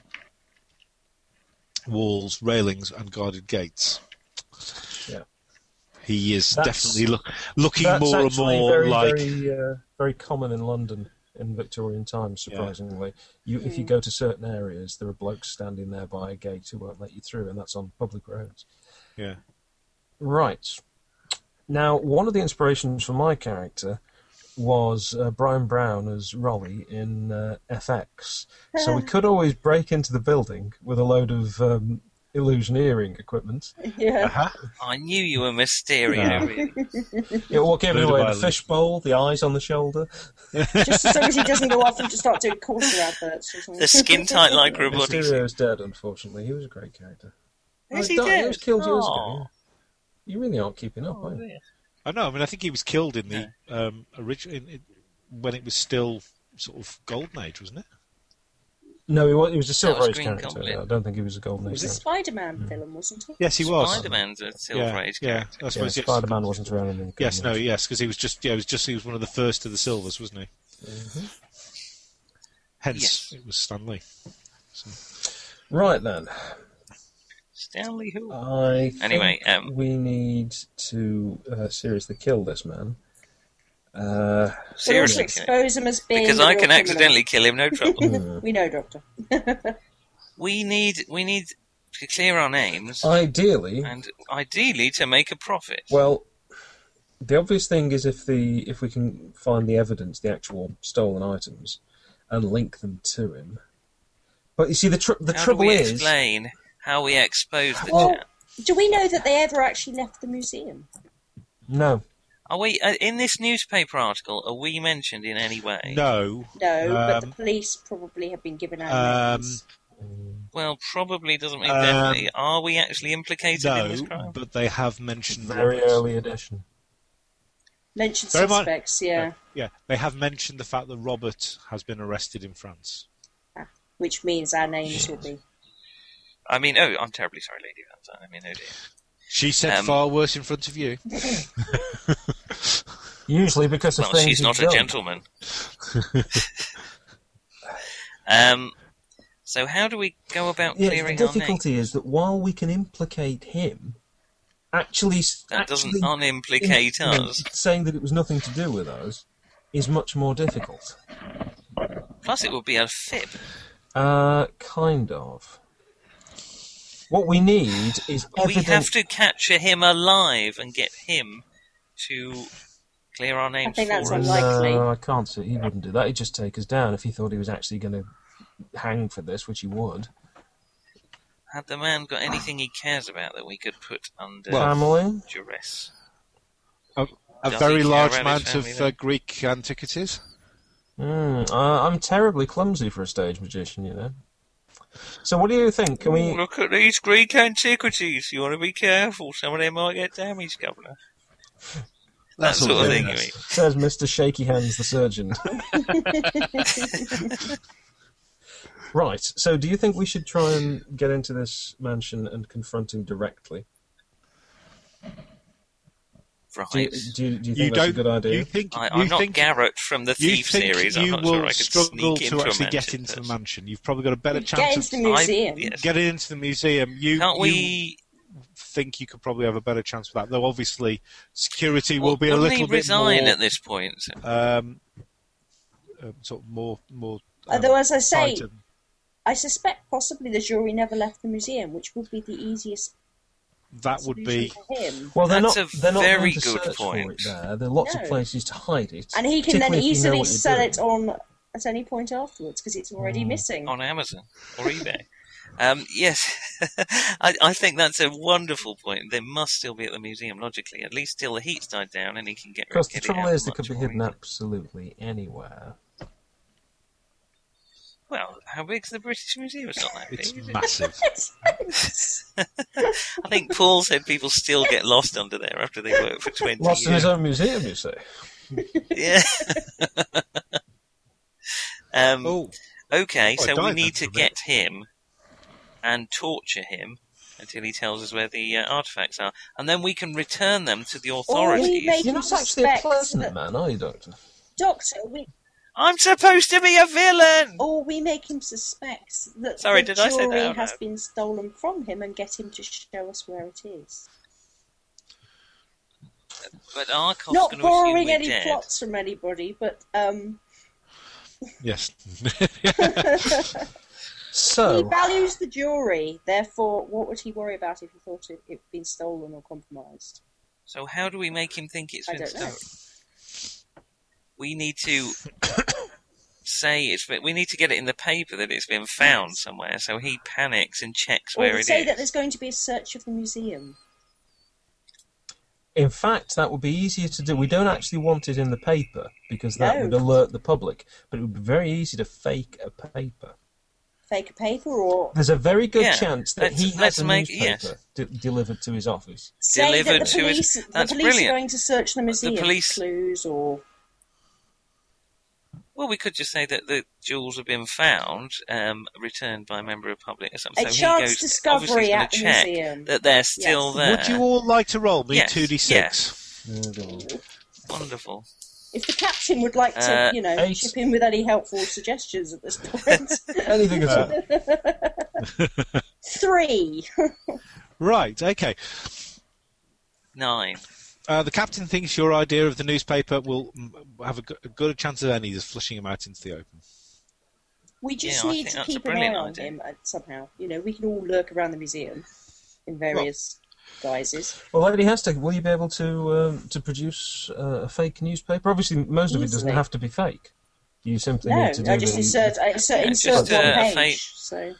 Speaker 4: walls, railings, and guarded gates.
Speaker 3: Yeah.
Speaker 4: He is
Speaker 3: That's-
Speaker 4: definitely look, looking
Speaker 3: That's
Speaker 4: more and
Speaker 3: actually
Speaker 4: more
Speaker 3: very,
Speaker 4: like
Speaker 3: very, uh, very common in London in Victorian times.
Speaker 4: Yeah.
Speaker 3: Surprisingly, you if you go to certain areas, there are blokes standing there by a gate who won't let you through, and that's on public roads.
Speaker 4: yeah.
Speaker 3: Right. Now, one of the inspirations for my character was uh, Brian Brown as Rolly in uh, FX. So we could always break into the building with a load of um, illusioneering equipment.
Speaker 1: Yeah.
Speaker 3: Uh-huh.
Speaker 2: I knew you were Mysterio. really.
Speaker 3: It will give
Speaker 4: Load of
Speaker 3: away the
Speaker 4: violence.
Speaker 3: fishbowl, the eyes on the shoulder.
Speaker 1: Just as long as he doesn't go off and just start doing courser adverts or something.
Speaker 2: The skin tight lycra body.
Speaker 3: Mysterio's dead, unfortunately. He was a great character.
Speaker 2: Is
Speaker 3: he
Speaker 2: he
Speaker 3: died-
Speaker 2: dead?
Speaker 3: he was killed years
Speaker 2: Aw.
Speaker 3: ago. You really aren't keeping up, are you?
Speaker 2: dear.
Speaker 4: I know. I mean, I think he was killed in the um, original in, in, when it was still sort of golden age, wasn't it?
Speaker 3: No, he was, he was a Silver
Speaker 2: was
Speaker 3: Age
Speaker 2: Green
Speaker 3: character.
Speaker 2: Goblin.
Speaker 3: I don't think he was a Golden
Speaker 1: It was
Speaker 3: Age
Speaker 1: a
Speaker 3: character.
Speaker 1: Spider Man
Speaker 3: Hmm.
Speaker 1: film, wasn't it?
Speaker 4: Yes, he was.
Speaker 2: Spider-Man's a Silver
Speaker 4: Yeah,
Speaker 2: Age
Speaker 4: yeah.
Speaker 2: character.
Speaker 4: I
Speaker 3: Yeah,
Speaker 4: suppose yes.
Speaker 3: Spider Man wasn't around in the
Speaker 4: Yes, no,
Speaker 3: Golden Age.
Speaker 4: yes, because he was just yeah, he was just he was one of the first of the silvers, wasn't he? Hence,
Speaker 2: Yes.
Speaker 4: it was Stanley.
Speaker 3: Right then.
Speaker 2: Stanley Who?
Speaker 4: Uh,
Speaker 3: I think
Speaker 2: Anyway, um,
Speaker 3: we need to uh, seriously kill this man. Uh,
Speaker 1: We'll also
Speaker 2: Seriously.
Speaker 1: expose him as being.
Speaker 2: Because
Speaker 1: a
Speaker 2: I
Speaker 1: real
Speaker 2: can
Speaker 1: criminal.
Speaker 2: accidentally kill him, no trouble.
Speaker 1: We know, Doctor.
Speaker 2: we need we need to clear our names
Speaker 3: ideally,
Speaker 2: and ideally to make a profit.
Speaker 3: well, the obvious thing is if the if we can find the evidence, the actual stolen items, and link them to him. But you see, the tr- the
Speaker 2: How
Speaker 3: trouble
Speaker 2: do we
Speaker 3: is,
Speaker 2: explain how we expose the
Speaker 1: Well,
Speaker 2: chap?
Speaker 1: do we know that they ever actually left the museum?
Speaker 3: no,
Speaker 2: Are we uh, in this newspaper article? Are we mentioned in any way?
Speaker 4: No,
Speaker 1: No, but
Speaker 4: Um,
Speaker 1: the police probably have been given our
Speaker 4: um,
Speaker 1: names.
Speaker 2: Well, probably doesn't mean
Speaker 4: Um,
Speaker 2: definitely. Are we actually implicated in this
Speaker 4: no,
Speaker 2: crime?
Speaker 4: but they have mentioned
Speaker 3: very
Speaker 4: Roberts.
Speaker 3: early edition.
Speaker 1: Mentioned
Speaker 4: Bear in mind-
Speaker 1: suspects, yeah,
Speaker 4: Yeah, they have mentioned the fact that Robert has been arrested in France.
Speaker 1: which means our names will be.
Speaker 2: I mean, oh, I'm terribly sorry, Lady Valentine. I mean, oh dear.
Speaker 4: She said
Speaker 2: Um,
Speaker 4: far worse in front of you.
Speaker 3: Usually because of
Speaker 2: Well,
Speaker 3: things
Speaker 2: she's not
Speaker 3: you've
Speaker 2: a
Speaker 3: done.
Speaker 2: gentleman. um, so how do we go about
Speaker 3: Yeah, the
Speaker 2: clearing our name?
Speaker 3: difficulty is that while we can implicate him, actually,
Speaker 2: That doesn't
Speaker 3: actually
Speaker 2: unimplicate
Speaker 3: you know,
Speaker 2: us.
Speaker 3: Saying that it was nothing to do with us is much more difficult.
Speaker 2: Plus, it would be a fib.
Speaker 3: Uh, kind of. What we need is
Speaker 2: We
Speaker 3: evidence.
Speaker 2: have to capture him alive and get him to clear our names
Speaker 1: I think
Speaker 2: for
Speaker 1: that's
Speaker 2: us.
Speaker 1: unlikely.
Speaker 3: No, I can't see. He wouldn't do that. He'd just take us down if he thought he was actually going to hang for this, which he would.
Speaker 2: Had the man got anything he cares about that we could put under
Speaker 4: um,
Speaker 3: Family.
Speaker 2: duress?
Speaker 4: A, a
Speaker 2: Does
Speaker 4: very
Speaker 2: he care
Speaker 4: large
Speaker 2: about his
Speaker 4: amount of
Speaker 2: family,
Speaker 4: uh, Greek antiquities.
Speaker 3: Mm, uh, I'm terribly clumsy for a stage magician, you know. So, what do you think? Can we?
Speaker 2: Look at these Greek antiquities. You want to be careful. Some of them might get damaged, Governor. That
Speaker 4: That's
Speaker 2: sort
Speaker 4: all
Speaker 2: of
Speaker 4: it
Speaker 2: thing.
Speaker 4: is.
Speaker 2: you mean.
Speaker 3: Says Mr. Shaky Hands, the surgeon. right. So, do you think we should try and get into this mansion and confront him directly? Do you,
Speaker 2: Right.
Speaker 3: do you, do you think that's a good idea?
Speaker 4: You think?
Speaker 2: I,
Speaker 4: you
Speaker 2: I'm not
Speaker 4: think,
Speaker 2: Garrett from the
Speaker 4: You
Speaker 2: Thief
Speaker 4: think
Speaker 2: series. I'm
Speaker 4: you
Speaker 2: not
Speaker 4: will
Speaker 2: sure I could
Speaker 4: struggle
Speaker 2: sneak into
Speaker 4: to
Speaker 2: a
Speaker 4: actually get
Speaker 2: mansion
Speaker 4: into the
Speaker 2: first.
Speaker 4: mansion. You've probably got a better
Speaker 1: Get
Speaker 4: chance
Speaker 1: into the
Speaker 4: of
Speaker 2: I-
Speaker 1: museum.
Speaker 2: yes.
Speaker 4: getting into the museum. You
Speaker 2: Can't
Speaker 4: you
Speaker 2: we?
Speaker 4: think you could probably have a better chance for that, though. Obviously, security will
Speaker 2: Well,
Speaker 4: be a
Speaker 2: wouldn't
Speaker 4: little
Speaker 2: he
Speaker 4: bit
Speaker 2: resign
Speaker 4: more,
Speaker 2: at this point? So-
Speaker 4: um, um, sort of more more. Um,
Speaker 1: Otherwise, I say
Speaker 4: tight and-
Speaker 1: I suspect possibly the jury never left the museum, which would be the easiest
Speaker 4: that would be.
Speaker 1: solution for him.
Speaker 3: Well, they're
Speaker 2: That's
Speaker 3: not.
Speaker 2: a
Speaker 3: they're not
Speaker 2: very
Speaker 3: going to
Speaker 2: good
Speaker 3: search
Speaker 2: point.
Speaker 3: For it there. There are lots of
Speaker 1: No.
Speaker 3: places to hide it,
Speaker 1: And he can then
Speaker 3: particularly if you know
Speaker 1: easily
Speaker 3: what you're
Speaker 1: sell
Speaker 3: doing.
Speaker 1: it on at any point afterwards because it's already
Speaker 4: Mm.
Speaker 1: missing.
Speaker 2: on Amazon or eBay. um, yes, I, I think that's a wonderful point. They must still be at the museum, logically, at least till the heat's died down and he can get
Speaker 3: Of course, the
Speaker 2: get it
Speaker 3: trouble
Speaker 2: out
Speaker 3: is they could
Speaker 2: much
Speaker 3: be
Speaker 2: more
Speaker 3: hidden
Speaker 2: easily.
Speaker 3: absolutely anywhere.
Speaker 2: Well, how big's the British Museum? It's not that big.
Speaker 4: It's
Speaker 2: is it?
Speaker 4: massive.
Speaker 2: I think Paul said people still get lost under there after they work for 20
Speaker 3: Lost in
Speaker 2: years.
Speaker 3: his own museum, you say?
Speaker 2: yeah. um,
Speaker 4: Oh,
Speaker 2: Okay,
Speaker 4: Oh,
Speaker 2: so we
Speaker 4: died
Speaker 3: Oh,
Speaker 2: need
Speaker 4: then,
Speaker 2: to
Speaker 4: didn't it?
Speaker 2: get him and torture him until he tells us where the uh, artifacts are, and then we can return them to the
Speaker 1: we
Speaker 2: authorities.
Speaker 1: make-
Speaker 3: You're not actually a
Speaker 1: respect
Speaker 3: pleasant
Speaker 1: that-
Speaker 3: man, are you, Doctor?
Speaker 1: Doctor, we,
Speaker 2: I'm supposed to be a villain.
Speaker 1: or we make him suspect that
Speaker 2: Sorry,
Speaker 1: the
Speaker 2: did I say that
Speaker 1: jewellery
Speaker 2: out
Speaker 1: has
Speaker 2: loud?
Speaker 1: been stolen from him and get him to show us where it is.
Speaker 2: But Arkov's
Speaker 1: Not
Speaker 2: going to assume
Speaker 1: borrowing
Speaker 2: we're
Speaker 1: any
Speaker 2: dead.
Speaker 1: plots from anybody, but um,
Speaker 4: Yes.
Speaker 2: Oh.
Speaker 1: he
Speaker 3: So,
Speaker 1: values the jewellery. Therefore, what would he worry about if he thought it had been stolen or compromised?
Speaker 2: So how do we make him think it's
Speaker 1: I
Speaker 2: been
Speaker 1: don't know.
Speaker 2: stolen? We need to say it's. been- We need to get it in the paper that it's been found somewhere. So he panics and checks
Speaker 1: Or
Speaker 2: where
Speaker 1: we
Speaker 2: it
Speaker 1: say
Speaker 2: is.
Speaker 1: that there's going to be a search of the museum.
Speaker 3: in fact, that would be easier to do. We don't actually want it in the paper because that
Speaker 1: No.
Speaker 3: would alert the public, but it would be very easy to fake a paper.
Speaker 1: Fake a paper or
Speaker 3: There's a very good
Speaker 2: Yeah,
Speaker 3: chance that
Speaker 2: let's-
Speaker 3: he has
Speaker 2: let's
Speaker 3: a
Speaker 2: make-
Speaker 3: newspaper de- delivered to his office.
Speaker 1: say that
Speaker 2: Delivered
Speaker 1: the
Speaker 2: to his-
Speaker 1: police, the
Speaker 2: that's
Speaker 1: police
Speaker 2: brilliant.
Speaker 1: are going to search the museum for
Speaker 2: police-
Speaker 1: clues or
Speaker 2: Well, we could just say that the jewels have been found, um, returned by a member of public or
Speaker 1: a
Speaker 2: something. so
Speaker 1: chance
Speaker 2: he goes, obviously
Speaker 1: discovery
Speaker 2: he's gonna
Speaker 1: at the
Speaker 2: check
Speaker 1: museum.
Speaker 2: that they're still there.
Speaker 4: Would you all like to roll me
Speaker 2: Yes,
Speaker 4: 2d6?
Speaker 2: Wonderful.
Speaker 1: If the captain would like to,
Speaker 2: Uh,
Speaker 1: you know,
Speaker 3: Ace-
Speaker 1: chip in with any helpful suggestions at this point.
Speaker 3: Anything at all.
Speaker 1: Three.
Speaker 4: Right, okay.
Speaker 2: Nine.
Speaker 4: Uh, the captain thinks your idea of the newspaper will mm, have a go- a good chance of any as flushing him out into the open.
Speaker 1: We just
Speaker 2: Yeah, I
Speaker 1: need
Speaker 2: think
Speaker 1: to
Speaker 2: that's a
Speaker 1: keep an eye
Speaker 2: brilliant
Speaker 1: on
Speaker 2: idea.
Speaker 1: him uh, somehow. You know, we can all lurk around the museum in various guises.
Speaker 3: Well, Lady Hester, will you be able to um, to produce uh, a fake newspaper? Obviously, most of it doesn't
Speaker 1: Easily.
Speaker 3: have to be fake. You simply
Speaker 1: No,
Speaker 3: need to do
Speaker 1: I just
Speaker 3: the-
Speaker 1: insert, I insert,
Speaker 2: Yeah,
Speaker 1: insert
Speaker 2: just,
Speaker 1: one
Speaker 2: uh,
Speaker 1: page.
Speaker 2: fake-
Speaker 1: So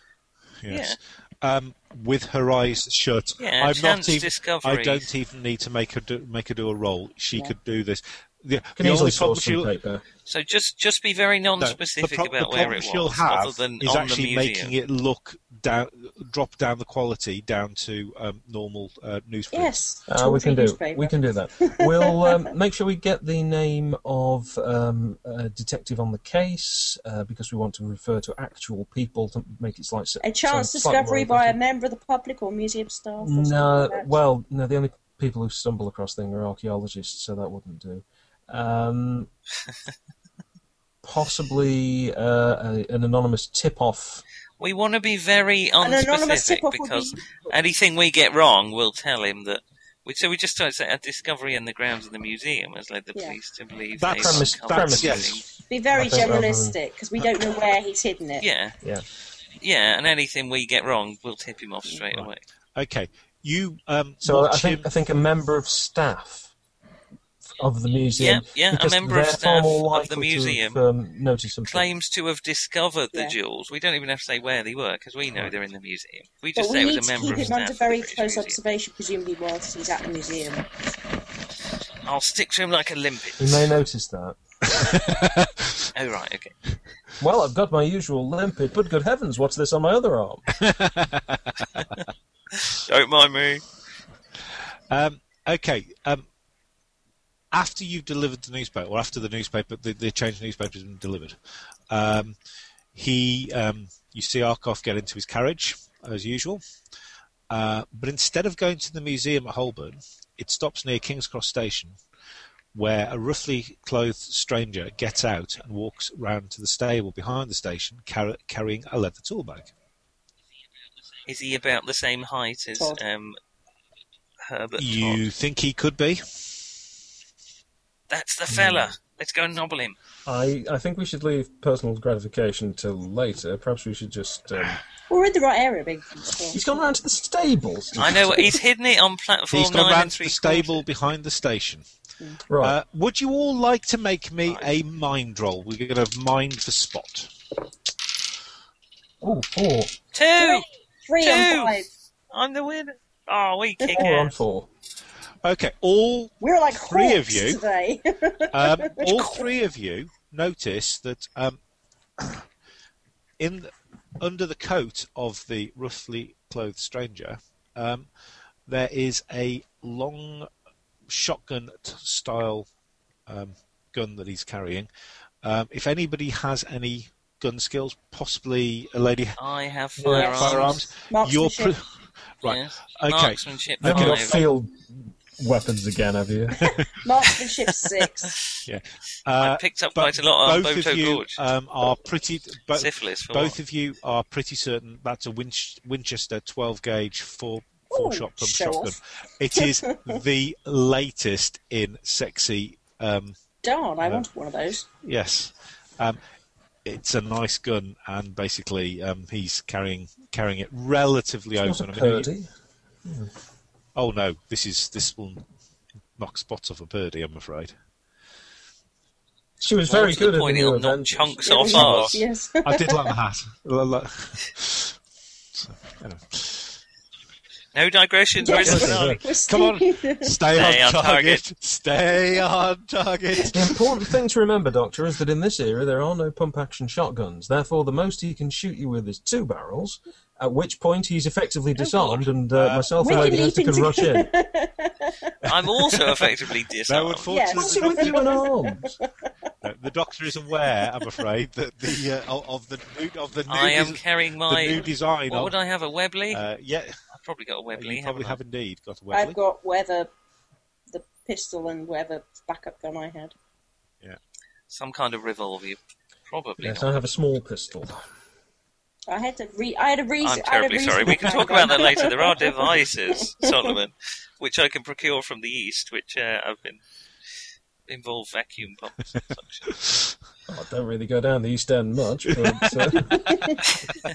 Speaker 4: Yes. Um, with her eyes shut.
Speaker 2: Yeah,
Speaker 4: I'm
Speaker 2: chance
Speaker 4: not even,
Speaker 2: discoveries.
Speaker 4: I don't even need to make her do, make her do a roll. She could do this. The,
Speaker 3: Can
Speaker 4: the
Speaker 3: easily
Speaker 4: only
Speaker 3: source
Speaker 4: problem
Speaker 3: some
Speaker 4: she'll-
Speaker 3: paper.
Speaker 2: So just just be very
Speaker 4: no,
Speaker 2: non-specific
Speaker 4: the pro-
Speaker 2: about
Speaker 4: the
Speaker 2: where it
Speaker 4: problem
Speaker 2: was,
Speaker 4: she'll have
Speaker 2: other than
Speaker 4: is
Speaker 2: on the
Speaker 4: actually
Speaker 2: museum.
Speaker 4: making it look down, drop down the quality down to um, normal uh, newsprint.
Speaker 1: yes,
Speaker 3: Uh, we
Speaker 1: Tory
Speaker 3: can do
Speaker 1: newspaper.
Speaker 3: we can do that. We'll um, make sure we get the name of um, a detective on the case uh, because we want to refer to actual people to make it slight.
Speaker 1: A chance
Speaker 3: so slightly
Speaker 1: discovery
Speaker 3: more
Speaker 1: by a member of the public or museum staff. Or something
Speaker 3: No,
Speaker 1: like that.
Speaker 3: well, no. The only people who stumble across them are archaeologists, so that wouldn't do. Um, possibly uh, a, an anonymous tip-off.
Speaker 2: We want to be very
Speaker 1: An anonymous
Speaker 2: unspecific
Speaker 1: tip-off would
Speaker 2: because
Speaker 1: be-
Speaker 2: anything we get wrong, we'll tell him that. We, so we just don't say a discovery in the grounds of the museum has led the
Speaker 1: Yeah.
Speaker 2: police to believe
Speaker 4: That's-
Speaker 2: they were
Speaker 3: premise-
Speaker 2: complicit.
Speaker 3: premise,
Speaker 4: yes.
Speaker 1: be very
Speaker 3: I think rather than-
Speaker 1: generalistic because we don't know where he's hidden it.
Speaker 2: Yeah,
Speaker 3: Yeah.
Speaker 2: yeah, and anything we get wrong, we'll tip him off straight away.
Speaker 4: Okay. You um,
Speaker 3: So I
Speaker 4: watch
Speaker 3: think
Speaker 4: him-
Speaker 3: I think a member of staff of the museum.
Speaker 2: Yeah, yeah, a
Speaker 3: because
Speaker 2: member of
Speaker 3: they're far
Speaker 2: staff
Speaker 3: more
Speaker 2: of
Speaker 3: likely
Speaker 2: the
Speaker 3: to
Speaker 2: museum
Speaker 3: have, um, noticed something.
Speaker 2: Claims to have discovered the
Speaker 1: Yeah.
Speaker 2: jewels. We don't even have to say where they were because we know they're in the museum. We
Speaker 1: But
Speaker 2: just
Speaker 1: we
Speaker 2: say it
Speaker 1: need
Speaker 2: was a
Speaker 1: to
Speaker 2: member
Speaker 1: keep
Speaker 2: of
Speaker 1: him
Speaker 2: staff.
Speaker 1: under
Speaker 2: of the
Speaker 1: very
Speaker 2: British
Speaker 1: close
Speaker 2: Museum.
Speaker 1: observation, presumably whilst he's at the museum.
Speaker 2: I'll stick to him like a limpet.
Speaker 3: You may notice that.
Speaker 2: Oh right, okay.
Speaker 3: Well, I've got my usual limpet, but good heavens, what's this on my other arm?
Speaker 2: Don't mind me.
Speaker 4: Um, okay. Um, after you've delivered the newspaper, or after the newspaper, the, the change newspaper has been delivered, um, he, um, you see Arkov get into his carriage as usual, uh, but instead of going to the museum at Holborn, it stops near King's Cross Station, where a roughly clothed stranger gets out and walks round to the stable behind the station, car- carrying a leather tool bag.
Speaker 2: Is he about the same height as
Speaker 1: Todd.
Speaker 2: um, Herbert? Todd?
Speaker 4: You think he could be?
Speaker 2: That's the fella. Let's go and nobble him.
Speaker 5: I, I think we should leave personal gratification till later. Perhaps we should just. Um,
Speaker 1: We're in the right area, big. Sure.
Speaker 3: He's gone round to the stables.
Speaker 2: I know he's hidden it on platform
Speaker 4: He's
Speaker 2: nine
Speaker 4: gone round
Speaker 2: and
Speaker 4: to
Speaker 2: three
Speaker 4: the stable behind the station.
Speaker 3: Right.
Speaker 4: Uh, would you all like to make me a mind roll? We're going to have mind for spot.
Speaker 3: oh, four.
Speaker 2: quarters. Two.
Speaker 1: Three
Speaker 2: Two.
Speaker 1: and five.
Speaker 2: I'm the winner. Oh, we kick
Speaker 3: Four on
Speaker 2: ass.
Speaker 3: four.
Speaker 4: Okay, all
Speaker 1: We're like
Speaker 4: Three of
Speaker 1: hawks
Speaker 4: you.
Speaker 1: today.
Speaker 4: um, all three of you notice that um, in the, under the coat of the roughly clothed stranger, um, there is a long shotgun-style um, gun that he's carrying. Um, if anybody has any gun skills, possibly a lady
Speaker 2: I have
Speaker 3: Yeah.
Speaker 2: firearms.
Speaker 4: firearms,
Speaker 1: Marksmanship.
Speaker 4: You're pre- Right.
Speaker 2: Yes.
Speaker 4: Okay.
Speaker 2: Marksmanship
Speaker 5: You've got
Speaker 2: five.
Speaker 5: field weapons again, have you?
Speaker 1: Marksmanship six.
Speaker 4: Uh,
Speaker 2: I picked up
Speaker 4: but
Speaker 2: quite a lot on
Speaker 4: both
Speaker 2: Boto
Speaker 4: of you
Speaker 2: Gorge.
Speaker 4: um, are pretty. Bo-
Speaker 2: Syphilis for
Speaker 4: both
Speaker 2: what?
Speaker 4: of you are pretty certain that's a Winch- Winchester 12 gauge four four
Speaker 1: Ooh,
Speaker 4: shot pump
Speaker 1: show
Speaker 4: shotgun. It is the latest in sexy. Um,
Speaker 1: Darn, I wanted one of those.
Speaker 4: yes, um, it's a nice gun, and basically um, he's carrying carrying it relatively
Speaker 3: Not
Speaker 4: open.
Speaker 3: a
Speaker 4: I mean,
Speaker 3: Purdy.
Speaker 4: Oh no, this is this will knock spots off a birdie. I'm afraid.
Speaker 5: She was very
Speaker 2: to
Speaker 5: good
Speaker 2: the
Speaker 5: at
Speaker 2: point
Speaker 5: the
Speaker 2: it'll
Speaker 5: new
Speaker 2: knock
Speaker 5: Avengers.
Speaker 2: chunks off
Speaker 1: Yeah,
Speaker 2: ours.
Speaker 1: Yes.
Speaker 4: I did like the hat. Well, I like- So, anyway.
Speaker 2: No digressions. we're
Speaker 1: Yes.
Speaker 2: in the dark.
Speaker 4: Come on, stay,
Speaker 2: Stay
Speaker 4: on,
Speaker 2: on
Speaker 4: target.
Speaker 2: target.
Speaker 4: Stay on target.
Speaker 3: The important thing to remember, Doctor, is that in this era there are no pump action shotguns. Therefore, the most he can shoot you with is two barrels, at which point he's effectively
Speaker 2: Oh,
Speaker 3: disarmed, and uh, myself and
Speaker 1: We can
Speaker 3: Lady Hester
Speaker 1: leap
Speaker 3: can
Speaker 1: into-
Speaker 3: rush in.
Speaker 2: I'm also effectively
Speaker 4: No,
Speaker 2: disarmed.
Speaker 4: unfortunately,
Speaker 1: Yes.
Speaker 3: What's it with you and arms?
Speaker 4: no, the doctor is aware. I'm afraid that the uh, of- of the new, of the new
Speaker 2: I am
Speaker 4: des-
Speaker 2: carrying
Speaker 4: the new
Speaker 2: my.
Speaker 4: design.
Speaker 2: What
Speaker 4: of,
Speaker 2: would I have? A Webley?
Speaker 4: Uh, yeah,
Speaker 2: I've probably got a Webley.
Speaker 4: you probably
Speaker 2: haven't
Speaker 4: have indeed got a Webley.
Speaker 1: I've got whether the pistol and whether backup gun I had.
Speaker 2: I? Some kind of revolver. you- Probably.
Speaker 3: Yes,
Speaker 2: not.
Speaker 3: I have a small pistol. Oh,
Speaker 1: I had to re. I had a reason.
Speaker 2: I'm
Speaker 1: I had a
Speaker 2: terribly sorry.
Speaker 1: reason
Speaker 2: We can
Speaker 1: to
Speaker 2: talk
Speaker 1: buy
Speaker 2: about that
Speaker 1: one.
Speaker 2: later. There are devices, Solomon, which I can procure from the East, which uh, have been involve vacuum pumps. and such.
Speaker 5: Oh, I don't really go down the East End much, but uh,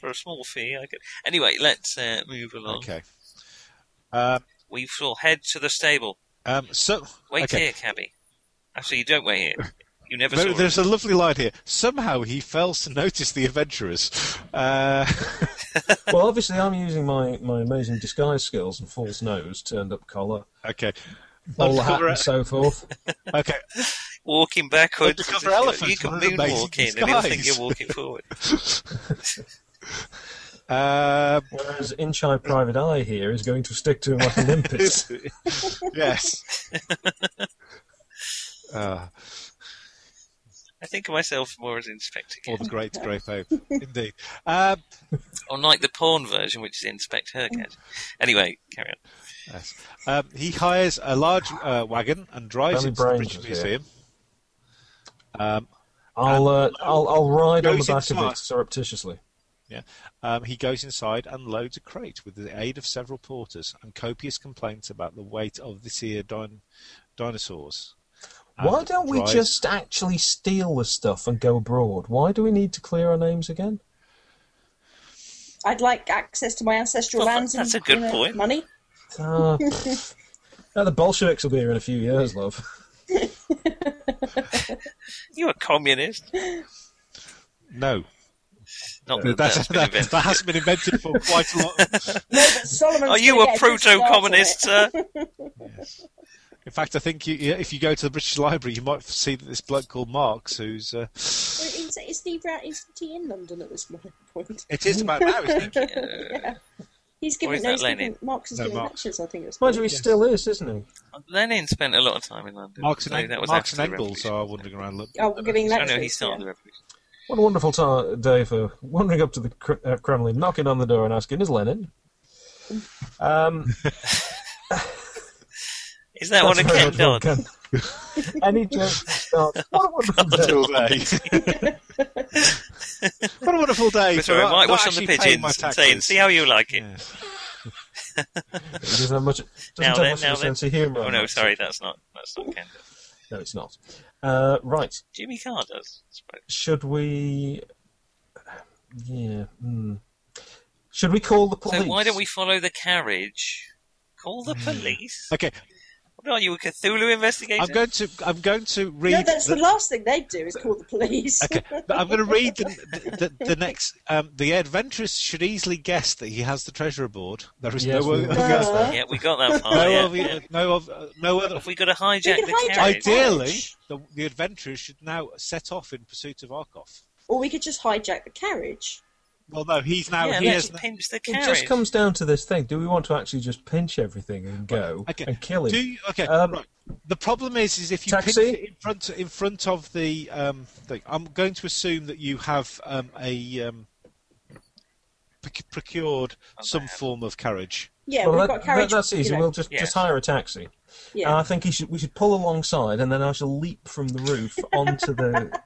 Speaker 2: For a small fee, I could. Anyway, let's uh, move along.
Speaker 4: Okay. Um,
Speaker 2: We shall head to the stable.
Speaker 4: um, so
Speaker 2: Wait
Speaker 4: okay.
Speaker 2: here, cabby. Actually, you don't wait here. You never
Speaker 4: There-
Speaker 2: saw
Speaker 4: there's a lovely line here. Somehow he fails to notice the adventurers. Uh,
Speaker 3: Well, obviously, I'm using my, my amazing disguise skills and false nose, turned up collar,
Speaker 4: okay.
Speaker 3: bowler hat,
Speaker 4: Uncover
Speaker 3: and
Speaker 4: it.
Speaker 3: so forth.
Speaker 4: Okay.
Speaker 2: walking backwards.
Speaker 4: Undercover
Speaker 2: as if you're-
Speaker 4: elephants
Speaker 2: You can
Speaker 4: with an
Speaker 2: moonwalk in,
Speaker 4: amazing
Speaker 2: and he'll think
Speaker 4: disguise.
Speaker 2: you're walking forward.
Speaker 4: Um,
Speaker 3: Whereas Inchai Private Eye here is going to stick to him like Olympus.
Speaker 4: yes. Uh,
Speaker 2: I think of myself more as Inspector
Speaker 4: or
Speaker 2: Cat,
Speaker 4: the Great Grey Pope, indeed. Um,
Speaker 2: unlike the porn version, which is Inspect Her Cat. Anyway, carry on.
Speaker 4: yes. Um, he hires a large uh, wagon and drives
Speaker 3: Danny
Speaker 4: into the
Speaker 3: Brains
Speaker 4: British
Speaker 3: was here.
Speaker 4: Museum. Um,
Speaker 3: I'll, uh, I'll I'll ride on the
Speaker 4: Goes
Speaker 3: back of
Speaker 4: inside.
Speaker 3: it surreptitiously.
Speaker 4: yeah. um, he goes inside and loads a crate with the aid of several porters and copious complaints about the weight of this here din- dinosaurs. And
Speaker 3: Why don't we
Speaker 4: drives-
Speaker 3: just actually steal the stuff and go abroad? Why do we need to clear our names again?
Speaker 1: I'd like access to my ancestral
Speaker 2: Well, that-
Speaker 1: lands.
Speaker 2: that's a
Speaker 1: and,
Speaker 2: good
Speaker 1: you know,
Speaker 2: point.
Speaker 1: Money.
Speaker 3: Ah, pff. Now the Bolsheviks will be here in a few years, love.
Speaker 2: You're a communist.
Speaker 4: No,
Speaker 2: Not that
Speaker 4: that,
Speaker 2: that's been
Speaker 4: that,
Speaker 2: invented.
Speaker 4: that hasn't been invented for quite a lot.
Speaker 1: No, but Solomon's
Speaker 2: Are you
Speaker 1: gonna
Speaker 2: a
Speaker 1: get good start on
Speaker 2: proto-communist,
Speaker 1: it.
Speaker 2: sir?
Speaker 4: In fact, I think you, yeah, if you go to the British Library, you might see that this bloke called Marx, who's uh,
Speaker 1: Well, Is, is, he, ra- is he in London at this moment- point?
Speaker 4: it is about now, isn't it?
Speaker 1: Yeah. He's
Speaker 2: Or
Speaker 1: giving
Speaker 2: is that
Speaker 1: those
Speaker 2: Lenin?
Speaker 1: Marx is
Speaker 4: No,
Speaker 1: giving
Speaker 4: Marx.
Speaker 1: lectures, I think it's
Speaker 3: Mind you,
Speaker 1: called.
Speaker 3: he still is, isn't
Speaker 2: Lenin spent a lot of time in London.
Speaker 4: Marx and,
Speaker 2: so
Speaker 4: Eng-
Speaker 2: that was
Speaker 4: Marx
Speaker 2: after
Speaker 4: and
Speaker 2: the
Speaker 4: Engels
Speaker 2: revolution.
Speaker 4: are wandering around. Look,
Speaker 1: Oh, we're giving
Speaker 2: Oh,
Speaker 1: lectures.
Speaker 2: no, he started the
Speaker 1: yeah.
Speaker 2: revolution.
Speaker 3: he? What a wonderful ta day for wandering up to the Kr- uh, Kremlin, knocking on the door and asking, "Is Lenin?" Um,
Speaker 2: Is that what a
Speaker 3: that's
Speaker 2: Ken
Speaker 3: very much
Speaker 2: does?
Speaker 3: one can- Any joke starts. What a wonderful day!
Speaker 4: Till day. what a wonderful day!
Speaker 2: With
Speaker 4: for
Speaker 2: her
Speaker 4: not-
Speaker 2: whitewash
Speaker 4: not
Speaker 2: on the
Speaker 4: actually paying my
Speaker 2: pigeons and saying,
Speaker 4: taxes.
Speaker 2: see how you like it.
Speaker 4: Yeah.
Speaker 3: It doesn't have much, doesn't
Speaker 2: Now
Speaker 3: have
Speaker 2: then,
Speaker 3: much
Speaker 2: now
Speaker 3: of a
Speaker 2: then.
Speaker 3: sense of humour.
Speaker 2: Oh no, sorry, that's not that's not Ken. does.
Speaker 3: No, it's not. Uh, right.
Speaker 2: Jimmy Carr does. I suppose.
Speaker 3: Should we? Yeah. Hmm. Should we call the police?
Speaker 2: So why don't we follow the carriage? Call
Speaker 4: Mm.
Speaker 2: the police.
Speaker 4: Okay,
Speaker 2: What are you, a Cthulhu investigator?
Speaker 4: I'm going to I'm going to read.
Speaker 1: No, that's
Speaker 4: the-
Speaker 1: the last thing they'd do is call the police.
Speaker 4: Okay, but I'm going to read the, the, the, the next. Um, the adventurous should easily guess that he has the treasure aboard. There is
Speaker 3: Yes,
Speaker 4: no,
Speaker 3: we
Speaker 4: other-
Speaker 3: will.
Speaker 1: Uh,
Speaker 2: Yeah, we got that far.
Speaker 4: no,
Speaker 2: yeah,
Speaker 4: other-
Speaker 2: yeah.
Speaker 4: no, other- no other
Speaker 2: Have we got to hijack
Speaker 1: We
Speaker 2: the
Speaker 1: can hijack
Speaker 2: carriage?
Speaker 1: it.
Speaker 4: Ideally, the, the adventurers should now set off in pursuit of Arkoff.
Speaker 1: or we could just hijack the carriage.
Speaker 4: Well, no, he's now
Speaker 2: yeah,
Speaker 4: he
Speaker 2: let's
Speaker 4: has.
Speaker 2: pinch the
Speaker 3: It
Speaker 2: carriage.
Speaker 3: just comes down to this thing: Do we want to actually just pinch everything and go
Speaker 4: Okay.
Speaker 3: and kill him?
Speaker 4: Do you, okay,
Speaker 3: Um,
Speaker 4: right. The problem is, is if you
Speaker 3: Taxi?
Speaker 4: pinch it in front in front of the um, thing, I'm going to assume that you have um, a um, proc- procured
Speaker 2: Oh,
Speaker 4: some
Speaker 2: man.
Speaker 4: form of carriage.
Speaker 1: Yeah,
Speaker 3: well,
Speaker 1: we've
Speaker 3: that,
Speaker 1: got carriage.
Speaker 3: that- that's easy.
Speaker 1: You know,
Speaker 3: We'll just,
Speaker 2: Yeah.
Speaker 3: just hire a taxi. And
Speaker 1: yeah.
Speaker 3: I think he should, we should pull alongside, and then I shall leap from the roof onto the.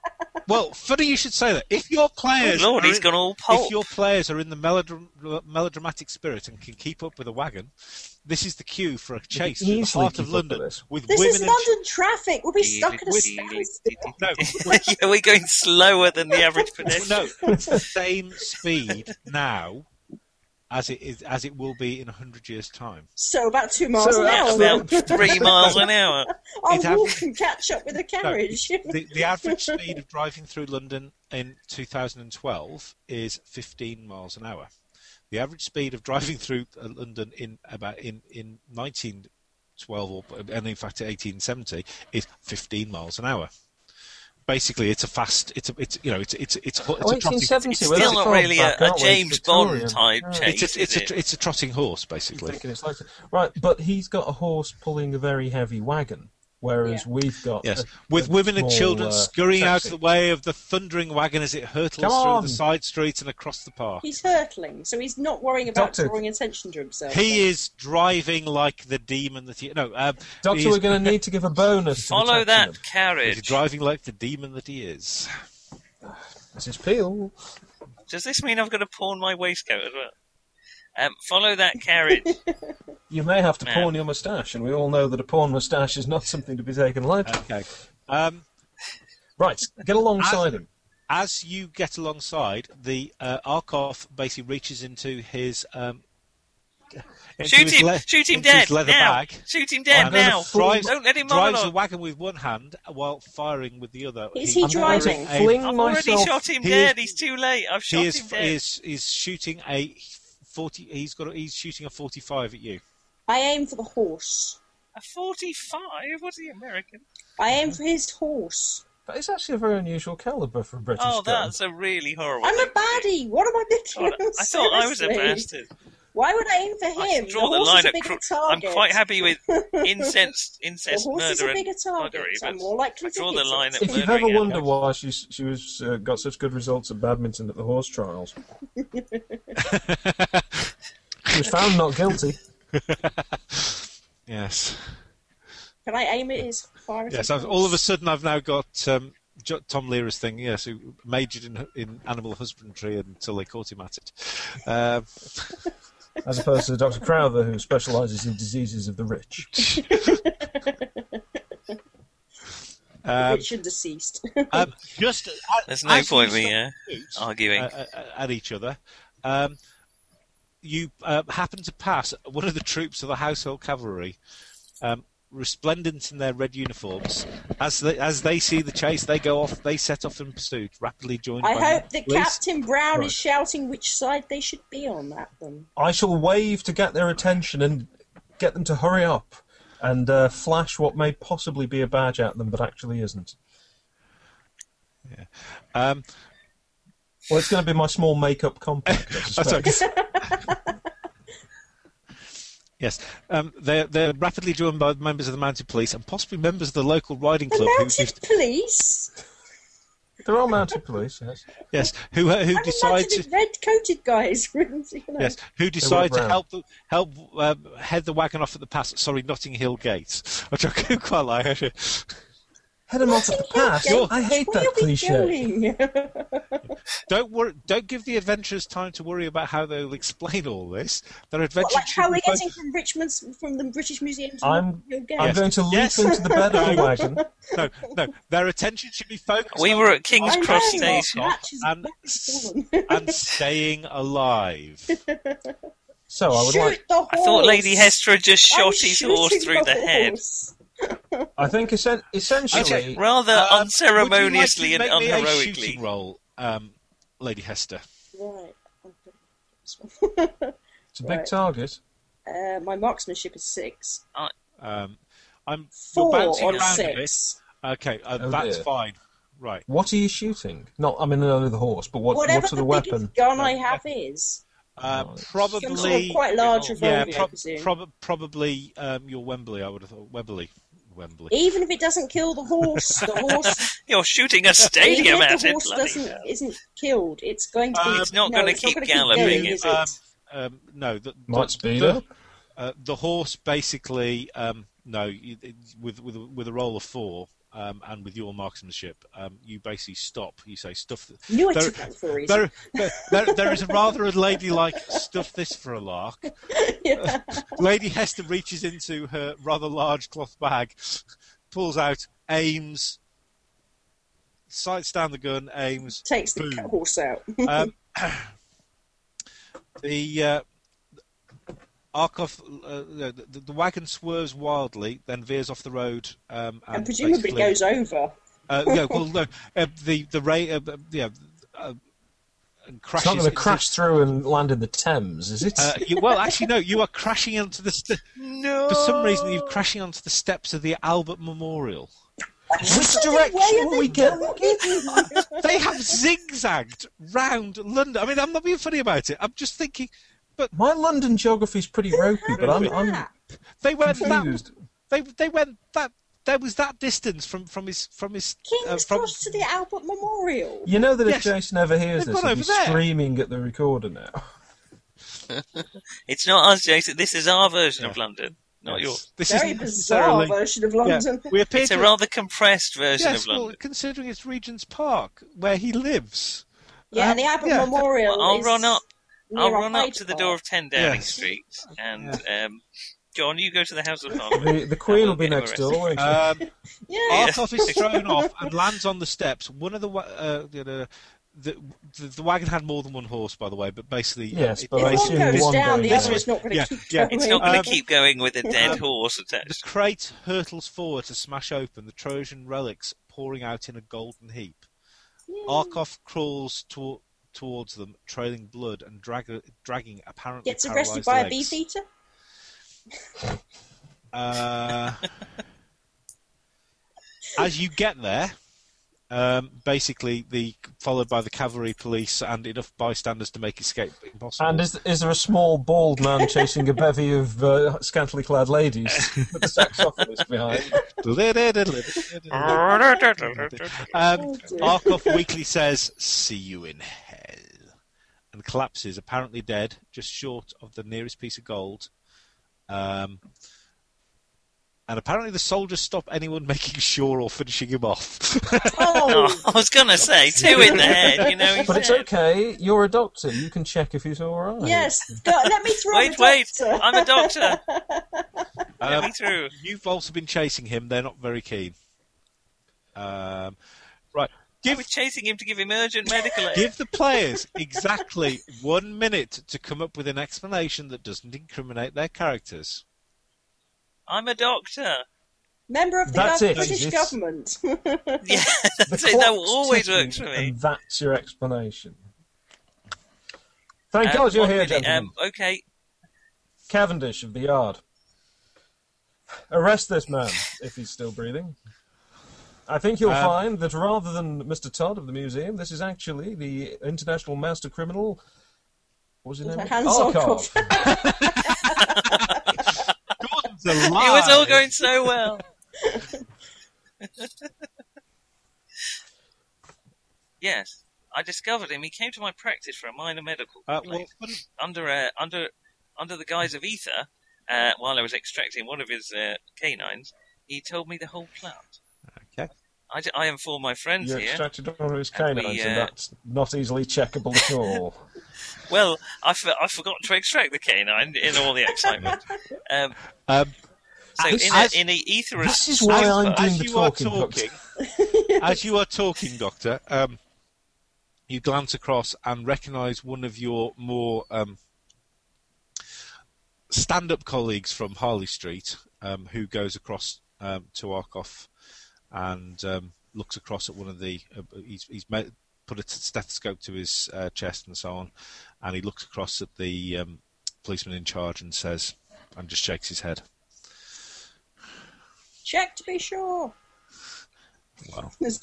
Speaker 4: Well, funny you should say that. If your players,
Speaker 2: Lord,
Speaker 4: are
Speaker 2: he's
Speaker 4: in-
Speaker 2: gone all
Speaker 4: if
Speaker 2: pulp.
Speaker 4: your players are in the melodram- melodramatic spirit and can keep up with a wagon, this is the cue for a chase through the
Speaker 3: easily
Speaker 4: heart
Speaker 3: keep
Speaker 4: of
Speaker 3: up
Speaker 4: London
Speaker 3: with this.
Speaker 4: with
Speaker 1: this
Speaker 4: women
Speaker 1: is
Speaker 4: and
Speaker 1: London traffic. We'll be
Speaker 2: Dee-
Speaker 1: stuck at a
Speaker 2: dee-
Speaker 1: standstill.
Speaker 2: dee-
Speaker 4: no,
Speaker 2: yeah, we're going slower than the average
Speaker 4: Well,
Speaker 2: pedestrian.
Speaker 4: no, it's the same speed now as it is as it will be in hundred years' time.
Speaker 1: So about two miles
Speaker 5: So
Speaker 1: an hour.
Speaker 2: That's about three miles an hour.
Speaker 1: I'll
Speaker 4: It happens.
Speaker 1: walk and catch up with the carriage.
Speaker 4: The, the average speed of driving through London in 2012 is 15 miles an hour. The average speed of driving through uh, London in about in in 1912 or and in fact 1870 is 15 miles an hour. Basically, it's a fast. It's a. It's you know. It's it's it's. it's,
Speaker 3: Oh,
Speaker 4: a trotting,
Speaker 3: 1870.
Speaker 4: it's,
Speaker 3: well,
Speaker 2: Still
Speaker 3: that's
Speaker 2: not
Speaker 3: far
Speaker 2: really a,
Speaker 3: back,
Speaker 2: a
Speaker 3: aren't we?
Speaker 2: James Bond
Speaker 3: Victorian.
Speaker 2: type
Speaker 3: Yeah.
Speaker 2: chase.
Speaker 4: it's a,
Speaker 2: is
Speaker 4: it's
Speaker 2: it?
Speaker 4: a it's a trotting horse
Speaker 3: He's
Speaker 4: basically.
Speaker 3: thinking it's like- Right, but he's got a horse pulling a very heavy wagon, whereas
Speaker 1: Yeah.
Speaker 3: we've got
Speaker 4: Yes,
Speaker 3: a-
Speaker 4: with
Speaker 3: a
Speaker 4: women and
Speaker 3: small,
Speaker 4: children
Speaker 3: uh,
Speaker 4: scurrying out
Speaker 3: taxi.
Speaker 4: of the way of the thundering wagon as it hurtles
Speaker 3: Come
Speaker 4: through
Speaker 3: on.
Speaker 4: the side streets and across the park.
Speaker 1: He's hurtling, so he's not worrying about
Speaker 3: Doctor.
Speaker 1: drawing attention to himself.
Speaker 4: He is driving like the demon that he no. Um, he
Speaker 3: Doctor,
Speaker 4: is-
Speaker 3: we're going to need to give a bonus. To the
Speaker 2: Follow that
Speaker 3: taxi.
Speaker 4: He's
Speaker 2: carriage.
Speaker 4: driving like the demon that he is.
Speaker 3: This is Peel.
Speaker 2: Does this mean I've got to pawn my waistcoat as well? Um, follow that carriage.
Speaker 3: You may have to
Speaker 2: Man.
Speaker 3: pawn your moustache, and we all know that a pawn moustache is not something to be taken lightly.
Speaker 4: Okay. Um,
Speaker 3: Right, get alongside him.
Speaker 4: as you get alongside, the uh, Arkoff basically reaches into his um, into
Speaker 2: Shoot
Speaker 4: his
Speaker 2: him!
Speaker 4: le-
Speaker 2: Shoot him
Speaker 4: into his
Speaker 2: dead now!
Speaker 4: leather bag.
Speaker 2: Shoot
Speaker 1: Oh,
Speaker 2: him
Speaker 4: and
Speaker 2: dead
Speaker 4: then
Speaker 2: now!
Speaker 4: Drives,
Speaker 2: Don't let him
Speaker 4: drives the
Speaker 2: monologue.
Speaker 4: wagon with one hand while firing with the other.
Speaker 1: Is he
Speaker 4: I'm
Speaker 1: driving?
Speaker 4: wearing a
Speaker 3: Fling
Speaker 2: I've
Speaker 3: myself.
Speaker 2: already shot him
Speaker 4: He
Speaker 2: dead.
Speaker 4: is-
Speaker 2: He's too late. I've shot
Speaker 4: he is,
Speaker 2: him dead.
Speaker 4: he is is shooting a forty. He's got. A, he's shooting a forty-five at you.
Speaker 1: I aim for the horse.
Speaker 2: A forty-five? What's he American?
Speaker 1: I aim for his horse.
Speaker 3: But it's actually a very unusual caliber for a British
Speaker 2: Oh,
Speaker 3: gun.
Speaker 2: that's a really horrible.
Speaker 1: I'm a
Speaker 2: thing to do.
Speaker 1: baddie. What am I
Speaker 2: God,
Speaker 1: doing?
Speaker 2: I thought I was a
Speaker 1: Seriously.
Speaker 2: bastard.
Speaker 1: Why would I aim for
Speaker 2: I
Speaker 1: him?
Speaker 2: should draw the,
Speaker 1: horse is
Speaker 2: line
Speaker 1: a
Speaker 2: at.
Speaker 1: bigger
Speaker 2: cru- I'm
Speaker 1: target.
Speaker 2: quite happy with incensed
Speaker 1: The
Speaker 2: incest
Speaker 1: horse is
Speaker 2: murder
Speaker 1: a
Speaker 2: and
Speaker 1: bigger target.
Speaker 2: buggery,
Speaker 1: I'm
Speaker 2: but
Speaker 1: more likely
Speaker 2: I
Speaker 1: to
Speaker 2: draw
Speaker 1: hit
Speaker 2: the line
Speaker 1: it.
Speaker 2: at
Speaker 3: If you've
Speaker 2: murdering
Speaker 3: ever
Speaker 2: animals.
Speaker 3: wondered why she she was uh, got such good results at badminton at the horse trials, she was found not guilty.
Speaker 4: Yes.
Speaker 1: Can I aim at his fire? at
Speaker 4: Yes.
Speaker 1: his
Speaker 4: I've, all of a
Speaker 1: horse?
Speaker 4: sudden, I've now got um, Jo- Tom Learer's thing. Yes, who majored in in animal husbandry until they caught him at it. Um,
Speaker 3: as opposed to Dr. Crowther, who specialises in diseases of the rich.
Speaker 4: um,
Speaker 1: Richard deceased.
Speaker 4: um, just
Speaker 2: There's no point me uh, arguing.
Speaker 4: uh, uh, at each other. Um, you uh, happen to pass one of the troops of the Household Cavalry, um, resplendent in their red uniforms. As they, as they see the chase, they go off. They set off in pursuit, rapidly joined
Speaker 1: I
Speaker 4: by
Speaker 1: hope
Speaker 4: the
Speaker 1: that
Speaker 4: police.
Speaker 1: Captain Brown
Speaker 3: Right.
Speaker 1: is shouting which side they should be on that then.
Speaker 3: I shall wave to get their attention and get them to hurry up and uh, flash what may possibly be a badge at them, but actually isn't.
Speaker 4: Um,
Speaker 3: Well, it's going to be my small makeup compact. I
Speaker 4: oh, sorry.
Speaker 3: suspect.
Speaker 4: yes, um, they're they're rapidly joined by members of the mounted police and possibly members of the local riding
Speaker 1: The
Speaker 4: club. who,
Speaker 1: mounted police?
Speaker 3: there are mounted police, yes.
Speaker 4: yes, who uh, who
Speaker 1: I'm
Speaker 4: decide to
Speaker 1: imagining red coated guys. with, you know.
Speaker 4: Yes, who decide to
Speaker 3: round.
Speaker 4: help the, help um, head the wagon off at the pass? Sorry, Notting Hill Gates, which I could quite like. actually.
Speaker 3: Head 'em off at the pass.
Speaker 1: Gates,
Speaker 3: I hate
Speaker 1: What
Speaker 3: that
Speaker 1: are we
Speaker 3: cliche.
Speaker 1: doing?
Speaker 4: Don't worry, don't give the adventurers time to worry about how they'll explain all this. Their adventure
Speaker 1: What, like
Speaker 4: should
Speaker 1: how
Speaker 4: be
Speaker 1: we're
Speaker 4: fo-
Speaker 1: getting from Richmond's from the British Museum to
Speaker 3: I'm-
Speaker 1: Notting Hill Gate.
Speaker 3: I'm
Speaker 4: Yes.
Speaker 3: going to leap
Speaker 4: Yes.
Speaker 3: into the bed of the wagon.
Speaker 4: no, no. Their attention should be focused.
Speaker 2: We
Speaker 4: on
Speaker 2: were at King's
Speaker 1: I know,
Speaker 2: Cross
Speaker 1: what
Speaker 2: Station.
Speaker 1: match is-
Speaker 4: and,
Speaker 1: match is on.
Speaker 4: and staying alive. Um,
Speaker 3: So I would
Speaker 1: Shoot
Speaker 3: like.
Speaker 1: the horse.
Speaker 2: I thought Lady Hestra just
Speaker 1: I'm
Speaker 2: shot his
Speaker 1: shooting
Speaker 2: horse through the head.
Speaker 1: horse.
Speaker 3: I think essen- essentially.
Speaker 4: Okay,
Speaker 2: Rather
Speaker 4: Um,
Speaker 2: unceremoniously
Speaker 4: would you like to
Speaker 2: and
Speaker 4: make me a shooting
Speaker 2: unheroically.
Speaker 4: roll, um, Lady Hester.
Speaker 1: Right.
Speaker 3: It's a big
Speaker 1: Right.
Speaker 3: target.
Speaker 1: Uh, my marksmanship is six.
Speaker 4: Um, I'm you're
Speaker 1: Four
Speaker 4: bouncing
Speaker 1: on
Speaker 4: around
Speaker 1: six.
Speaker 4: a bit. Okay, uh,
Speaker 3: Oh,
Speaker 4: that's
Speaker 3: dear.
Speaker 4: fine. Right.
Speaker 3: What are you shooting? Not, I mean, I know the horse, but what,
Speaker 1: Whatever
Speaker 3: what are the,
Speaker 1: the
Speaker 3: weapon?
Speaker 1: biggest gun I have is.
Speaker 4: Uh,
Speaker 1: Some
Speaker 3: Right.
Speaker 1: sort of
Speaker 4: probably.
Speaker 1: quite large
Speaker 2: Yeah,
Speaker 1: revolver,
Speaker 4: yeah, prob-
Speaker 1: I presume.
Speaker 4: prob- probably um, your Wembley. I would have thought Wembley. Wembley.
Speaker 1: Even if it doesn't kill the horse, the horse,
Speaker 2: You're shooting a
Speaker 1: even
Speaker 2: stadium
Speaker 1: if
Speaker 2: at
Speaker 1: the
Speaker 2: it.
Speaker 1: horse
Speaker 2: bloody
Speaker 1: doesn't
Speaker 2: hell. Uh,
Speaker 1: isn't killed, it's going to be.
Speaker 4: Um,
Speaker 2: It's not
Speaker 1: no,
Speaker 2: gonna
Speaker 1: it's not
Speaker 2: keep
Speaker 1: gonna
Speaker 2: galloping,
Speaker 1: going, is
Speaker 2: is it?
Speaker 1: it?
Speaker 4: Um, no, the,
Speaker 5: Might
Speaker 4: the-
Speaker 5: speed
Speaker 4: the-
Speaker 5: up.
Speaker 4: Uh, the horse basically, um, no, you, it- with with a- with a roll of four um, and with your marksmanship, um, you basically stop. You say stuff. th-
Speaker 1: Knew it
Speaker 4: There-
Speaker 1: took that for a reason.
Speaker 4: There, there, there- there is a rather a ladylike stuff this for a lark.
Speaker 1: Yeah.
Speaker 4: Lady Hester reaches into her rather large cloth bag, pulls out, aims, sights down the gun, aims,
Speaker 1: Takes the
Speaker 4: Boom.
Speaker 1: cat horse out.
Speaker 4: um, the uh, Arkoff, uh, the, the- the wagon swerves wildly, then veers off the road, um, and,
Speaker 1: and presumably
Speaker 4: basically-
Speaker 1: goes over.
Speaker 4: Uh, yeah, well, no, uh, the the ray, uh, uh, yeah, uh, and
Speaker 3: It's
Speaker 4: crashes.
Speaker 3: not going to
Speaker 4: into-
Speaker 3: crash through and land in the Thames, is it?
Speaker 4: Uh, you, well, actually, no. You are crashing onto the. St-
Speaker 2: No.
Speaker 4: for some reason, you're crashing onto the steps of the Albert Memorial.
Speaker 3: Which
Speaker 1: Where are
Speaker 3: direction
Speaker 1: they
Speaker 3: will we get?
Speaker 1: going?
Speaker 4: They have zigzagged round London. I mean, I'm not being funny about it. I'm just thinking
Speaker 3: My London geography's pretty ropey, but I'm, I'm
Speaker 4: uh, they went that
Speaker 3: confused.
Speaker 4: They they went that there was that distance from from his from his
Speaker 1: King's
Speaker 4: uh, from
Speaker 1: Cross to the Albert Memorial.
Speaker 3: You know that if
Speaker 4: Yes.
Speaker 3: Jason ever hears
Speaker 4: They've
Speaker 3: this,
Speaker 4: gone
Speaker 3: he'll be
Speaker 4: over there.
Speaker 3: screaming at the recorder now.
Speaker 2: It's not us, Jason. This is our version of
Speaker 4: Yeah.
Speaker 2: London, not yours.
Speaker 4: this
Speaker 1: Very
Speaker 4: isn't
Speaker 1: bizarre
Speaker 4: necessarily-
Speaker 1: version of
Speaker 4: Yeah,
Speaker 1: London.
Speaker 4: we appear
Speaker 2: It's
Speaker 4: to
Speaker 2: a rather compressed version
Speaker 4: yes,
Speaker 2: of
Speaker 4: well,
Speaker 2: London.
Speaker 4: considering it's Regent's Park where he lives.
Speaker 1: Yeah,
Speaker 4: Um,
Speaker 1: the Albert
Speaker 4: yeah.
Speaker 1: Memorial.
Speaker 2: Well, I'll
Speaker 1: is
Speaker 2: run up.
Speaker 1: near
Speaker 2: I'll
Speaker 1: our
Speaker 2: run up
Speaker 1: Hyde
Speaker 2: to the
Speaker 1: Park.
Speaker 2: door of 10 Downing
Speaker 4: Yes.
Speaker 2: Street, and um, John, you go to the House of Parliament.
Speaker 3: The, the Queen will be
Speaker 2: Yeah, we're
Speaker 3: next door, won't she?
Speaker 4: Um,
Speaker 1: Yeah,
Speaker 4: Arkoff is thrown off and lands on the steps. One of the wa- uh, the, the, the the the wagon had more than one horse, by the way. But basically, uh,
Speaker 3: Yes,
Speaker 4: it-
Speaker 3: but I
Speaker 1: if
Speaker 3: assume
Speaker 1: one goes
Speaker 3: one
Speaker 1: down, the
Speaker 3: goes
Speaker 1: other
Speaker 3: down.
Speaker 1: is not going to
Speaker 4: Yeah,
Speaker 1: keep
Speaker 4: yeah.
Speaker 1: going.
Speaker 2: It's not going
Speaker 4: Um,
Speaker 2: to keep going with a dead
Speaker 4: um,
Speaker 2: horse
Speaker 4: the
Speaker 2: attached.
Speaker 4: crate hurtles forward to smash open the Trojan relics, pouring out in a golden heap. Arkoff crawls to- towards them, trailing blood and drag- dragging apparently
Speaker 1: Gets arrested
Speaker 4: paralysed
Speaker 1: by a
Speaker 4: legs.
Speaker 1: beefeater.
Speaker 4: Uh, as you get there, um, basically the followed by the cavalry police and enough bystanders to make escape impossible.
Speaker 3: And is, is there a small bald man chasing a bevy of uh, scantily clad ladies with the saxophonist behind?
Speaker 4: um,
Speaker 1: Oh, dear.
Speaker 4: Arkoff weekly says, "See you in hell," and collapses, apparently dead, just short of the nearest piece of gold. Um, and apparently, the soldiers stop anyone making sure or finishing him off.
Speaker 1: Oh,
Speaker 2: Oh, I was going to say, two in the head, you know. he's
Speaker 3: But it's
Speaker 2: dead.
Speaker 3: okay. You're a doctor. You can check if he's all right.
Speaker 1: yes. Go, let me throw
Speaker 2: Oh. Wait,
Speaker 1: the
Speaker 2: wait,
Speaker 1: doctor.
Speaker 2: I'm a doctor. Let
Speaker 4: Um,
Speaker 2: me through.
Speaker 4: You've also been chasing him. They're not very keen. Um,
Speaker 2: I
Speaker 4: right. Give
Speaker 2: was chasing him to give him urgent medical aid.
Speaker 4: give the players exactly one minute to come up with an explanation that doesn't incriminate their characters.
Speaker 2: I'm a doctor.
Speaker 1: Member of the
Speaker 3: That's
Speaker 1: gov-
Speaker 3: it.
Speaker 1: British
Speaker 3: It's-
Speaker 1: government.
Speaker 2: Yeah,
Speaker 3: The
Speaker 2: that's it. that
Speaker 3: clock's
Speaker 2: always
Speaker 3: ticking,
Speaker 2: works for me.
Speaker 3: And that's your explanation. Thank
Speaker 2: Um,
Speaker 3: God you're
Speaker 2: one
Speaker 3: here,
Speaker 2: minute,
Speaker 3: gentlemen.
Speaker 2: um, okay,
Speaker 3: Cavendish of the Yard. Arrest this man, if he's still breathing. I think you'll
Speaker 4: Um,
Speaker 3: find that rather than Mr. Todd of the museum, this is actually the international master criminal. What was his name?
Speaker 1: Hans
Speaker 4: Oh,
Speaker 3: Arkov.
Speaker 1: Arkov.
Speaker 4: Gordon's
Speaker 2: it was all going so well. yes, I discovered him. He came to my practice for a minor medical
Speaker 4: Uh,
Speaker 2: complaint.
Speaker 4: well, fun-
Speaker 2: under uh, under under the guise of ether, uh, while I was extracting one of his uh, canines, he told me the whole plot.
Speaker 4: Okay.
Speaker 2: I, d- I informed my friends
Speaker 3: You
Speaker 2: here.
Speaker 3: extracted one of his
Speaker 2: And we,
Speaker 3: canines, and
Speaker 2: uh,
Speaker 3: that's not easily checkable at all.
Speaker 2: Well, I, for- I forgot to extract the canine in all the excitement. um,
Speaker 4: um,
Speaker 2: so
Speaker 4: This-
Speaker 2: in
Speaker 4: as-
Speaker 2: a, in a ether
Speaker 3: this is why I'm
Speaker 2: as-
Speaker 3: doing
Speaker 4: as
Speaker 3: the
Speaker 4: you are
Speaker 3: talking,
Speaker 4: talking, as you are talking, Doctor, um, you glance across and recognise one of your more um, stand-up colleagues from Harley Street, um, who goes across um, to Arkoff and um, looks across at one of the. Uh, he's he's ma- put a t- stethoscope to his uh, chest and so on, and he looks across at the um, policeman in charge and says, and just shakes his head.
Speaker 1: Check to be sure.
Speaker 4: Wow.
Speaker 1: There's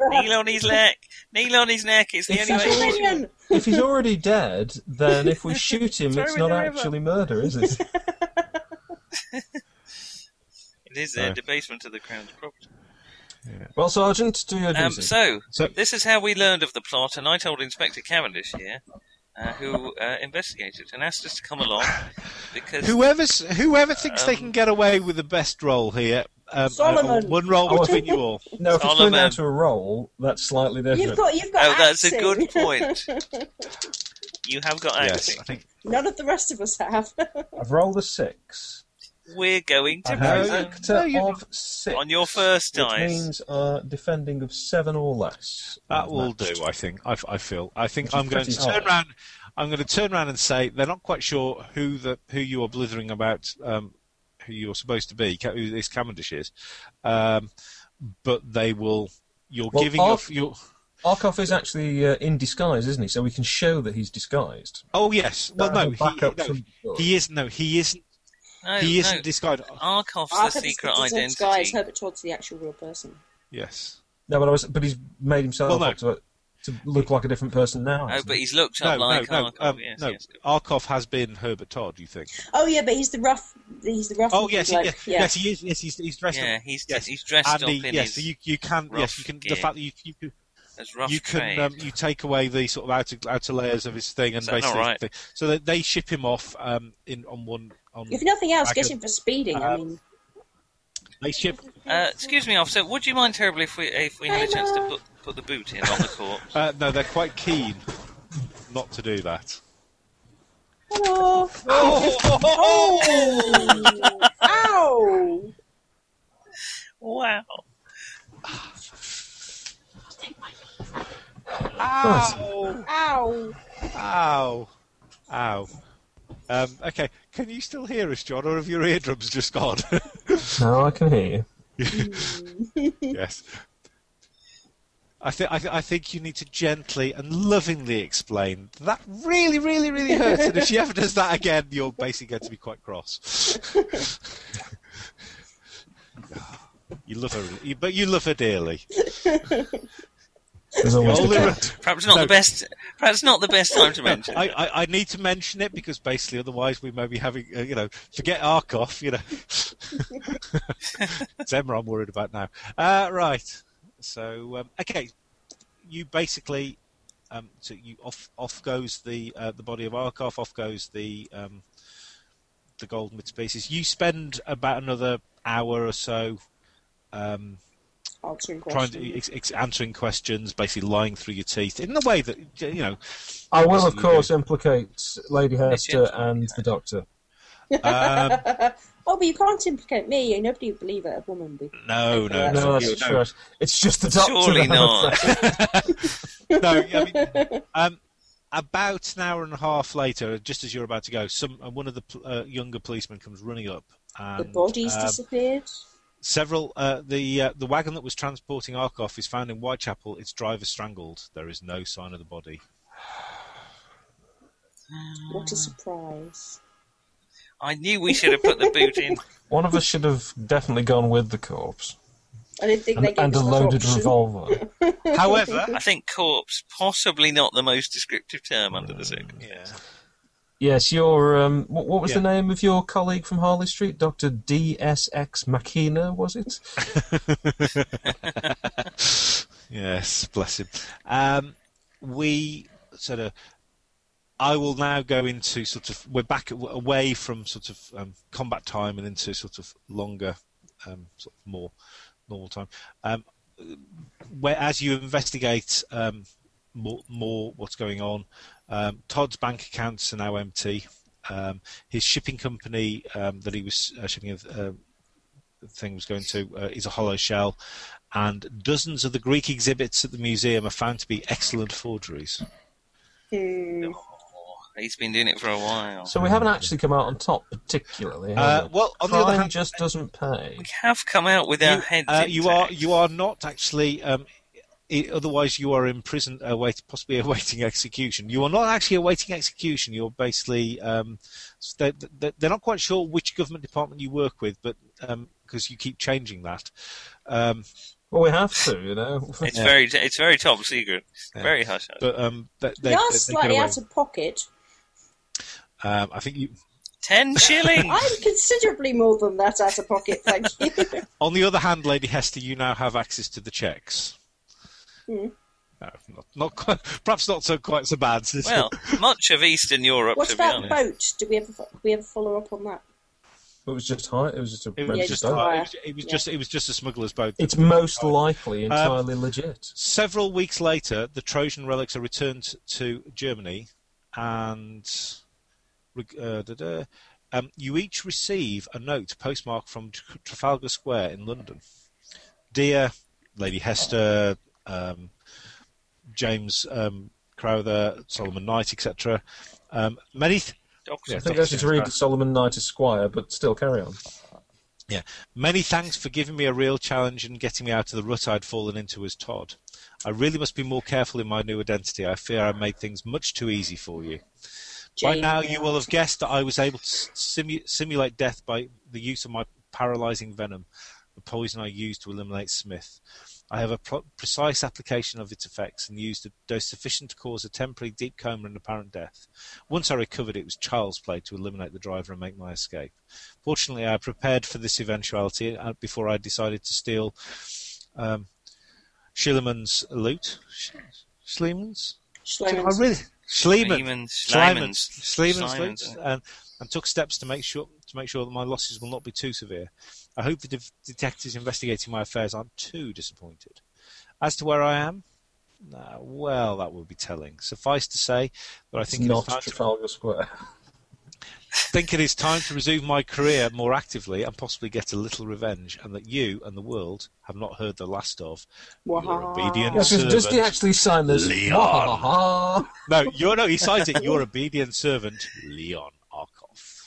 Speaker 2: kneel on his neck, kneel on his neck. It's the
Speaker 3: It's
Speaker 2: only way.
Speaker 3: actually-
Speaker 2: forward.
Speaker 1: Million.
Speaker 3: if he's already dead, then if we shoot him,
Speaker 2: Throw
Speaker 3: it's
Speaker 2: him in
Speaker 3: not
Speaker 2: the river.
Speaker 3: actually murder, is it?
Speaker 2: It It is a
Speaker 4: No.
Speaker 2: debasement of the Crown's property.
Speaker 3: Well, Sergeant, do your duty.
Speaker 2: Um, so,
Speaker 4: So-
Speaker 2: this is how we learned of the plot, and I told Inspector Cavendish here, uh, who uh, investigated and asked us to come along because
Speaker 4: Whoever's, whoever thinks they
Speaker 2: Um,
Speaker 4: can get away with the best role here, um, uh,
Speaker 1: Solomon.
Speaker 4: one role
Speaker 3: Oh,
Speaker 4: between you all.
Speaker 5: No, if it's going down
Speaker 2: Solomon.
Speaker 5: to a roll, that's slightly different.
Speaker 1: You've got, you've got.
Speaker 2: Oh, that's a
Speaker 1: acting.
Speaker 2: good point. you have got
Speaker 4: Yes,
Speaker 2: acting.
Speaker 4: I think
Speaker 1: None of the rest of us have.
Speaker 3: I've rolled a six.
Speaker 2: We're going
Speaker 3: I
Speaker 2: to
Speaker 3: have
Speaker 4: no,
Speaker 2: prison.
Speaker 3: actor
Speaker 4: no, you-
Speaker 3: of six.
Speaker 2: On your first
Speaker 3: which
Speaker 2: dice.
Speaker 3: means uh, defending of seven or less.
Speaker 4: that
Speaker 3: I've
Speaker 4: will do.
Speaker 3: matched.
Speaker 4: I think I, I feel. I think
Speaker 3: Which is
Speaker 4: I'm going to
Speaker 3: pretty
Speaker 4: turn
Speaker 3: high.
Speaker 4: round. I'm going to turn round and say they're not quite sure who the who you are blithering about, um, who you're supposed to be, ca- who this Cavendish is, um, but they will. You're
Speaker 3: Well,
Speaker 4: giving your,
Speaker 3: Arth-
Speaker 4: your.
Speaker 3: Arkoff is actually uh, in disguise, isn't he? So we can show that he's disguised.
Speaker 4: Oh yes. Well,
Speaker 3: That has
Speaker 4: no.
Speaker 3: a backup
Speaker 4: He,
Speaker 3: from-
Speaker 4: no, he is no. He isn't.
Speaker 2: No,
Speaker 4: he isn't
Speaker 2: no.
Speaker 4: disguised.
Speaker 2: Arkoff's the
Speaker 1: Arthur
Speaker 2: secret
Speaker 1: is
Speaker 2: identity.
Speaker 1: Guys, Herbert Todd's the actual real person.
Speaker 4: Yes.
Speaker 3: No, but I was, but he's made himself
Speaker 4: Well, no.
Speaker 3: up to, to look like a different person now.
Speaker 2: Oh,
Speaker 3: hasn't
Speaker 2: but
Speaker 3: he?
Speaker 2: he's looked
Speaker 4: No,
Speaker 2: up like
Speaker 4: no, no,
Speaker 2: Arkoff.
Speaker 4: um,
Speaker 2: yes,
Speaker 4: no.
Speaker 2: yes.
Speaker 4: Arkoff has been Herbert Todd. You think?
Speaker 1: Oh yeah, but he's the rough. He's the rough.
Speaker 4: Oh
Speaker 1: looking
Speaker 4: yes,
Speaker 1: bloke.
Speaker 4: yes,
Speaker 1: yeah.
Speaker 4: yes, he is. Yes, he's, he's dressed
Speaker 2: Yeah,
Speaker 4: up.
Speaker 2: he's,
Speaker 4: yes.
Speaker 2: he's dressed
Speaker 4: And
Speaker 2: up
Speaker 4: he-
Speaker 2: in
Speaker 4: yes,
Speaker 2: his
Speaker 4: you, you can. Yes,
Speaker 2: rough
Speaker 4: you can.
Speaker 2: gear.
Speaker 4: The fact that you you, can-
Speaker 2: as rough
Speaker 4: you
Speaker 2: trade.
Speaker 4: can um, you take away the sort of outer, outer layers of his thing and
Speaker 2: Is that not
Speaker 4: basically
Speaker 2: right?
Speaker 4: thing. so that they ship him off um, in on one on
Speaker 1: If nothing else,
Speaker 4: I
Speaker 1: get
Speaker 4: could-
Speaker 1: him for speeding. I
Speaker 4: uh,
Speaker 1: mean,
Speaker 4: they ship.
Speaker 2: Uh, excuse me, officer. Would you mind terribly if we if we had a chance to put, put the boot in on the court?
Speaker 4: Uh, no, they're quite keen not to do that.
Speaker 1: hello. Oh! Ow!
Speaker 2: wow.
Speaker 4: Ow!
Speaker 1: Ow!
Speaker 4: Ow! Ow! Um, okay, can you still hear us, John, or have your eardrums just gone?
Speaker 3: No, I can hear you.
Speaker 4: yes. I think I, thi- I think you need to gently and lovingly explain that really, really, really hurt. and if she ever does that again, you're basically going to be quite cross. you love her, you- but you love her dearly.
Speaker 3: There's always
Speaker 4: Only
Speaker 3: the
Speaker 4: re-
Speaker 2: Perhaps not
Speaker 4: No.
Speaker 2: the best. Perhaps not the best time to mention.
Speaker 4: I, I, I need to mention it because basically, otherwise, we may be having uh, you know forget Arkoff. You know, Zemra, I'm worried about now. Uh, right. So um, okay, you basically um, so you off off goes the uh, the body of Arkoff. Off goes the um, the golden mid species. You spend about another hour or so. Um,
Speaker 1: Answering
Speaker 4: trying
Speaker 1: questions.
Speaker 4: to e- ex- ex- answering questions, basically lying through your teeth in the way that you know
Speaker 3: I will, of
Speaker 4: Yes, you
Speaker 3: course, implicate Lady Hester
Speaker 2: Yes, yes.
Speaker 3: and the Doctor.
Speaker 4: um,
Speaker 1: Oh, but you can't implicate me. Nobody would believe it. A woman would.
Speaker 4: No, no,
Speaker 1: That's
Speaker 3: No,
Speaker 4: no,
Speaker 3: that's
Speaker 4: no,
Speaker 3: trash. It's just the Doctor.
Speaker 2: Surely
Speaker 3: I'm
Speaker 2: not.
Speaker 3: afraid.
Speaker 4: no, I mean, um, about an hour and a half later, just as you're about to go, some uh, one of the pl- uh, younger policemen comes running up.
Speaker 1: The
Speaker 4: And,
Speaker 1: body's
Speaker 4: um,
Speaker 1: disappeared.
Speaker 4: several. Uh, the uh, the wagon that was transporting Arkoff is found in Whitechapel. Its driver strangled. There is no sign of the body.
Speaker 1: What a surprise!
Speaker 2: I knew we should have put the boot in.
Speaker 3: One of us should have definitely gone with the corpse
Speaker 1: I didn't think
Speaker 3: and,
Speaker 1: they gave
Speaker 3: and a
Speaker 1: us that
Speaker 3: loaded
Speaker 1: option.
Speaker 3: revolver.
Speaker 4: However,
Speaker 2: I think corpse possibly not the most descriptive term under the circumstances.
Speaker 4: yeah,
Speaker 3: Yes, your um, what, what was
Speaker 4: Yeah.
Speaker 3: the name of your colleague from Harley Street? Doctor D S X Machina, was it?
Speaker 4: yes, bless him. Um, we sort of. I will now go into sort of we're back a- away from sort of um, combat time and into sort of longer, um, sort of more normal time. Um, where as you investigate um, more, more what's going on, um, Todd's bank accounts are now empty. Um, his shipping company um, that he was uh, shipping a uh, thing was going to uh, is a hollow shell, and dozens of the Greek exhibits at the museum are found to be excellent forgeries.
Speaker 1: Hmm.
Speaker 4: Mm.
Speaker 2: Oh, he's been doing it for a while.
Speaker 3: So we haven't actually come out on top particularly. have
Speaker 4: Uh,
Speaker 3: we?
Speaker 4: well, on the
Speaker 3: Crime
Speaker 4: other hand,
Speaker 3: just doesn't pay.
Speaker 2: We have come out with our heads.
Speaker 4: uh, you are
Speaker 2: intact.
Speaker 4: you are not actually. Um, i otherwise, you are in prison, await, possibly awaiting execution. You are not actually awaiting execution. You're basically um, s- they, they- they're not quite sure which government department you work with, but because you keep changing that. Um,
Speaker 3: Well, we have to, you know.
Speaker 2: It's very. It's very top secret. Very hush hush.
Speaker 4: but um, they, they,
Speaker 1: They are
Speaker 4: they- they get
Speaker 1: slightly
Speaker 4: away.
Speaker 1: out of pocket.
Speaker 4: Um, I think you.
Speaker 2: Ten shillings.
Speaker 1: I'm considerably more than that out of pocket, thank you.
Speaker 4: On the other hand, Lady Hester, you now have access to the checks.
Speaker 1: Hmm.
Speaker 4: No, not, not quite, perhaps not so quite so bad.
Speaker 2: well, much of Eastern Europe,
Speaker 1: what
Speaker 2: to be
Speaker 1: about
Speaker 2: honest.
Speaker 1: boat? Do we ever fo- we ever follow up on that?
Speaker 5: It was just high. It was just a
Speaker 4: it
Speaker 5: red
Speaker 4: was
Speaker 1: Yeah,
Speaker 4: just
Speaker 1: just
Speaker 5: start.
Speaker 1: hire.
Speaker 4: it was, it was just it was just a smuggler's boat.
Speaker 3: It's most likely
Speaker 4: Um,
Speaker 3: entirely legit.
Speaker 4: Several weeks later, the Trojan relics are returned to Germany, and reg- uh, da, da, um, you each receive a note postmarked from Tr- Trafalgar Square in London. Dear Lady Hester, um, James um, Crowther, Solomon Knight, etc. Um, many th-
Speaker 2: Doctor.
Speaker 4: Yeah.
Speaker 5: I think I should read Solomon Knight Esquire, but still carry on.
Speaker 4: Many thanks for giving me a real challenge and getting me out of the rut I'd fallen into as Todd. I really must be more careful in my new identity. I fear I made things much too easy for you. By
Speaker 1: Jane? uh,
Speaker 4: now, you will have guessed that I was able to simu- simulate death by the use of my paralyzing venom, the poison I used to eliminate Smith. I have a pro- precise application of its effects and used a dose sufficient to cause a temporary deep coma and apparent death. Once I recovered, it was child's play to eliminate the driver and make my escape. Fortunately, I prepared for this eventuality uh, before I decided to steal um, Schliemann's loot. Sch- Schliemann's?
Speaker 1: Schlemans.
Speaker 4: I really Schliemann's.
Speaker 2: Schliemann's.
Speaker 4: Schliemann's,
Speaker 2: Schliemann's.
Speaker 4: Schliemann's loops, and, and took steps to make sure to make sure that my losses will not be too severe. I hope the de- detectives investigating my affairs aren't too disappointed. As to where I am, nah, well, that will be telling. Suffice to say that I
Speaker 5: It's
Speaker 4: think it, is
Speaker 5: not
Speaker 4: time to,
Speaker 5: Trafalgar Square.
Speaker 4: think it is time to resume my career more actively and possibly get a little revenge, and that you and the world have not heard the last of.
Speaker 1: Wah.
Speaker 4: Your obedience.
Speaker 3: Yes,
Speaker 4: Servant.
Speaker 3: does he actually sign this?
Speaker 4: Leon.
Speaker 3: Leon.
Speaker 4: No, you're no. He cites it. Your obedient servant, Leon Arkoff.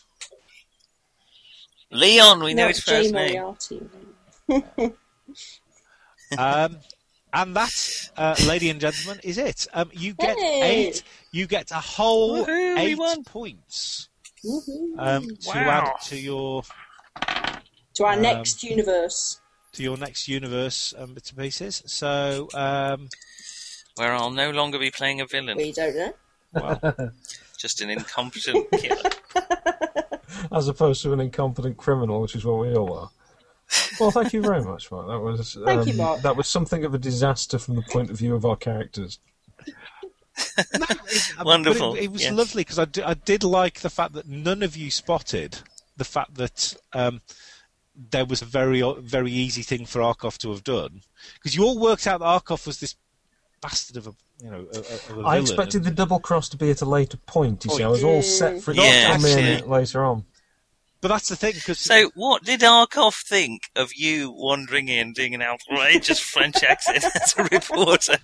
Speaker 2: Leon, we know
Speaker 1: No,
Speaker 2: his
Speaker 1: it's Jay
Speaker 2: first name.
Speaker 1: Moriarty.
Speaker 4: Um, and that, uh, lady and gentlemen, is it. Um, you get
Speaker 1: Hey.
Speaker 4: eight. You get a whole
Speaker 2: Woohoo, we
Speaker 4: eight
Speaker 2: won.
Speaker 4: points
Speaker 1: Woohoo.
Speaker 4: um, to
Speaker 2: Wow.
Speaker 4: add to your
Speaker 1: to our
Speaker 4: um,
Speaker 1: next universe.
Speaker 4: to your next universe um, bits and pieces. So, um,
Speaker 2: Where I'll no longer be playing a villain,
Speaker 1: We don't know.
Speaker 4: well,
Speaker 2: just an incompetent killer.
Speaker 3: as opposed to an incompetent criminal, which is what we all are. Well, thank you very much, Mark. That was um,
Speaker 1: Thank you, Mark.
Speaker 3: that was something of a disaster from the point of view of our characters.
Speaker 4: no, it- but
Speaker 2: Wonderful,
Speaker 4: It, it was
Speaker 2: yes.
Speaker 4: lovely because I, d- I did like the fact that none of you spotted the fact that. Um, there was a very o- very easy thing for Arkoff to have done because you all worked out that Arkoff was this bastard of a you know a, a, of a villain.
Speaker 3: I expected the double cross to be at a later point. You see, I was all set for it
Speaker 2: Yeah,
Speaker 3: to come in
Speaker 2: actually-
Speaker 3: later on.
Speaker 4: But that's the thing, because
Speaker 2: So, what did Arkoff think of you wandering in, doing an outrageous French accent as a reporter,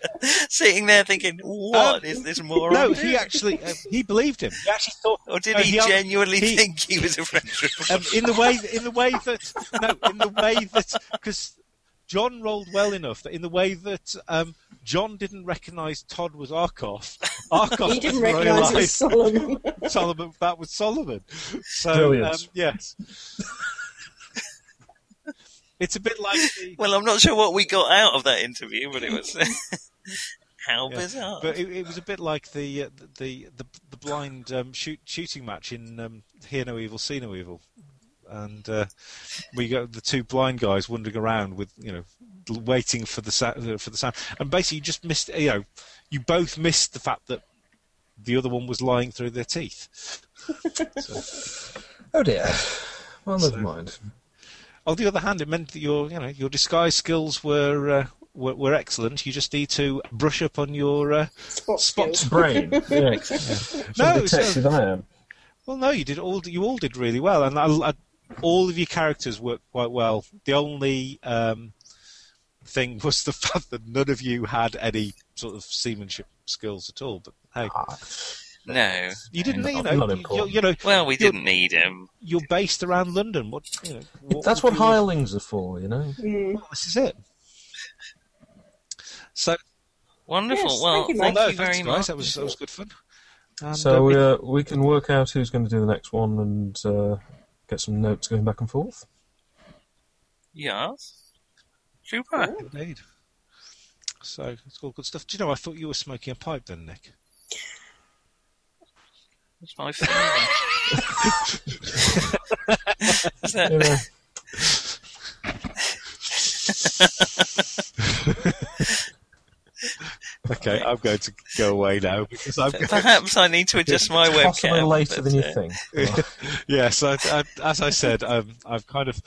Speaker 2: sitting there thinking, "What
Speaker 4: Um,
Speaker 2: is this moron?"
Speaker 4: no, he actually uh, he believed him. He actually thought,
Speaker 2: or did
Speaker 4: no,
Speaker 2: he,
Speaker 4: he al-
Speaker 2: genuinely
Speaker 4: he-
Speaker 2: think he was a French reporter?
Speaker 4: um, in the way in the way that no, in the way that because John rolled well enough that in the way that um, John didn't recognise Todd was Arkoff, Arkoff
Speaker 1: He didn't
Speaker 4: didn't
Speaker 1: recognise it was
Speaker 4: realise
Speaker 1: Solomon.
Speaker 4: Solomon that was Solomon. So um,
Speaker 5: Brilliant.
Speaker 4: yes, it's a bit like the,
Speaker 2: Well, I'm not sure what we got out of that interview, but it was how
Speaker 4: Yeah.
Speaker 2: bizarre.
Speaker 4: But it, it was a bit like the uh, the the, the blind um, shoot, shooting match in um, Hear No Evil, See No Evil, and uh, we got the two blind guys wandering around with you know l- waiting for the sa- uh, for the sound, and basically you just missed you know you both missed the fact that the other one was lying through their teeth.
Speaker 5: Oh dear. Well, never mind.
Speaker 4: On the other hand, it meant that your you know your disguise skills were. Uh, were, were excellent. You just need to brush up on your. Uh,
Speaker 1: Spot
Speaker 4: Spot
Speaker 1: skills.
Speaker 5: Brain. Yeah.
Speaker 4: no, it's, uh,
Speaker 5: Detective I am.
Speaker 4: Well, no, you did all. You all did really well, and I, I, all of your characters worked quite well. The only um, thing was the fact that none of you had any sort of seamanship skills at all. But hey,
Speaker 2: no.
Speaker 4: you didn't.
Speaker 3: Ah, Not- not
Speaker 4: you know, you, you,
Speaker 3: important.
Speaker 4: you know,
Speaker 2: Well, we
Speaker 4: You're-
Speaker 2: didn't need him.
Speaker 4: you're based around London. What? You know, what
Speaker 3: That's what
Speaker 4: would you-
Speaker 3: hirelings are for, you know.
Speaker 1: Mm.
Speaker 4: This is it. So,
Speaker 2: Wonderful.
Speaker 1: Yes,
Speaker 2: well,
Speaker 1: thank you,
Speaker 2: thank
Speaker 1: Mike.
Speaker 4: no,
Speaker 2: you very
Speaker 4: thanks,
Speaker 2: much.
Speaker 4: guys. That was that was good fun. And,
Speaker 3: So
Speaker 4: um,
Speaker 3: uh, we can work out who's going to do the next one and uh, get some notes going back and forth.
Speaker 2: Yes. Super.
Speaker 4: indeed. So it's all good stuff. Do you know? I thought you were smoking a pipe then, Nick.
Speaker 2: That's my favourite. Is that-
Speaker 3: You know,
Speaker 4: Okay, I'm going to go away now because I'm. Going,
Speaker 2: Perhaps I need to adjust my webcam.
Speaker 3: possibly later
Speaker 2: but,
Speaker 3: than you
Speaker 2: uh,
Speaker 3: think.
Speaker 4: yes, I, I, as I said, um, I've kind of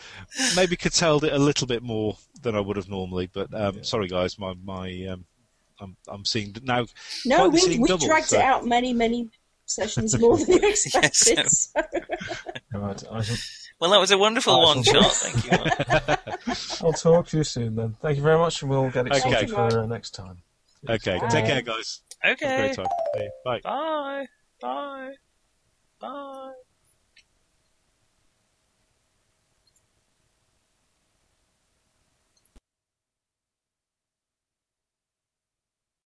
Speaker 4: maybe curtailed it a little bit more than I would have normally. But um, sorry, guys, my my um, I'm I'm seeing now.
Speaker 1: No,
Speaker 4: quite the
Speaker 1: we,
Speaker 4: same
Speaker 1: we
Speaker 4: double,
Speaker 1: dragged
Speaker 4: so-
Speaker 1: it out many, many sessions more than we expected.
Speaker 2: Yes.
Speaker 1: so-
Speaker 3: All right, I shall,
Speaker 2: Well, that was a wonderful
Speaker 3: Oh,
Speaker 2: one
Speaker 3: it's all
Speaker 2: shot. Thank you. Mark.
Speaker 3: I'll talk to you soon then. Thank you very much, and we'll get it
Speaker 4: Okay.
Speaker 3: sorted
Speaker 1: Thank you,
Speaker 3: for uh, next time.
Speaker 4: Okay,
Speaker 1: Bye.
Speaker 4: take care, guys. Have a
Speaker 2: Okay.
Speaker 4: great time. Bye.
Speaker 2: Bye. Bye. Bye.